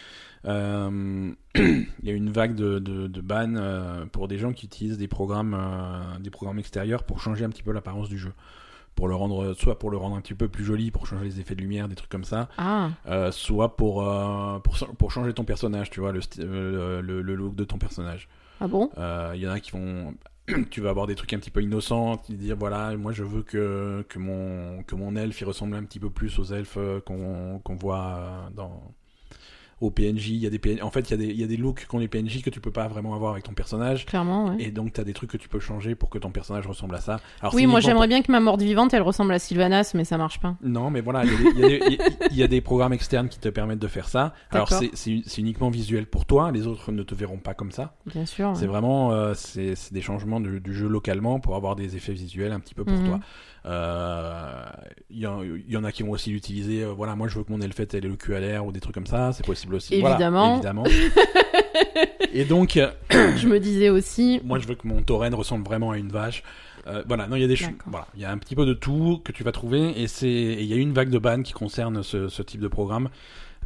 Speaker 1: Euh, Il y a eu une vague de, de, de ban euh, pour des gens qui utilisent des programmes, euh, des programmes extérieurs pour changer un petit peu l'apparence du jeu. Pour le rendre, soit pour le rendre un petit peu plus joli, pour changer les effets de lumière, des trucs comme ça,
Speaker 2: Ah,
Speaker 1: euh, soit pour, euh, pour, pour changer ton personnage, tu vois, le, sti- euh, le, le look de ton personnage.
Speaker 2: ah bon
Speaker 1: Euh, Il y en a qui vont. tu vas avoir des trucs un petit peu innocents, qui dire voilà, moi je veux que, que, mon, que mon elfe il ressemble un petit peu plus aux elfes euh, qu'on qu'on voit euh, dans, aux PNJ. Il y a des PNJ... En fait, il y, a des, il y a des looks qu'ont les PNJ que tu peux pas vraiment avoir avec ton personnage.
Speaker 2: Clairement, ouais.
Speaker 1: Et donc, tu as des trucs que tu peux changer pour que ton personnage ressemble à ça. Alors,
Speaker 2: Oui,
Speaker 1: c'est uniquement
Speaker 2: moi j'aimerais bien que ma morte vivante elle ressemble à Sylvanas, mais ça marche pas.
Speaker 1: Non, mais voilà, il y a des- il y, a des- il y a- il y a des programmes externes qui te permettent de faire ça. Alors,
Speaker 2: D'accord.
Speaker 1: c'est- c'est c'est uniquement visuel pour toi. Les autres ne te verront pas comme ça.
Speaker 2: Bien sûr.
Speaker 1: C'est vraiment euh, c'est c'est des changements du, du jeu localement pour avoir des effets visuels un petit peu pour
Speaker 2: Mhm.
Speaker 1: toi. Euh, Il y, en- il y en a qui vont aussi l'utiliser. euh, voilà, moi je veux que mon Elfette elle ait le cul à l'air ou des trucs comme ça. C'est possible aussi. Voilà,
Speaker 2: Évidemment.
Speaker 1: évidemment. Et donc, euh,
Speaker 2: Je me disais aussi.
Speaker 1: moi je veux que mon tauren ressemble vraiment à une vache. Euh, voilà, non, il y a des choses.
Speaker 2: D'accord.
Speaker 1: Voilà, il y a un petit peu de tout que tu vas trouver. Et c'est et il y a eu une vague de bannes qui concerne ce, ce type de programme.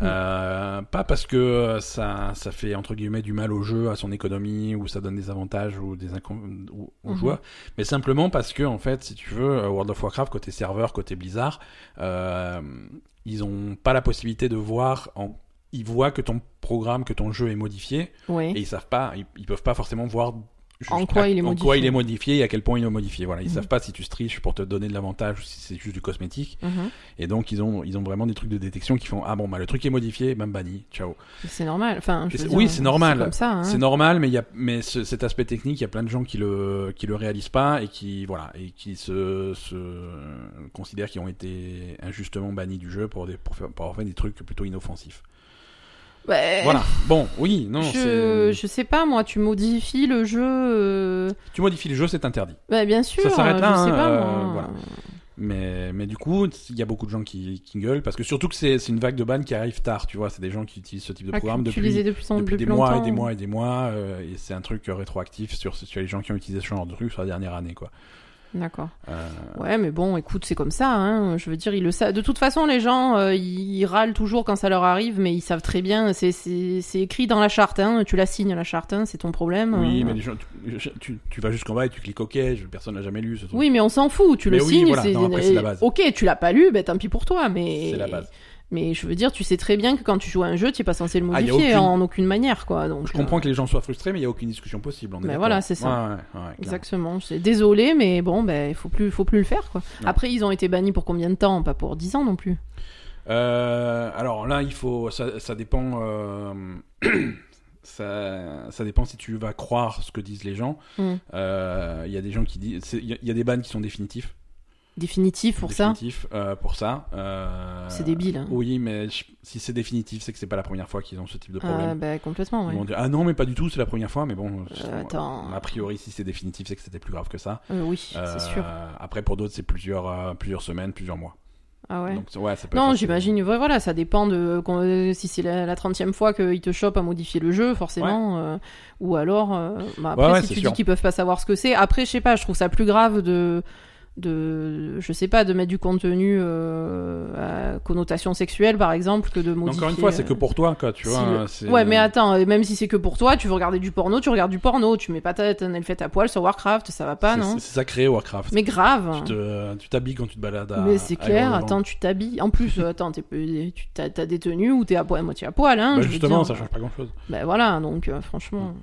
Speaker 1: Euh, pas parce que euh, ça, ça fait entre guillemets du mal au jeu, à son économie, ou ça donne des avantages ou des incon- ou- aux
Speaker 2: Mhm.
Speaker 1: joueurs, mais simplement parce que en fait, si tu veux, euh, World of Warcraft côté serveur, côté Blizzard, euh, ils ont pas la possibilité de voir. En... Ils voient que ton programme, que ton jeu est modifié,
Speaker 2: Ouais.
Speaker 1: et ils savent pas, ils, ils peuvent pas forcément voir jusqu'à-
Speaker 2: En quoi il est
Speaker 1: en
Speaker 2: modifié.
Speaker 1: quoi il est modifié et à quel point il est modifié. Voilà, ils
Speaker 2: Mhm.
Speaker 1: savent pas si tu striches pour te donner de l'avantage ou si c'est juste du cosmétique.
Speaker 2: Mhm.
Speaker 1: Et donc ils ont ils ont vraiment des trucs de détection qui font ah bon bah le truc est modifié, bam banni, ciao.
Speaker 2: C'est normal. Enfin, je
Speaker 1: Et
Speaker 2: veux
Speaker 1: c'est-
Speaker 2: dire,
Speaker 1: oui, c'est normal.
Speaker 2: Comme ça. hein.
Speaker 1: C'est normal, mais il y a mais ce- cet aspect technique, il y a plein de gens qui le qui le réalisent pas et qui voilà et qui se, se considèrent qu'ils ont été injustement bannis du jeu pour des pour, faire- pour avoir fait des trucs plutôt inoffensifs.
Speaker 2: Ouais.
Speaker 1: Voilà. Bon, oui, non,
Speaker 2: Bah, Eh. je,
Speaker 1: c'est-
Speaker 2: je sais pas, moi, tu modifies le jeu. euh,
Speaker 1: tu modifies le jeu, c'est interdit.
Speaker 2: Bah, bien sûr.
Speaker 1: s'arrête là,
Speaker 2: Je sais
Speaker 1: hein,
Speaker 2: pas,
Speaker 1: euh,
Speaker 2: moi.
Speaker 1: voilà. Mais, mais du coup, il y a beaucoup de gens qui, qui gueulent parce que surtout que c'est c'est une vague de bannes qui arrive tard, tu vois. C'est des gens qui utilisent ce type de
Speaker 2: Ah,
Speaker 1: programme
Speaker 2: tu
Speaker 1: depuis,
Speaker 2: lisais depuis, son-
Speaker 1: depuis des
Speaker 2: longtemps.
Speaker 1: mois et des mois et des mois. euh, et c'est un truc euh, rétroactif sur, sur les gens qui ont utilisé ce genre de truc sur la dernière année, quoi.
Speaker 2: D'accord.
Speaker 1: Euh,
Speaker 2: Ouais, mais bon, écoute, c'est comme ça. Hein. Je veux dire, ils le savent. De toute façon, les gens, euh, ils, ils râlent toujours quand ça leur arrive, mais ils savent très bien. C'est- C'est c'est écrit dans la charte. Hein. Tu la signes, la charte. Hein. C'est ton problème.
Speaker 1: oui,
Speaker 2: Euh,
Speaker 1: mais les gens, tu, je- tu, tu vas jusqu'en bas et tu cliques OK, je- personne n'a jamais lu ce truc.
Speaker 2: Oui, mais on s'en fout. Tu
Speaker 1: Mais
Speaker 2: le
Speaker 1: oui,
Speaker 2: signes.
Speaker 1: voilà. Non, après, c'est la base.
Speaker 2: Ok, tu l'as pas lu, ben tant pis pour toi. Mais
Speaker 1: C'est la base.
Speaker 2: Mais je veux dire, tu sais très bien que quand tu joues à un jeu, tu es pas censé le
Speaker 1: Ah, y a
Speaker 2: modifier
Speaker 1: aucune-
Speaker 2: en aucune manière, quoi. Donc
Speaker 1: Je
Speaker 2: euh,
Speaker 1: comprends que les gens soient frustrés, mais il n'y a aucune discussion possible. On est
Speaker 2: Ben
Speaker 1: d'accord.
Speaker 2: voilà, c'est ça.
Speaker 1: Ouais, ouais, ouais, clairement.
Speaker 2: Exactement. C'est désolé, mais bon, ben il faut plus, faut plus le faire, quoi.
Speaker 1: Non.
Speaker 2: Après, ils ont été bannis pour combien de temps Pas pour 10 ans non plus.
Speaker 1: Euh, alors là, il faut, ça, ça dépend. euh, ça, ça dépend si tu vas croire ce que disent les gens.
Speaker 2: Mm.
Speaker 1: Euh, Il y a des gens qui disent, c'est- il y, a- il y a des bans qui sont définitifs.
Speaker 2: Définitif pour ça.
Speaker 1: définitifs, euh, pour ça. euh,
Speaker 2: C'est débile, hein.
Speaker 1: Oui, mais je- si c'est définitif, c'est que c'est pas la première fois qu'ils ont ce type de
Speaker 2: Ah,
Speaker 1: problème.
Speaker 2: ben, complètement.
Speaker 1: Ils
Speaker 2: Ouais.
Speaker 1: vont dire, ah non, mais pas du tout, c'est la première fois. Mais bon, je-
Speaker 2: Euh, attends.
Speaker 1: a priori, si c'est définitif, c'est que c'était plus grave que ça.
Speaker 2: Euh, oui,
Speaker 1: Euh,
Speaker 2: c'est sûr.
Speaker 1: Après, pour d'autres, c'est plusieurs, euh, plusieurs semaines, plusieurs mois.
Speaker 2: Ah ouais.
Speaker 1: Donc, ouais, ça peut être
Speaker 2: Non,
Speaker 1: assez-
Speaker 2: j'imagine, ouais, voilà, ça dépend de qu'on- euh, si c'est la, la 30e fois qu'ils te chopent à modifier le jeu, forcément. euh, ou alors, euh, bah, après,
Speaker 1: Ouais, ouais,
Speaker 2: si
Speaker 1: c'est
Speaker 2: tu
Speaker 1: sûr.
Speaker 2: dis qu'ils peuvent pas savoir ce que c'est, après, je sais pas, je trouve ça plus grave de, de je sais pas, de mettre du contenu euh, à connotation sexuelle, par exemple, que de
Speaker 1: Mais
Speaker 2: modifier.
Speaker 1: Encore une fois, c'est que
Speaker 2: euh,
Speaker 1: pour toi, quoi, tu
Speaker 2: si
Speaker 1: vois.
Speaker 2: le-
Speaker 1: hein, c'est-
Speaker 2: Ouais, mais attends, euh, même si c'est que pour toi, tu veux regarder du porno, tu regardes du porno, tu mets pas ta tête à poil sur Warcraft, ça va pas,
Speaker 1: C'est-
Speaker 2: non
Speaker 1: c'est- C'est sacré Warcraft.
Speaker 2: Mais grave
Speaker 1: Tu te- tu t'habilles quand tu te balades à.
Speaker 2: Mais c'est
Speaker 1: à
Speaker 2: clair,
Speaker 1: Groenland.
Speaker 2: attends, tu t'habilles. En plus, euh, attends, t'es peu- tu t'as, t'as des tenues ou t'es à, po- à moitié à poil, hein.
Speaker 1: Bah
Speaker 2: je veux
Speaker 1: justement,
Speaker 2: dire.
Speaker 1: ça change pas grand chose.
Speaker 2: Bah voilà, donc euh, franchement.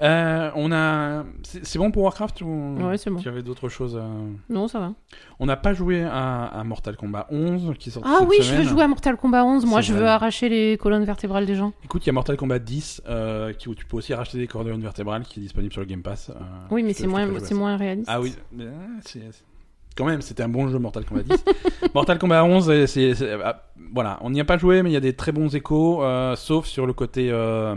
Speaker 1: Euh, on a. C'est c'est bon pour Warcraft ou.
Speaker 2: Ouais, c'est bon.
Speaker 1: Il y avait d'autres choses. euh,
Speaker 2: Non, ça va.
Speaker 1: On n'a pas joué à, à Mortal Kombat 11 qui sort
Speaker 2: Ah
Speaker 1: cette
Speaker 2: oui, je
Speaker 1: semaine.
Speaker 2: veux jouer à Mortal Kombat 11. Moi,
Speaker 1: C'est
Speaker 2: je veux
Speaker 1: vrai.
Speaker 2: arracher les colonnes vertébrales des gens.
Speaker 1: Écoute, il y a Mortal Kombat 10 euh, qui, où tu peux aussi racheter des cordons vertébrales qui est disponible sur le Game Pass. euh,
Speaker 2: Oui, mais
Speaker 1: je te- je
Speaker 2: c'est
Speaker 1: te
Speaker 2: moins,
Speaker 1: ferai jouer à
Speaker 2: c'est
Speaker 1: ça.
Speaker 2: moins réaliste.
Speaker 1: Ah oui, mais, euh, c'est- c'est- quand même, c'était un bon jeu Mortal Kombat 10. Mortal Kombat 11, euh, c'est, c'est- ah, voilà, on n'y a pas joué, mais il y a des très bons échos, euh, sauf sur le côté euh,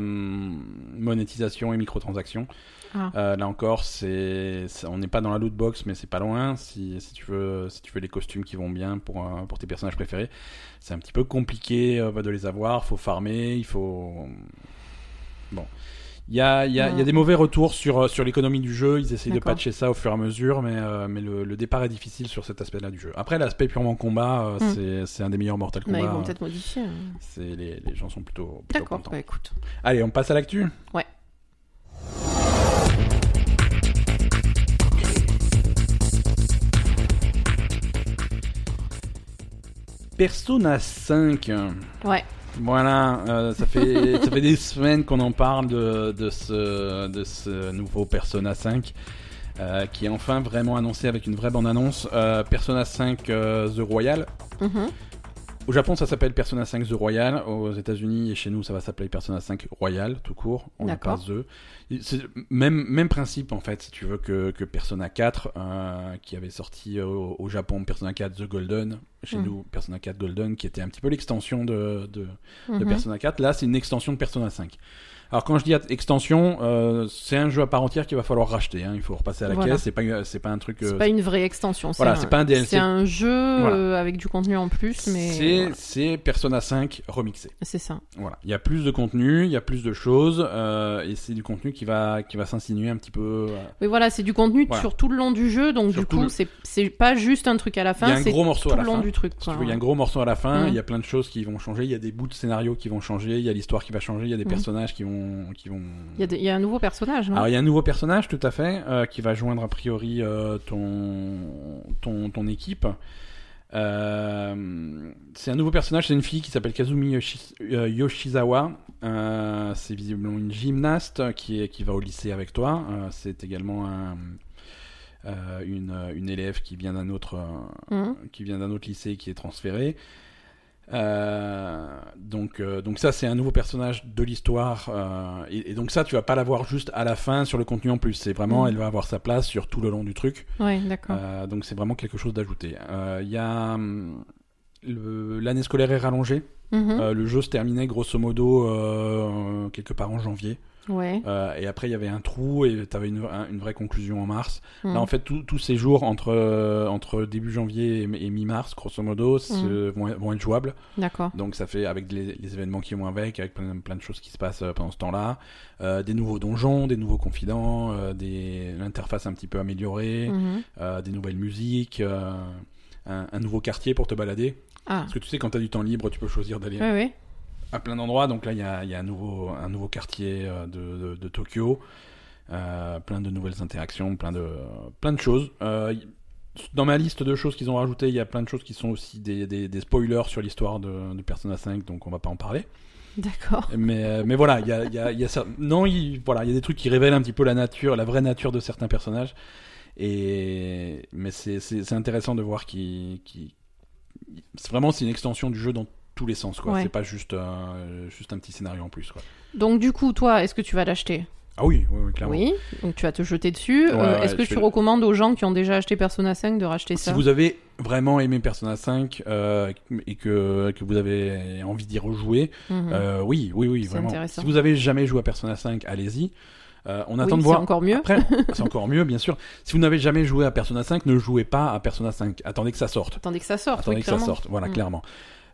Speaker 1: monétisation et microtransactions.
Speaker 2: Ah.
Speaker 1: Euh, là encore, c'est, c'est- on n'est pas dans la loot box, mais c'est pas loin. Si, si tu veux, si tu veux les costumes qui vont bien pour euh, pour tes personnages préférés, c'est un petit peu compliqué euh, de les avoir. Faut farmer, il faut. Bon. Il y a, il y, a, il y a
Speaker 2: Ouais.
Speaker 1: des mauvais retours sur, euh, sur l'économie du jeu. Ils essayent de
Speaker 2: D'accord.
Speaker 1: patcher ça au fur et à mesure, mais, euh, mais le, le départ est difficile sur cet aspect-là du jeu. Après, l'aspect purement combat, euh,
Speaker 2: Mm.
Speaker 1: c'est- c'est un des meilleurs Mortal
Speaker 2: Bah, ils vont
Speaker 1: Kombat.
Speaker 2: peut-être modifier. hein.
Speaker 1: C'est- les, les gens sont plutôt, plutôt
Speaker 2: D'accord,
Speaker 1: contents.
Speaker 2: bah écoute.
Speaker 1: Allez, on passe à l'actu
Speaker 2: Ouais.
Speaker 1: Persona 5.
Speaker 2: Ouais.
Speaker 1: Voilà, euh, ça, fait, ça fait des semaines qu'on en parle de, de, ce, de ce nouveau Persona 5. euh, qui est enfin vraiment annoncé avec une vraie bande-annonce. Euh, Persona 5 euh, The Royal,
Speaker 2: Mhm.
Speaker 1: Au Japon, ça s'appelle Persona 5 The Royal. Aux États-Unis et chez nous, ça va s'appeler Persona 5 Royal, tout court. On n'a pas
Speaker 2: D'accord.
Speaker 1: The. C'est même, même principe, en fait, si tu veux, que, que Persona 4, euh, qui avait sorti au, au Japon Persona 4 The Golden, chez
Speaker 2: Mhm.
Speaker 1: nous, Persona 4 Golden, qui était un petit peu l'extension de, de, de
Speaker 2: Mhm.
Speaker 1: Persona 4. Là, c'est une extension de Persona 5. Alors quand je dis at- extension, euh, c'est un jeu à part entière qu'il va falloir racheter. hein. Il faut repasser à la
Speaker 2: Voilà.
Speaker 1: caisse. C'est pas c'est pas un truc. euh,
Speaker 2: C'est pas une vraie extension.
Speaker 1: Voilà,
Speaker 2: un-
Speaker 1: c'est pas un DLC.
Speaker 2: C'est un jeu
Speaker 1: Voilà.
Speaker 2: euh, avec du contenu en plus, mais
Speaker 1: c'est
Speaker 2: voilà,
Speaker 1: c'est Persona 5 remixé.
Speaker 2: c'est ça.
Speaker 1: Voilà. Il y a plus de contenu, il y a plus de choses euh, et c'est du contenu qui va qui va s'insinuer un petit peu. euh,
Speaker 2: Oui, voilà, c'est du contenu
Speaker 1: Voilà.
Speaker 2: sur tout le long du jeu, donc
Speaker 1: Sur
Speaker 2: du
Speaker 1: tout
Speaker 2: coup,
Speaker 1: le-
Speaker 2: c'est c'est pas juste un truc à la
Speaker 1: Il y a
Speaker 2: fin,
Speaker 1: un
Speaker 2: c'est
Speaker 1: gros
Speaker 2: tout
Speaker 1: morceau à
Speaker 2: le
Speaker 1: la
Speaker 2: long
Speaker 1: fin.
Speaker 2: du truc.
Speaker 1: Si
Speaker 2: quoi.
Speaker 1: tu veux, il y a un gros morceau à la fin,
Speaker 2: Mhm.
Speaker 1: il y a plein de choses qui vont changer, il y a des bouts de scénario qui vont changer, il y a l'histoire qui va changer, il y a des
Speaker 2: Mhm.
Speaker 1: personnages qui vont qui vont
Speaker 2: Il y a des- il y a un nouveau personnage. hein. non
Speaker 1: Alors il y a un nouveau personnage tout à fait euh, qui va joindre a priori euh, ton, ton ton équipe. Euh, c'est un nouveau personnage, c'est une fille qui s'appelle Kazumi Yoshi- euh, Yoshizawa. Euh, c'est visiblement une gymnaste qui est qui va au lycée avec toi. Euh, c'est également un- euh, une, une élève qui vient d'un autre euh,
Speaker 2: Mhm.
Speaker 1: qui vient d'un autre lycée et qui est transféré. Euh, donc, euh, donc ça c'est un nouveau personnage de l'histoire euh, et, et donc ça tu vas pas l'avoir juste à la fin sur le contenu en plus c'est vraiment
Speaker 2: Mm.
Speaker 1: elle va avoir sa place sur tout le long du truc
Speaker 2: Ouais, d'accord.
Speaker 1: Euh, donc c'est vraiment quelque chose d'ajouté Euh, il y a hum, le- l'année scolaire est rallongée
Speaker 2: Mhm.
Speaker 1: Euh, le jeu se terminait grosso modo euh, quelque part en janvier
Speaker 2: Ouais.
Speaker 1: Euh, et après il y avait un trou et t'avais une, un- une vraie conclusion en mars
Speaker 2: Mhm.
Speaker 1: Là, en fait, tous- tous ces jours entre, euh, entre début janvier et, et mi-mars, grosso modo, ce- vont, vont être jouables.
Speaker 2: D'accord.
Speaker 1: Donc, ça fait avec les, les événements qui vont avec, avec plein, plein de choses qui se passent euh, pendant ce temps-là. Euh, des nouveaux donjons, des nouveaux confidents, euh, des- l'interface un petit peu améliorée,
Speaker 2: Mhm.
Speaker 1: euh, des nouvelles musiques, euh, un, un nouveau quartier pour te balader.
Speaker 2: Ah.
Speaker 1: Parce que tu sais, quand tu as du temps libre, tu peux choisir d'aller
Speaker 2: Ouais, ouais.
Speaker 1: à plein d'endroits. Donc là, il y a, il y a un, nouveau, un nouveau quartier euh, de, de- de Tokyo, Euh, plein de nouvelles interactions, plein de, plein de choses. Euh, y- dans ma liste de choses qu'ils ont rajoutées, il y a plein de choses qui sont aussi des, des- des spoilers sur l'histoire de, de Persona 5, donc on va pas en parler.
Speaker 2: D'accord.
Speaker 1: Mais, euh, mais voilà, il y a, il y a- il y a cer- non, il, voilà, il y a des trucs qui révèlent un petit peu la nature, la vraie nature de certains personnages. Et mais c'est- c'est c'est intéressant de voir qui c'est vraiment c'est une extension du jeu dans tous les sens quoi.
Speaker 2: Ouais.
Speaker 1: C'est pas juste un, juste un petit scénario en plus quoi.
Speaker 2: Donc du coup, toi, est-ce que tu vas l'acheter
Speaker 1: Ah oui, oui, oui, clairement.
Speaker 2: Oui. Donc tu vas te jeter dessus.
Speaker 1: Ouais,
Speaker 2: Euh,
Speaker 1: ouais,
Speaker 2: est-ce que
Speaker 1: je
Speaker 2: tu
Speaker 1: vais-
Speaker 2: recommandes aux gens qui ont déjà acheté Persona 5 de racheter
Speaker 1: Si
Speaker 2: ça
Speaker 1: vous avez vraiment aimé Persona 5 euh, et que, que vous avez envie d'y rejouer,
Speaker 2: Mhm.
Speaker 1: euh, oui, oui, oui,
Speaker 2: C'est
Speaker 1: vraiment.
Speaker 2: intéressant.
Speaker 1: Si vous avez jamais joué à Persona 5, allez-y. Euh, on
Speaker 2: Oui,
Speaker 1: attend de
Speaker 2: C'est
Speaker 1: voir.
Speaker 2: encore mieux.
Speaker 1: Après, c'est encore mieux, bien sûr. Si vous n'avez jamais joué à Persona 5, ne jouez pas à Persona 5. Attendez que ça sorte.
Speaker 2: Attendez que ça sorte.
Speaker 1: Attendez
Speaker 2: oui,
Speaker 1: que ça
Speaker 2: clairement.
Speaker 1: sorte, voilà,
Speaker 2: Mm.
Speaker 1: clairement.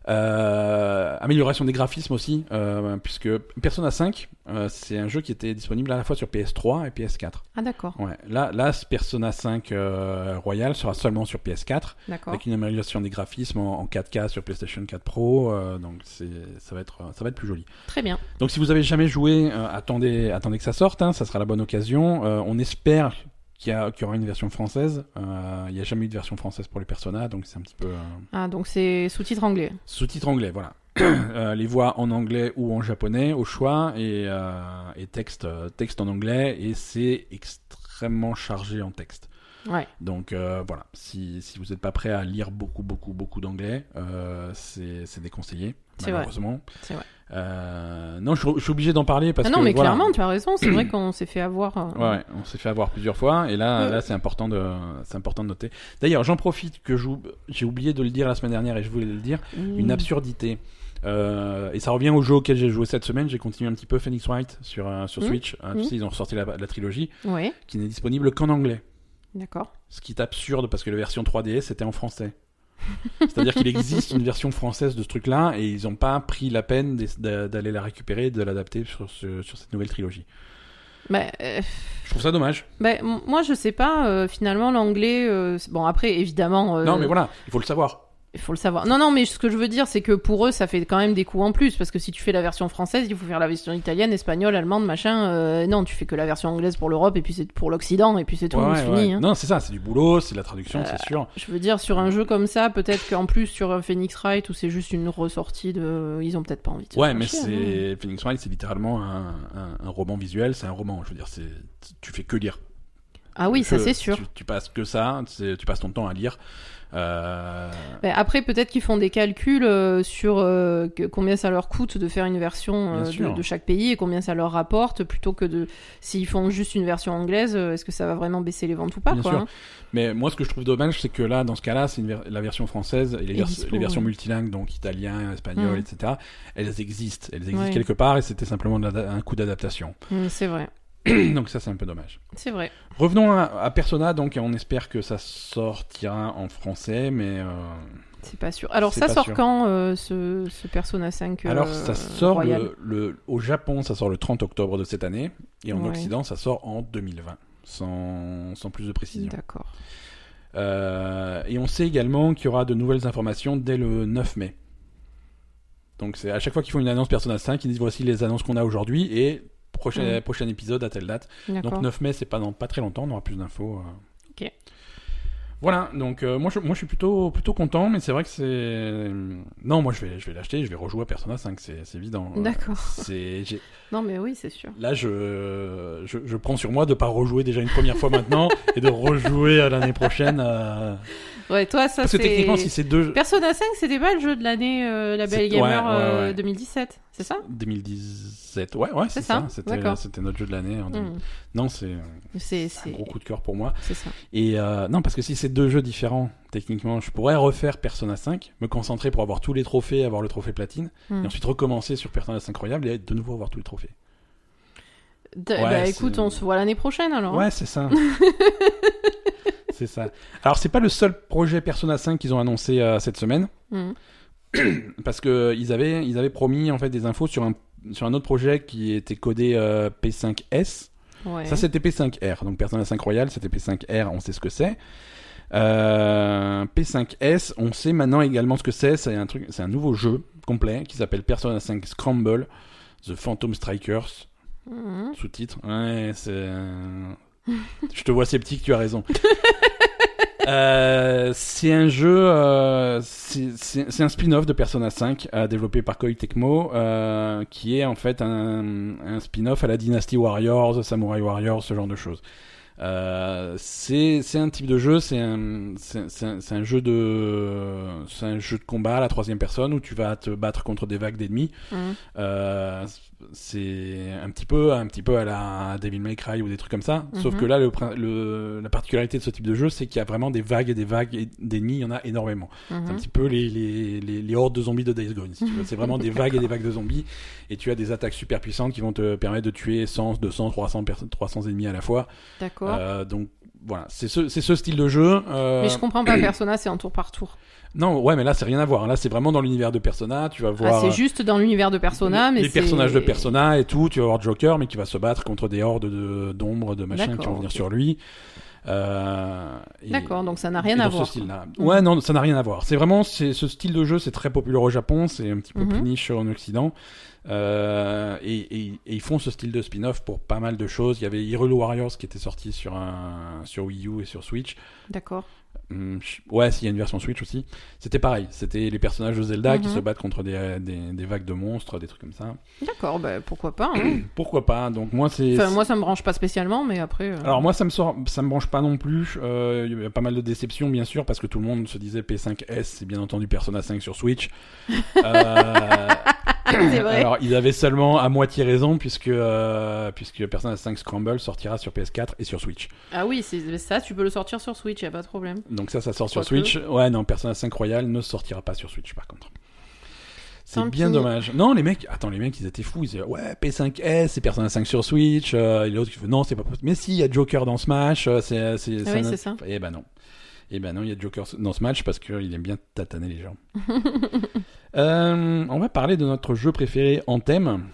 Speaker 1: Euh, amélioration des graphismes aussi, euh, puisque Persona 5, euh, c'est un jeu qui était disponible à la fois sur PS3 et PS4.
Speaker 2: Ah d'accord.
Speaker 1: Ouais. Là, là, ce Persona 5 euh, Royal sera seulement sur PS4,
Speaker 2: D'accord.
Speaker 1: avec une amélioration des graphismes en, en 4K sur PlayStation 4 Pro, euh, donc c'est, ça va être, ça va être plus joli.
Speaker 2: Très bien.
Speaker 1: Donc si vous avez jamais joué, euh, attendez, attendez que ça sorte, hein, ça sera la bonne occasion. Euh, on espère qu'il y, a- qu'il y aura une version française. Euh, Il n'y a jamais eu de version française pour les Persona, donc c'est un petit peu euh,
Speaker 2: Ah donc c'est sous-titre anglais.
Speaker 1: sous-titre anglais, voilà. Euh, les voix en anglais ou en japonais au choix et, euh, et texte, euh, texte en anglais et c'est extrêmement chargé en texte.
Speaker 2: Ouais.
Speaker 1: Donc euh, voilà, si, si vous n'êtes pas prêt à lire beaucoup, beaucoup, beaucoup d'anglais, euh, c'est c'est déconseillé,
Speaker 2: C'est vrai.
Speaker 1: malheureusement.
Speaker 2: C'est vrai.
Speaker 1: Euh, non, je, je suis obligé d'en parler parce
Speaker 2: ah non,
Speaker 1: que
Speaker 2: mais
Speaker 1: voilà.
Speaker 2: clairement, tu as raison. C'est vrai qu'on s'est fait avoir. euh,
Speaker 1: Ouais, ouais, on s'est fait avoir plusieurs fois et là,
Speaker 2: Ouais.
Speaker 1: là c'est important de c'est important de noter. D'ailleurs, j'en profite que j'oub- j'ai oublié de le dire la semaine dernière et je voulais le dire,
Speaker 2: Mm.
Speaker 1: une absurdité. Euh, et ça revient au jeu auquel j'ai joué cette semaine. J'ai continué un petit peu Phoenix Wright sur euh, sur
Speaker 2: Mhm.
Speaker 1: Switch. hein,
Speaker 2: Mhm.
Speaker 1: Tu sais, ils ont ressorti la, la trilogie
Speaker 2: Ouais.
Speaker 1: qui n'est disponible qu'en anglais.
Speaker 2: D'accord.
Speaker 1: Ce qui est absurde parce que la version 3DS c'était en français. C'est-à-dire qu'il existe une version française de ce truc-là et ils n'ont pas pris la peine d'ess- d'a- d'aller la récupérer et de l'adapter sur, ce- sur cette nouvelle trilogie.
Speaker 2: Bah, euh,
Speaker 1: Je trouve ça dommage.
Speaker 2: bah, m- moi, je sais pas. euh, finalement, l'anglais. euh, c'est- bon, après, évidemment. euh,
Speaker 1: Non, mais voilà, il faut le savoir.
Speaker 2: Il faut le savoir. Non, non, mais ce que je veux dire, c'est que pour eux, ça fait quand même des coups en plus. Parce que si tu fais la version française, il faut faire la version italienne, espagnole, allemande, machin. euh, non, tu fais que la version anglaise pour l'Europe, et puis c'est pour l'Occident, et puis c'est tout,
Speaker 1: Ouais,
Speaker 2: c'est
Speaker 1: ouais,
Speaker 2: fini.
Speaker 1: ouais.
Speaker 2: hein. Euh,
Speaker 1: Non, c'est ça, c'est du boulot, c'est de la traduction, c'est sûr.
Speaker 2: Je veux dire, sur un jeu comme ça, peut-être qu'en plus, sur euh, Phoenix Wright, où c'est juste une ressortie de. Ils ont peut-être pas envie de. se
Speaker 1: Ouais,
Speaker 2: faire
Speaker 1: mais
Speaker 2: chier, hein.
Speaker 1: c'est Phoenix Wright, c'est littéralement un, un- un roman visuel, c'est un roman. Je veux dire, c'est tu fais que lire.
Speaker 2: Ah oui,
Speaker 1: Le
Speaker 2: ça
Speaker 1: jeu,
Speaker 2: c'est sûr.
Speaker 1: Tu, tu passes que ça, c'est- tu passes ton temps à lire. Euh,
Speaker 2: Ben, après, peut-être qu'ils font des calculs euh, sur euh, que- combien ça leur coûte de faire une version
Speaker 1: Bien
Speaker 2: euh, de,
Speaker 1: sûr.
Speaker 2: de chaque pays et combien ça leur rapporte, plutôt que de s'ils font juste une version anglaise, euh, est-ce que ça va vraiment baisser les ventes ou pas
Speaker 1: Bien
Speaker 2: quoi,
Speaker 1: sûr.
Speaker 2: hein.
Speaker 1: Mais moi, ce que je trouve dommage, c'est que là, dans ce cas-là, c'est une ver- la version française et les,
Speaker 2: Et
Speaker 1: vers-
Speaker 2: dispo,
Speaker 1: les versions
Speaker 2: ouais.
Speaker 1: multilingues, donc italien, espagnol,
Speaker 2: Mm.
Speaker 1: etc. Elles existent, elles existent
Speaker 2: Ouais.
Speaker 1: quelque part et c'était simplement de l'ada- un coup d'adaptation.
Speaker 2: Mm, c'est vrai,
Speaker 1: donc ça, c'est un peu dommage.
Speaker 2: c'est vrai.
Speaker 1: Revenons à, à Persona, donc et on espère que ça sortira en français, mais euh,
Speaker 2: C'est pas sûr. Alors
Speaker 1: C'est
Speaker 2: ça
Speaker 1: pas
Speaker 2: sort
Speaker 1: sûr.
Speaker 2: quand euh, ce, ce Persona 5 euh,
Speaker 1: alors ça sort
Speaker 2: Royal
Speaker 1: le, le- au Japon, ça sort le 30 octobre de cette année et en
Speaker 2: Ouais.
Speaker 1: Occident, ça sort en 2020, sans, sans plus de précision.
Speaker 2: D'accord.
Speaker 1: Euh, et on sait également qu'il y aura de nouvelles informations dès le 9 mai. Donc c'est à chaque fois qu'ils font une annonce Persona 5, ils disent voici les annonces qu'on a aujourd'hui et prochain, prochain épisode à telle date.
Speaker 2: D'accord.
Speaker 1: Donc 9 mai, c'est pas dans pas très longtemps, on aura plus d'infos. euh.
Speaker 2: Ok.
Speaker 1: Voilà, donc euh, moi, je, moi je suis plutôt, plutôt content, mais c'est vrai que c'est... Non, moi je vais, je vais l'acheter, je vais rejouer à Persona 5, c'est c'est évident. Euh,
Speaker 2: D'accord.
Speaker 1: c'est- j'ai-
Speaker 2: Non mais oui, c'est sûr.
Speaker 1: Là, je, je, je prends sur moi de pas rejouer déjà une première fois maintenant et de rejouer à l'année prochaine. euh,
Speaker 2: Ouais, toi ça
Speaker 1: parce que
Speaker 2: c'est
Speaker 1: techniquement, si c'est deux.
Speaker 2: Persona 5, c'était pas le jeu de l'année euh, la
Speaker 1: C'est-
Speaker 2: Belle Gamer
Speaker 1: ouais, ouais,
Speaker 2: euh,
Speaker 1: ouais.
Speaker 2: 2017, c'est ça
Speaker 1: 2017, ouais, ouais, c'est
Speaker 2: C'est
Speaker 1: ça.
Speaker 2: ça,
Speaker 1: C'était,
Speaker 2: d'accord.
Speaker 1: c'était notre jeu de l'année. en 2000.
Speaker 2: Mm.
Speaker 1: Non, c'est
Speaker 2: Hum. C'est
Speaker 1: un
Speaker 2: c'est
Speaker 1: gros coup de cœur pour moi.
Speaker 2: c'est ça.
Speaker 1: Et euh, non, parce que si c'est deux jeux différents, techniquement, je pourrais refaire Persona 5, me concentrer pour avoir tous les trophées, avoir le trophée platine,
Speaker 2: Mm.
Speaker 1: et ensuite recommencer sur Persona 5 Royal et de nouveau avoir tous les trophées.
Speaker 2: D-
Speaker 1: Ouais,
Speaker 2: bah
Speaker 1: c'est-
Speaker 2: écoute, on se voit l'année prochaine alors.
Speaker 1: Ouais, c'est ça. c'est ça. Alors, c'est pas le seul projet Persona 5 qu'ils ont annoncé euh, cette semaine,
Speaker 2: Mm.
Speaker 1: parce que euh, ils avaient, ils avaient promis en fait des infos sur un, sur un autre projet qui était codé euh, P5S.
Speaker 2: Mmh. Ouais.
Speaker 1: Ça, c'était P5R. Donc, Persona 5 Royal, c'était P5R, on sait ce que c'est. Euh, P5S, on sait maintenant également ce que c'est. C'est un, truc, c'est un nouveau jeu complet qui s'appelle Persona 5 Scramble, The Phantom Strikers,
Speaker 2: Mm.
Speaker 1: sous-titre. Ouais, c'est. euh, Je te vois sceptique, tu as raison. Euh, c'est un jeu, euh, c'est c'est- c'est un spin-off de Persona 5 euh, développé par Koei Tecmo, euh, qui est en fait un, un spin-off à la Dynasty Warriors, Samurai Warriors, ce genre de choses. Euh, c'est c'est un type de jeu, c'est un, c'est- c'est un, c'est un jeu de, c'est un jeu de combat à la troisième personne où tu vas te battre contre des vagues d'ennemis
Speaker 2: Mm.
Speaker 1: euh, c'est un petit peu un petit peu à la Devil May Cry ou des trucs comme ça sauf
Speaker 2: Mhm.
Speaker 1: que là le, prin- le- la particularité de ce type de jeu c'est qu'il y a vraiment des vagues et des vagues et d'ennemis il y en a énormément c'est un
Speaker 2: Mhm.
Speaker 1: petit peu les, les, les, les hordes de zombies de Days Gone si tu veux. c'est vraiment des vagues et des vagues de zombies et tu as des attaques super puissantes qui vont te permettre de tuer 100 200 300 personnes 300 ennemis à la fois
Speaker 2: D'accord.
Speaker 1: Euh, donc voilà c'est ce c'est ce style de jeu euh,
Speaker 2: Mais je comprends pas Persona, c'est en tour par tour.
Speaker 1: non ouais mais là c'est rien à voir là c'est vraiment dans l'univers de Persona tu vas voir euh,
Speaker 2: Ah, c'est juste dans l'univers de Persona, mais
Speaker 1: les
Speaker 2: c'est-
Speaker 1: personnages de Persona et tout. Tu vas avoir Joker, mais qui va se battre contre des hordes de- d'ombres, de, machins qui vont
Speaker 2: D'accord,
Speaker 1: venir
Speaker 2: ok.
Speaker 1: sur lui. Euh, et-
Speaker 2: D'accord, donc ça n'a
Speaker 1: et
Speaker 2: rien à
Speaker 1: dans
Speaker 2: voir. Mm.
Speaker 1: ce style-là. Ouais, non, ça n'a rien à voir. C'est vraiment c'est ce style de jeu, c'est très populaire au Japon, c'est un petit peu plus
Speaker 2: Mhm.
Speaker 1: niche en Occident. Euh, et, et- et ils font ce style de spin-off pour pas mal de choses. Il y avait Hyrule Warriors qui était sorti sur un sur Wii U et sur Switch.
Speaker 2: D'accord.
Speaker 1: Hum, je- ouais, s'il y a une version Switch aussi. C'était pareil. C'était les personnages de Zelda qui
Speaker 2: Mhm.
Speaker 1: se battent contre des, des- des vagues de monstres, des trucs comme ça.
Speaker 2: D'accord, bah, pourquoi pas. hein.
Speaker 1: Pourquoi pas Donc moi c'est.
Speaker 2: Enfin, moi, ça me branche pas spécialement, mais après. euh,
Speaker 1: Alors moi ça me sort, ça me branche pas non plus. Euh, Il y a pas mal de déceptions bien sûr parce que tout le monde se disait P5S, c'est bien entendu Persona 5 sur Switch. Euh,
Speaker 2: c'est vrai.
Speaker 1: Alors ils avaient seulement à moitié raison puisque euh, puisque Persona 5 Scramble sortira sur PS4 et sur Switch.
Speaker 2: Ah oui, c'est ça, tu peux le sortir sur Switch, y a pas de problème.
Speaker 1: Donc ça ça sort sur
Speaker 2: Quoique.
Speaker 1: Switch. Ouais non Persona 5 Royal ne sortira pas sur Switch par contre. C'est
Speaker 2: Tant
Speaker 1: bien
Speaker 2: pis.
Speaker 1: dommage. Non, les mecs, attends, les mecs, ils étaient fous. Ils disaient, ouais, P5S, c'est Persona 5 sur Switch. Euh, et l'autre qui fait, non, c'est pas possible. Mais si, il y a Joker dans Smash. euh, C'est, c'est,
Speaker 2: Ah oui, c'est ça.
Speaker 1: Et ben non. Et ben non, il y a Joker dans Smash parce qu'il aime bien tataner les gens. Euh, on va parler de notre jeu préféré en thème.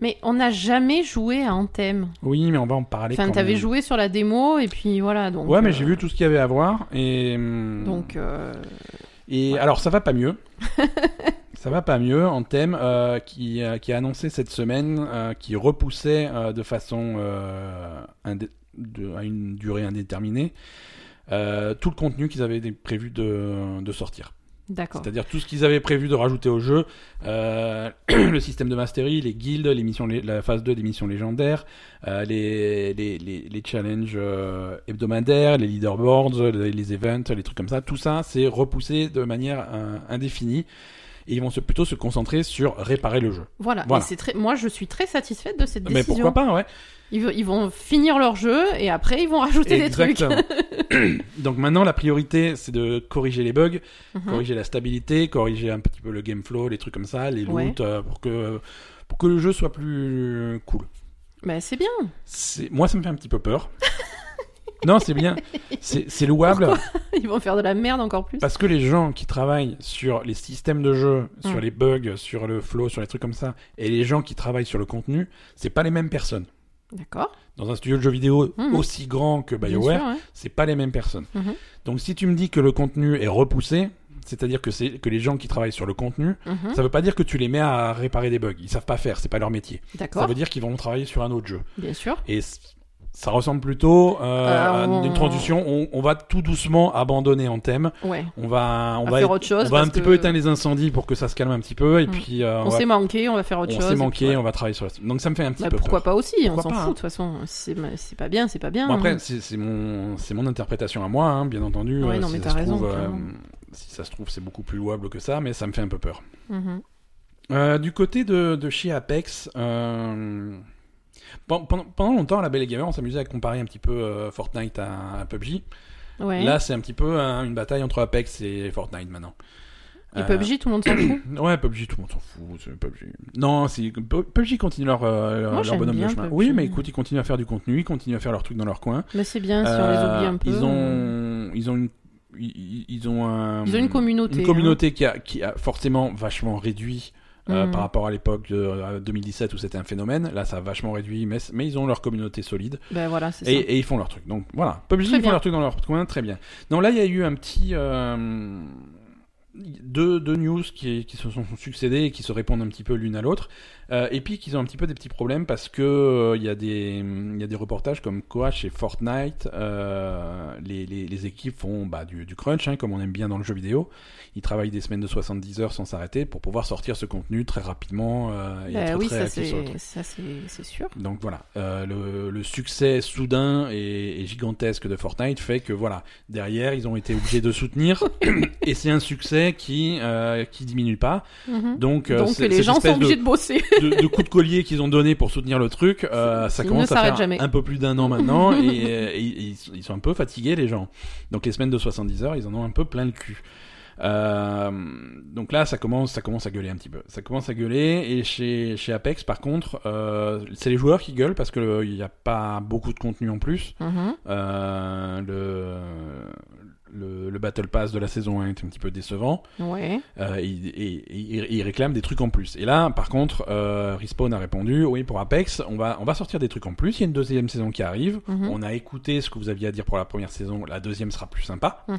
Speaker 2: Mais on n'a jamais joué à Anthem.
Speaker 1: Oui, mais on va en parler.
Speaker 2: Enfin,
Speaker 1: quand
Speaker 2: t'avais
Speaker 1: même.
Speaker 2: joué sur la démo, et puis voilà. Donc,
Speaker 1: Ouais, mais
Speaker 2: euh,
Speaker 1: j'ai vu tout ce qu'il y avait à voir. Et, hum,
Speaker 2: Donc, euh,
Speaker 1: Et alors, ça va pas mieux. ça va pas mieux en thème euh, qui, euh, qui a annoncé cette semaine, euh, qui repoussait euh, de façon euh, indé- de- à une durée indéterminée euh, tout le contenu qu'ils avaient dé- prévu de, de sortir.
Speaker 2: D'accord.
Speaker 1: C'est-à-dire tout ce qu'ils avaient prévu de rajouter au jeu, euh, le système de mastery, les guildes, les missions, lé- la phase 2 des missions légendaires, euh, les, les, les, les challenges euh, hebdomadaires, les leaderboards, les, les events, les trucs comme ça, tout ça c'est repoussé de manière euh, indéfinie et ils vont se, plutôt se concentrer sur réparer le jeu.
Speaker 2: Voilà.
Speaker 1: Voilà.
Speaker 2: Et c'est très... Moi, je suis très satisfaite de cette
Speaker 1: Mais
Speaker 2: décision.
Speaker 1: pourquoi pas, ouais.
Speaker 2: Ils, ve- ils vont finir leur jeu et après, ils vont rajouter des
Speaker 1: Exactement. Donc maintenant la priorité c'est de corriger les bugs
Speaker 2: trucs. Mhm.
Speaker 1: corriger la stabilité, corriger un petit peu le game flow, les trucs comme ça, les
Speaker 2: Ouais.
Speaker 1: loots, euh, pour, que, pour que le jeu soit plus euh, cool.
Speaker 2: Mais Bah, c'est bien.
Speaker 1: C'est- Moi, ça me fait un petit peu peur. non, c'est bien, c'est c'est louable,
Speaker 2: Ils vont faire de la merde encore plus.
Speaker 1: parce que les gens qui travaillent sur les systèmes de jeu, sur
Speaker 2: Mm.
Speaker 1: les bugs, sur le flow, sur les trucs comme ça, et les gens qui travaillent sur le contenu, c'est pas les mêmes personnes.
Speaker 2: D'accord.
Speaker 1: Dans un studio de jeux vidéo
Speaker 2: Mm.
Speaker 1: aussi grand que
Speaker 2: Bien
Speaker 1: BioWare,
Speaker 2: sûr, ouais.
Speaker 1: c'est pas les mêmes personnes.
Speaker 2: Mhm.
Speaker 1: Donc si tu me dis que le contenu est repoussé, c'est-à-dire que, c'est- que les gens qui travaillent sur le contenu
Speaker 2: Mhm.
Speaker 1: Ça veut pas dire que tu les mets à réparer des bugs. Ils savent pas faire, c'est pas leur métier. Ça
Speaker 2: D'accord.
Speaker 1: veut dire qu'ils vont travailler sur un autre jeu.
Speaker 2: Bien sûr.
Speaker 1: Et c- ça ressemble plutôt euh, à
Speaker 2: on-
Speaker 1: une transition. On, on va tout doucement abandonner en thème.
Speaker 2: Ouais.
Speaker 1: On va, on
Speaker 2: On va
Speaker 1: va,
Speaker 2: faire autre chose.
Speaker 1: on va un
Speaker 2: parce
Speaker 1: petit
Speaker 2: que
Speaker 1: peu éteindre les incendies pour que ça se calme un petit peu. Et
Speaker 2: Mm.
Speaker 1: puis euh,
Speaker 2: On,
Speaker 1: va-
Speaker 2: s'est manqué, on va faire autre
Speaker 1: on
Speaker 2: chose.
Speaker 1: s'est
Speaker 2: et
Speaker 1: manqué.
Speaker 2: puis voilà.
Speaker 1: On va travailler sur. la- Donc ça me fait un petit
Speaker 2: Bah,
Speaker 1: peu
Speaker 2: pourquoi
Speaker 1: peur.
Speaker 2: pas aussi On
Speaker 1: Pourquoi
Speaker 2: s'en
Speaker 1: pas,
Speaker 2: fout
Speaker 1: hein.
Speaker 2: de toute façon. C'est c'est pas bien, c'est pas bien.
Speaker 1: Bon,
Speaker 2: hein.
Speaker 1: après, c'est c'est mon, c'est mon interprétation à moi, hein, bien entendu.
Speaker 2: Ouais,
Speaker 1: Euh,
Speaker 2: non,
Speaker 1: si
Speaker 2: mais
Speaker 1: ça
Speaker 2: t'as
Speaker 1: se
Speaker 2: raison,
Speaker 1: trouve, euh,
Speaker 2: clairement.
Speaker 1: si ça se trouve, c'est beaucoup plus louable que ça, mais ça me fait un peu peur.
Speaker 2: Mhm.
Speaker 1: Euh, du côté de, de chez Apex, euh, pen- pendant, pendant longtemps, la Belle et Gamer, on s'amusait à comparer un petit peu euh, Fortnite à, à PUBG.
Speaker 2: Ouais.
Speaker 1: Là, c'est un petit peu hein, une bataille entre Apex et Fortnite maintenant.
Speaker 2: et
Speaker 1: Euh,
Speaker 2: PUBG, tout le monde s'en fout.
Speaker 1: Ouais, PUBG, tout le monde s'en fout. c'est PUBG. Non, c'est- PUBG continue leur, euh, leur,
Speaker 2: Moi,
Speaker 1: leur
Speaker 2: j'aime
Speaker 1: bonhomme de
Speaker 2: bien
Speaker 1: chemin.
Speaker 2: PUBG.
Speaker 1: Oui, mais écoute, ils continuent à faire du contenu, ils continuent à faire leurs trucs dans leur coin.
Speaker 2: Mais Bah, c'est bien si on les oublie un
Speaker 1: Euh,
Speaker 2: peu. euh.
Speaker 1: Ils ont, ils ont une. Ils ils ont, un-
Speaker 2: Ils ont une communauté, hein.
Speaker 1: Une communauté qui, a, qui a forcément vachement réduit euh,
Speaker 2: Mm.
Speaker 1: par rapport à l'époque de euh, 2017 où c'était un phénomène. Là, ça a vachement réduit, mais, mais ils ont leur communauté solide
Speaker 2: Ben voilà, c'est
Speaker 1: et,
Speaker 2: ça.
Speaker 1: et ils font leur truc. Donc voilà, PUBG,
Speaker 2: Très
Speaker 1: ils font
Speaker 2: bien.
Speaker 1: leur truc dans leur coin, très bien. Non, là, il y a eu un petit. euh, deux, deux news qui, qui se sont succédées et qui se répondent un petit peu l'une à l'autre. Euh, et puis qu'ils ont un petit peu des petits problèmes parce que euh, il y, a des- il y a des reportages comme quoi chez Fortnite, euh, les, les- les équipes font bah, du, du crunch, hein, comme on aime bien dans le jeu vidéo. Ils travaillent des semaines de 70 heures sans s'arrêter pour pouvoir sortir ce contenu très rapidement euh, et
Speaker 2: Ben
Speaker 1: être
Speaker 2: oui,
Speaker 1: très
Speaker 2: ça
Speaker 1: actifs sur le truc.
Speaker 2: c'est ça, c'est- c'est sûr.
Speaker 1: Donc voilà, euh, le, le succès soudain et, et gigantesque de Fortnite fait que voilà, derrière ils ont été obligés de soutenir et c'est un succès qui euh, qui diminue pas.
Speaker 2: Mhm.
Speaker 1: Donc, euh,
Speaker 2: Donc
Speaker 1: c'est-
Speaker 2: les
Speaker 1: cette
Speaker 2: gens sont
Speaker 1: espèce
Speaker 2: obligés de, bosser.
Speaker 1: de, de, de coups de collier qu'ils ont donné pour soutenir le truc, euh, ça
Speaker 2: Ils
Speaker 1: commence
Speaker 2: ne
Speaker 1: à faire
Speaker 2: s'arrêtent jamais.
Speaker 1: un peu plus d'un an maintenant et, euh, et- et ils, ils sont un peu fatigués les gens. Donc les semaines de 70 heures, ils en ont un peu plein le cul. Euh, donc là, ça commence, ça commence à gueuler un petit peu. Ça commence à gueuler et chez, chez Apex, par contre, euh, c'est les joueurs qui gueulent parce que euh, il n'y a pas beaucoup de contenu en plus.
Speaker 2: Mhm.
Speaker 1: Euh, le, le, le Battle Pass de la saison 1 est un petit peu décevant.
Speaker 2: Ouais.
Speaker 1: Euh, et, et- et- et ils réclament des trucs en plus. Et là, par contre, euh, Respawn a répondu oui pour Apex, on va on va sortir des trucs en plus. Il y a une deuxième saison qui arrive.
Speaker 2: Mhm.
Speaker 1: On a écouté ce que vous aviez à dire pour la première saison. La deuxième sera plus sympa.
Speaker 2: Mhm.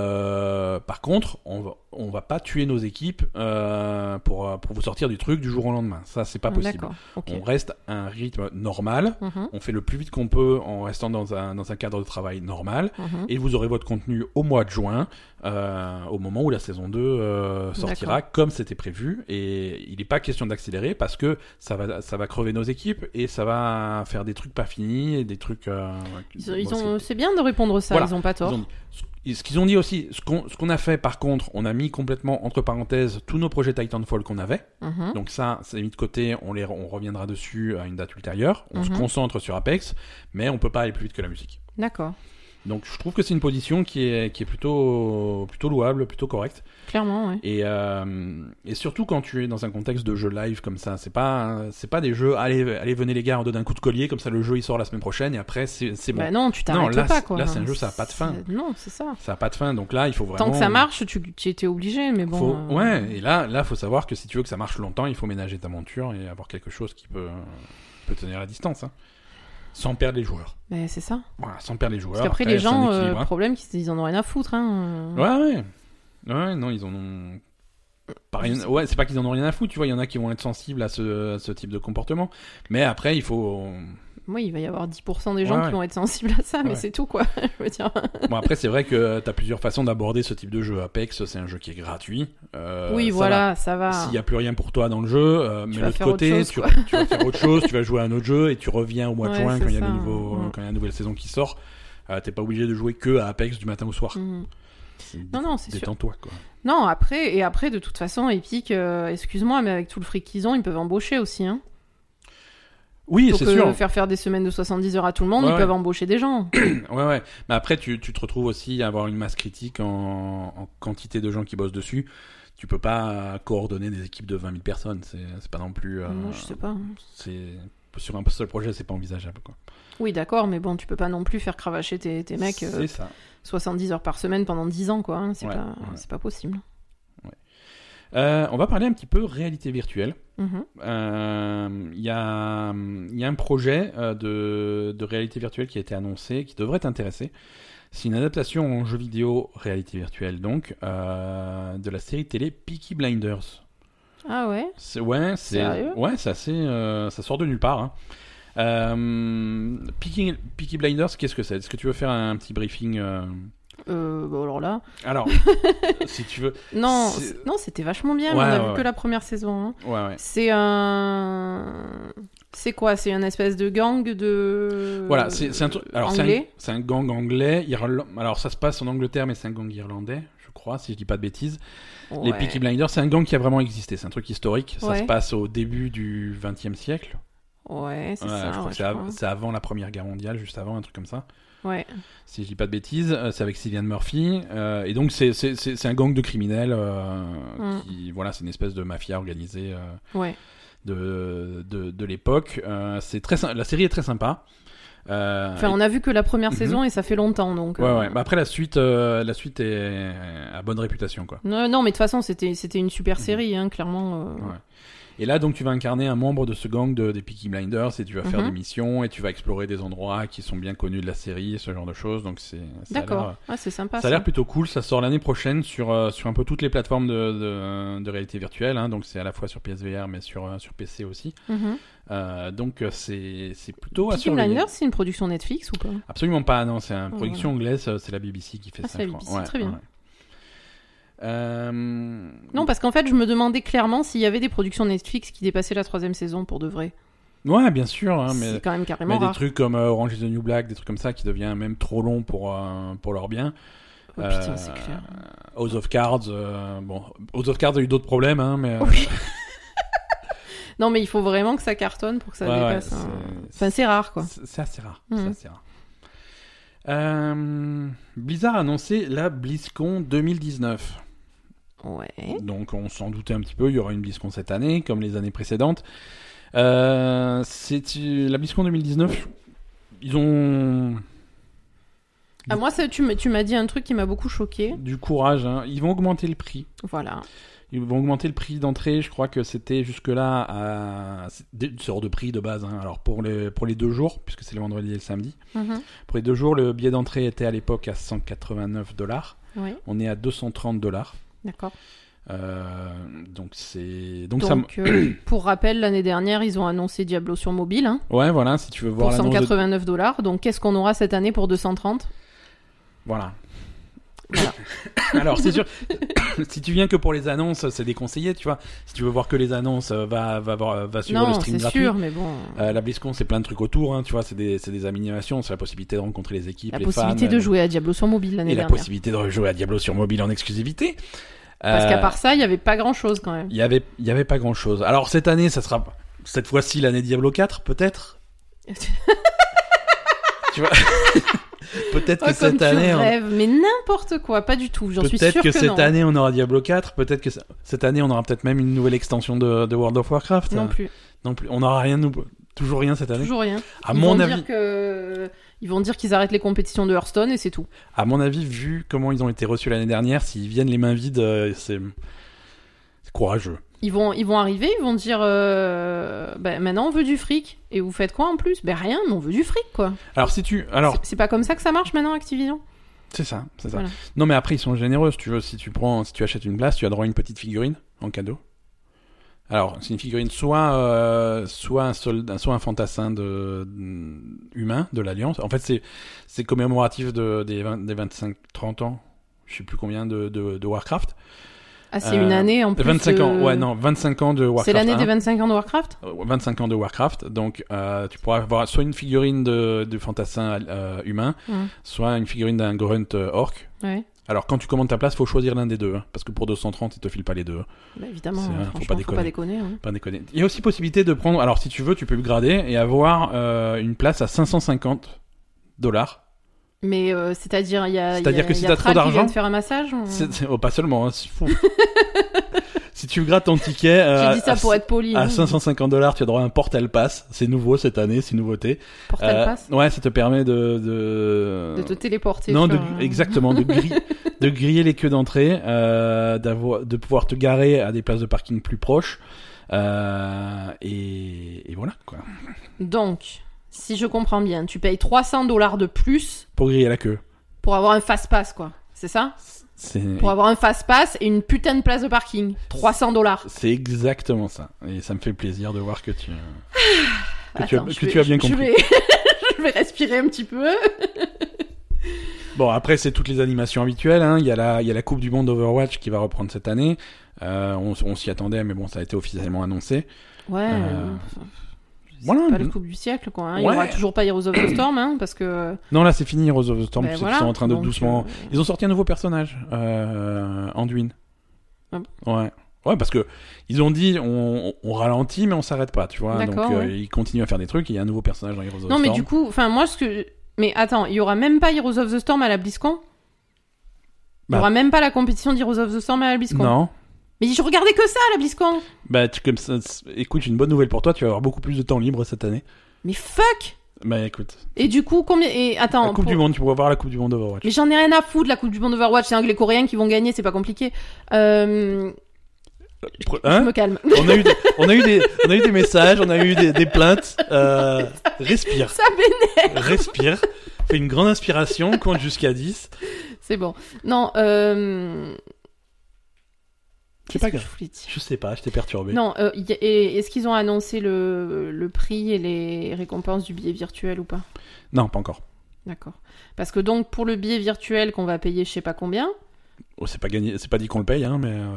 Speaker 1: Euh, par contre, on va on va pas tuer nos équipes euh, pour euh, pour vous sortir du truc du jour au lendemain. Ça c'est pas possible.
Speaker 2: Hmm, Ah, D'accord. Ok.
Speaker 1: On reste à un rythme normal.
Speaker 2: Mhm.
Speaker 1: On fait le plus vite qu'on peut en restant dans un dans un cadre de travail normal
Speaker 2: Mhm.
Speaker 1: et vous aurez votre contenu au mois de juin, euh, au moment où la saison 2 euh, sortira comme c'était prévu. Et il n'est pas question d'accélérer parce que ça va, ça va crever nos équipes et ça va faire des trucs pas finis et des trucs. euh,
Speaker 2: Ils ont-
Speaker 1: bon,
Speaker 2: ils
Speaker 1: c'est-
Speaker 2: ont- c'est bien de répondre ça,
Speaker 1: Voilà.
Speaker 2: ils ont pas
Speaker 1: ils
Speaker 2: tort.
Speaker 1: ont dit. Ce- Ce qu'ils ont dit aussi, ce qu'on ce qu'on a fait par contre, on a mis complètement entre parenthèses tous nos projets Titanfall qu'on avait.
Speaker 2: Mhm.
Speaker 1: Donc ça, c'est mis de côté, on, les, on reviendra dessus à une date ultérieure. On se
Speaker 2: Mhm.
Speaker 1: concentre sur Apex, mais on peut pas aller plus vite que la musique.
Speaker 2: D'accord,
Speaker 1: Donc je trouve que c'est une position qui est, qui est plutôt, plutôt louable, plutôt correcte.
Speaker 2: clairement, ouais.
Speaker 1: Et, euh, et surtout quand tu es dans un contexte de jeu live comme ça, c'est pas, c'est pas des jeux, allez, allez venez les gars, on donne un coup de collier, comme ça le jeu il sort la semaine prochaine et après c'est c'est bon.
Speaker 2: Bah non, tu
Speaker 1: Non,
Speaker 2: t'arrêtes
Speaker 1: là,
Speaker 2: pas
Speaker 1: c'est-
Speaker 2: quoi.
Speaker 1: là, c'est un jeu, ça a pas de fin.
Speaker 2: C'est- Non, c'est ça.
Speaker 1: Ça a pas de fin, donc là il faut vraiment...
Speaker 2: Tant que ça marche, tu tu étais obligé, mais bon.
Speaker 1: faut-
Speaker 2: euh,
Speaker 1: Ouais, et là, là faut savoir que si tu veux que ça marche longtemps, il faut ménager ta monture et avoir quelque chose qui peut, qui peut tenir la distance. hein. Sans perdre les joueurs.
Speaker 2: mais c'est ça.
Speaker 1: Voilà, sans perdre les joueurs.
Speaker 2: Parce qu'après,
Speaker 1: Après,
Speaker 2: les
Speaker 1: c'est un
Speaker 2: gens,
Speaker 1: équilibre,
Speaker 2: euh,
Speaker 1: hein.
Speaker 2: problème, qu'ils- ils en ont rien à foutre. Hein. euh.
Speaker 1: Ouais, ouais. Ouais, non, ils en ont. Pas rien- Ouais, c'est pas qu'ils en ont rien à foutre, tu vois. Il y en a qui vont être sensibles à ce, à ce type de comportement. Mais après, il faut.
Speaker 2: Moi, il va y avoir 10% des gens
Speaker 1: Ouais.
Speaker 2: qui vont être sensibles à ça, mais
Speaker 1: Ouais. Euh,
Speaker 2: c'est tout, quoi. Je veux dire.
Speaker 1: Bon, après, c'est vrai que t'as plusieurs façons d'aborder ce type de jeu. Apex, c'est un jeu qui est gratuit. Euh,
Speaker 2: oui,
Speaker 1: ça
Speaker 2: voilà, ça va.
Speaker 1: va. S'il n'y a plus rien pour toi dans le jeu, euh, mais
Speaker 2: vas
Speaker 1: l'autre
Speaker 2: faire autre
Speaker 1: côté,
Speaker 2: chose,
Speaker 1: tu,
Speaker 2: quoi.
Speaker 1: tu vas faire autre chose, tu vas jouer à un autre jeu et tu reviens au mois de
Speaker 2: Ouais,
Speaker 1: juin
Speaker 2: c'est
Speaker 1: quand il y a
Speaker 2: ça. Mm.
Speaker 1: des nouveaux,
Speaker 2: Ouais.
Speaker 1: quand il y a une nouvelle saison qui sort. Euh, T'es pas obligé de jouer que à Apex du matin au soir.
Speaker 2: Mhm.
Speaker 1: C'est-
Speaker 2: Non, non, c'est sûr.
Speaker 1: Détends-toi, quoi.
Speaker 2: Non, après, et après, de toute façon, Epic, euh, excuse-moi, mais avec tout le fric qu'ils ont, ils peuvent embaucher aussi. Hein.
Speaker 1: Oui,
Speaker 2: Donc,
Speaker 1: c'est
Speaker 2: euh,
Speaker 1: sûr.
Speaker 2: faire faire des semaines de 70 heures à tout le monde,
Speaker 1: Ouais,
Speaker 2: ils
Speaker 1: ouais.
Speaker 2: peuvent embaucher des gens.
Speaker 1: Ouais, ouais. Mais après, tu, tu te retrouves aussi à avoir une masse critique en, en quantité de gens qui bossent dessus. Tu peux pas coordonner des équipes de 20 000 personnes. C'est c'est pas non plus. euh,
Speaker 2: Moi, je sais pas.
Speaker 1: c'est sur un seul projet, c'est pas envisageable, quoi.
Speaker 2: Oui, d'accord, mais bon, tu peux pas non plus faire cravacher tes, tes mecs euh,
Speaker 1: C'est ça.
Speaker 2: 70 heures par semaine pendant 10 ans, quoi. hein. C'est
Speaker 1: Ouais,
Speaker 2: pas,
Speaker 1: ouais.
Speaker 2: c'est pas possible.
Speaker 1: Euh, on va parler un petit peu réalité virtuelle.
Speaker 2: Mhm.
Speaker 1: Euh, Il y, a, il y a un projet euh, de, de réalité virtuelle qui a été annoncé, qui devrait t'intéresser. C'est une adaptation en jeu vidéo, réalité virtuelle donc, euh, de la série télé Peaky Blinders.
Speaker 2: Ah ouais
Speaker 1: C'est- ouais, c'est
Speaker 2: Sérieux
Speaker 1: ouais, c'est assez, euh, ça sort de nulle part. hein. Euh, Peaky, Peaky Blinders, qu'est-ce que c'est Est-ce que tu veux faire un petit briefing euh
Speaker 2: euh, bah, alors là.
Speaker 1: Alors, si tu veux,
Speaker 2: Non,
Speaker 1: C'est-
Speaker 2: c'est- non, c'était vachement bien, mais
Speaker 1: Ouais,
Speaker 2: on a
Speaker 1: ouais,
Speaker 2: vu
Speaker 1: ouais.
Speaker 2: que la première saison. hein.
Speaker 1: ouais, ouais.
Speaker 2: C'est un. C'est quoi C'est une espèce de gang de.
Speaker 1: Voilà, c'est c'est un truc. Alors, c'est un,
Speaker 2: anglais
Speaker 1: c'est un gang anglais. Irla- Alors, ça se passe en Angleterre, mais c'est un gang irlandais, je crois, si je dis pas de bêtises. Les
Speaker 2: Ouais.
Speaker 1: Peaky Blinders, c'est un gang qui a vraiment existé. C'est un truc historique. Ça
Speaker 2: Ouais.
Speaker 1: se passe au début du XXe siècle.
Speaker 2: Ouais, c'est
Speaker 1: Ouais,
Speaker 2: ça.
Speaker 1: je crois
Speaker 2: ouais,
Speaker 1: que
Speaker 2: je
Speaker 1: c'est av-
Speaker 2: crois.
Speaker 1: c'est avant la Première Guerre mondiale, juste avant, un truc comme ça.
Speaker 2: Ouais.
Speaker 1: si je dis pas de bêtises, euh, c'est avec Cillian Murphy. euh, et donc c'est- c'est c'est- c'est un gang de criminels euh,
Speaker 2: Mm.
Speaker 1: qui voilà, c'est une espèce de mafia organisée euh,
Speaker 2: Ouais.
Speaker 1: de de, de l'époque. Euh, c'est très sy- la série est très sympa. Euh,
Speaker 2: Enfin,
Speaker 1: et-
Speaker 2: on a vu que la première
Speaker 1: Mhm.
Speaker 2: saison et ça fait longtemps donc.
Speaker 1: ouais,
Speaker 2: euh,
Speaker 1: ouais. Bah, après la suite, euh, la suite est à bonne réputation quoi.
Speaker 2: Non, non, mais de toute façon, c'était c'était une super série, hein, clairement. euh,
Speaker 1: Ouais. Et là, donc, tu vas incarner un membre de ce gang de, des Peaky Blinders et tu vas faire
Speaker 2: Mhm.
Speaker 1: des missions et tu vas explorer des endroits qui sont bien connus de la série, ce genre de choses. Donc, c'est ça a l'air- euh,
Speaker 2: D'accord. Ah, c'est sympa.
Speaker 1: Ça a l'air plutôt cool, ça sort l'année prochaine sur, euh, sur un peu toutes les plateformes de, de, de réalité virtuelle, hein. donc c'est à la fois sur PSVR mais sur, euh, sur PC aussi.
Speaker 2: Mhm.
Speaker 1: Euh, donc euh, c'est c'est plutôt à
Speaker 2: Peaky
Speaker 1: surveiller.
Speaker 2: Blinders, c'est une production Netflix ou pas
Speaker 1: Absolument pas, non, c'est une production anglaise, euh, c'est la BBC qui fait
Speaker 2: Oh, Ah,
Speaker 1: ça.
Speaker 2: c'est
Speaker 1: je
Speaker 2: la
Speaker 1: crois.
Speaker 2: BBC, très bien.
Speaker 1: Euh,
Speaker 2: Non, parce qu'en fait, je me demandais clairement s'il y avait des productions Netflix qui dépassaient la troisième saison pour de vrai.
Speaker 1: Ouais, bien sûr, hein, mais,
Speaker 2: c'est quand même
Speaker 1: mais
Speaker 2: carrément
Speaker 1: des
Speaker 2: rare.
Speaker 1: trucs comme euh, Orange is the New Black, des trucs comme ça qui devient même trop long pour, euh, pour leur bien.
Speaker 2: Oh, putain,
Speaker 1: Euh,
Speaker 2: c'est clair.
Speaker 1: House of Cards, euh, bon, House of Cards a eu d'autres problèmes, hein, mais...
Speaker 2: Oui. Non, mais il faut vraiment que ça cartonne pour que ça
Speaker 1: euh, Ouais, ouais,
Speaker 2: dépasse. un-
Speaker 1: c'est-
Speaker 2: Enfin, c'est rare quoi.
Speaker 1: C'est c'est assez rare.
Speaker 2: Mhm.
Speaker 1: c'est assez rare. Euh, Blizzard a annoncé la BlizzCon 2019.
Speaker 2: Ouais.
Speaker 1: Donc on s'en doutait un petit peu, il y aura une BlizzCon cette année, comme les années précédentes. Euh, c'est euh, la BlizzCon 2019. Ils ont
Speaker 2: Ah, moi, ça, tu m'as tu m'as dit un truc qui m'a beaucoup choqué.
Speaker 1: du courage. hein. Ils vont augmenter le prix.
Speaker 2: Voilà.
Speaker 1: Ils vont augmenter le prix d'entrée. Je crois que c'était jusque-là à c'est des- c'est hors de prix de base. hein. Alors pour les pour les deux jours, puisque c'est le vendredi et le samedi.
Speaker 2: Mhm.
Speaker 1: Pour les deux jours, le billet d'entrée était à l'époque à 189 dollars.
Speaker 2: Oui,
Speaker 1: On est à 230 dollars. Euh,
Speaker 2: d'accord.
Speaker 1: donc c'est donc, ça m-
Speaker 2: Donc, euh, pour rappel, l'année dernière, ils ont annoncé Diablo sur mobile hein,
Speaker 1: ouais voilà si tu veux voir
Speaker 2: pour
Speaker 1: l'annonce de-
Speaker 2: 189 dollars. Donc, qu'est-ce qu'on aura cette année pour 230
Speaker 1: voilà.
Speaker 2: Voilà.
Speaker 1: Alors c'est sûr si tu viens que pour les annonces c'est déconseillé tu vois si tu veux voir que les annonces euh, va va voir- va suivre le
Speaker 2: Non,
Speaker 1: stream
Speaker 2: c'est
Speaker 1: gratuit.
Speaker 2: sûr, mais bon.
Speaker 1: Euh, la BlizzCon c'est plein de trucs autour hein, tu vois c'est des c'est des animations c'est la possibilité de rencontrer les équipes
Speaker 2: la
Speaker 1: les
Speaker 2: possibilité
Speaker 1: fans,
Speaker 2: de
Speaker 1: euh,
Speaker 2: jouer à Diablo sur mobile l'année
Speaker 1: et la
Speaker 2: dernière.
Speaker 1: possibilité de jouer à Diablo sur mobile en exclusivité.
Speaker 2: Parce
Speaker 1: Euh,
Speaker 2: qu'à part ça, il n'y avait pas grand-chose quand même.
Speaker 1: Il y avait, il y avait pas grand chose. Alors cette année, ça sera cette fois-ci l'année Diablo 4, peut-être. tu vois, peut-être que
Speaker 2: Oh,
Speaker 1: cette
Speaker 2: comme tu
Speaker 1: année, on-
Speaker 2: rêves, mais n'importe quoi, pas du tout. J'en suis
Speaker 1: peut-être
Speaker 2: sûre
Speaker 1: que,
Speaker 2: que,
Speaker 1: cette
Speaker 2: non.
Speaker 1: année on aura Diablo 4, peut-être que ce- cette année on aura peut-être même une nouvelle extension de, de World of Warcraft. hein.
Speaker 2: Non plus,
Speaker 1: Non plus. on n'aura rien, nou- toujours rien cette année.
Speaker 2: toujours rien.
Speaker 1: Ah À
Speaker 2: ils
Speaker 1: mon
Speaker 2: vont
Speaker 1: avis,
Speaker 2: dire que ils vont dire qu'ils arrêtent les compétitions de Hearthstone et c'est tout.
Speaker 1: à mon avis, vu comment ils ont été reçus l'année dernière, s'ils viennent les mains vides, euh, c'est c'est courageux.
Speaker 2: Ils vont, ils vont arriver, ils vont dire euh, bah, maintenant on veut du fric. Et vous faites quoi en plus Ben rien, mais on veut du fric quoi.
Speaker 1: Alors si tu, alors
Speaker 2: C'est- C'est pas comme ça que ça marche maintenant Activision
Speaker 1: C'est ça, c'est ça.
Speaker 2: Voilà.
Speaker 1: Non, mais après, ils sont généreux. Si tu veux, si tu prends, si tu achètes une place, tu as droit à une petite figurine en cadeau. Alors, c'est une figurine soit, euh, soit, un soldat, soit un fantassin de, mm, humain de l'Alliance. En fait, c'est, c'est commémoratif de, des, 20 des 25-30 ans, je sais plus combien, de, de, de Warcraft.
Speaker 2: Ah, c'est une année en plus.
Speaker 1: 25
Speaker 2: de-
Speaker 1: Euh, ans, ouais, non, 25 ans de Warcraft. hein.
Speaker 2: C'est l'année
Speaker 1: 1.
Speaker 2: des 25 ans de Warcraft
Speaker 1: Euh, 25 ans de Warcraft, donc euh, tu pourras avoir soit une figurine de, de fantassin euh, humain,
Speaker 2: Ouais.
Speaker 1: soit une figurine d'un grunt euh, orc.
Speaker 2: Ouais.
Speaker 1: Alors quand tu commandes ta place, faut choisir l'un des deux, hein, parce que pour 230, ils te filent pas les deux. hein.
Speaker 2: Bah, évidemment,
Speaker 1: C'est vrai,
Speaker 2: franchement, faut pas déconner. hein.
Speaker 1: Pas déconner. Il y a aussi possibilité de prendre, alors si tu veux, tu peux grader et avoir euh, une place à 550 dollars.
Speaker 2: Mais euh, c'est-à-dire, il y a.
Speaker 1: C'est-à-dire
Speaker 2: il y a-
Speaker 1: que si
Speaker 2: il y a
Speaker 1: t'as trop
Speaker 2: Tral qui
Speaker 1: d'argent,
Speaker 2: vient te faire un massage on-
Speaker 1: C'est- c'est- oh, pas seulement, hein, c'est fou. si tu grattes ton ticket euh,
Speaker 2: J'ai dit ça
Speaker 1: à,
Speaker 2: pour être poli.
Speaker 1: à
Speaker 2: hein.
Speaker 1: 550 dollars, tu as droit à un portal pass. C'est nouveau cette année, c'est une nouveauté.
Speaker 2: Portal
Speaker 1: Euh,
Speaker 2: pass
Speaker 1: Ouais, ça te permet de... de...
Speaker 2: De te téléporter.
Speaker 1: Non,
Speaker 2: sur
Speaker 1: de-
Speaker 2: un-
Speaker 1: exactement, de, gri- de griller les queues d'entrée, euh, d'avoir, de pouvoir te garer à des places de parking plus proches. euh, et, et voilà, quoi.
Speaker 2: Donc, si je comprends bien, tu payes 300 dollars de plus
Speaker 1: Pour griller la queue.
Speaker 2: pour avoir un fast pass, quoi. C'est ça
Speaker 1: C'est,
Speaker 2: Pour avoir un fast pass et une putain de place de parking. 300 dollars.
Speaker 1: c'est exactement ça. Et ça me fait plaisir de voir que tu, que tu, as,
Speaker 2: Attends, je
Speaker 1: que
Speaker 2: vais-
Speaker 1: tu as bien
Speaker 2: je-
Speaker 1: compris.
Speaker 2: Je vais... je vais respirer un petit peu.
Speaker 1: Bon, après, c'est toutes les animations habituelles. hein. Il, y a la, il y a la Coupe du Monde Overwatch qui va reprendre cette année. Euh, on on s'y attendait, mais bon, ça a été officiellement annoncé.
Speaker 2: Ouais.
Speaker 1: Euh,
Speaker 2: euh, C'est
Speaker 1: voilà.
Speaker 2: pas la coupe du siècle, quoi. hein. Il y
Speaker 1: Ouais.
Speaker 2: aura toujours pas Heroes of the Storm, hein, parce que.
Speaker 1: Non, là, c'est fini, Heroes of the Storm.
Speaker 2: ben
Speaker 1: parce qu'ils
Speaker 2: voilà.
Speaker 1: sont en train de
Speaker 2: Donc,
Speaker 1: doucement.
Speaker 2: euh,
Speaker 1: Ils ont sorti un nouveau personnage, euh, Anduin.
Speaker 2: Ah
Speaker 1: Ouais. Ouais, parce que ils ont dit on, on ralentit mais on s'arrête pas, tu vois. Donc
Speaker 2: D'accord,
Speaker 1: euh,
Speaker 2: ouais.
Speaker 1: ils continuent à faire des trucs. et Il y a un nouveau personnage dans Heroes of the
Speaker 2: Non, mais
Speaker 1: Storm.
Speaker 2: du coup, enfin, moi, ce que. Mais attends, il y aura même pas Heroes of the Storm à la BlizzCon Il y
Speaker 1: Bah.
Speaker 2: aura même pas la compétition d'Heroes of the Storm à la BlizzCon
Speaker 1: non.
Speaker 2: Mais je regardais que ça à la BlizzCon
Speaker 1: Bah tu, comme ça, c'est- écoute, j'ai une bonne nouvelle pour toi. Tu vas avoir beaucoup plus de temps libre cette année.
Speaker 2: Mais fuck
Speaker 1: Bah écoute,
Speaker 2: Et du coup, combien. Et attends.
Speaker 1: la Coupe
Speaker 2: pour-
Speaker 1: du Monde, tu pourras voir la Coupe du Monde Overwatch.
Speaker 2: Mais j'en ai rien à foutre, la Coupe du Monde Overwatch, c'est un que les Coréens qui vont gagner, c'est pas compliqué. Euh, je
Speaker 1: Hein
Speaker 2: me calme.
Speaker 1: on a eu, des, on a eu des, on a eu des messages, on a eu des, des plaintes. Euh, respire,
Speaker 2: Ça m'énerve.
Speaker 1: respire. Fais une grande inspiration, compte jusqu'à 10.
Speaker 2: C'est bon. Non, euh...
Speaker 1: C'est
Speaker 2: qu'est-ce
Speaker 1: pas
Speaker 2: que
Speaker 1: grave.
Speaker 2: je voulais dire
Speaker 1: Je sais pas, je t'ai perturbé.
Speaker 2: Non, euh, y a- et- est-ce qu'ils ont annoncé le, le prix et les récompenses du billet virtuel ou pas
Speaker 1: non pas encore.
Speaker 2: D'accord. Parce que donc pour le billet virtuel qu'on va payer je sais pas combien,
Speaker 1: Oh, c'est pas gagné, c'est pas dit qu'on le paye, hein, mais. euh,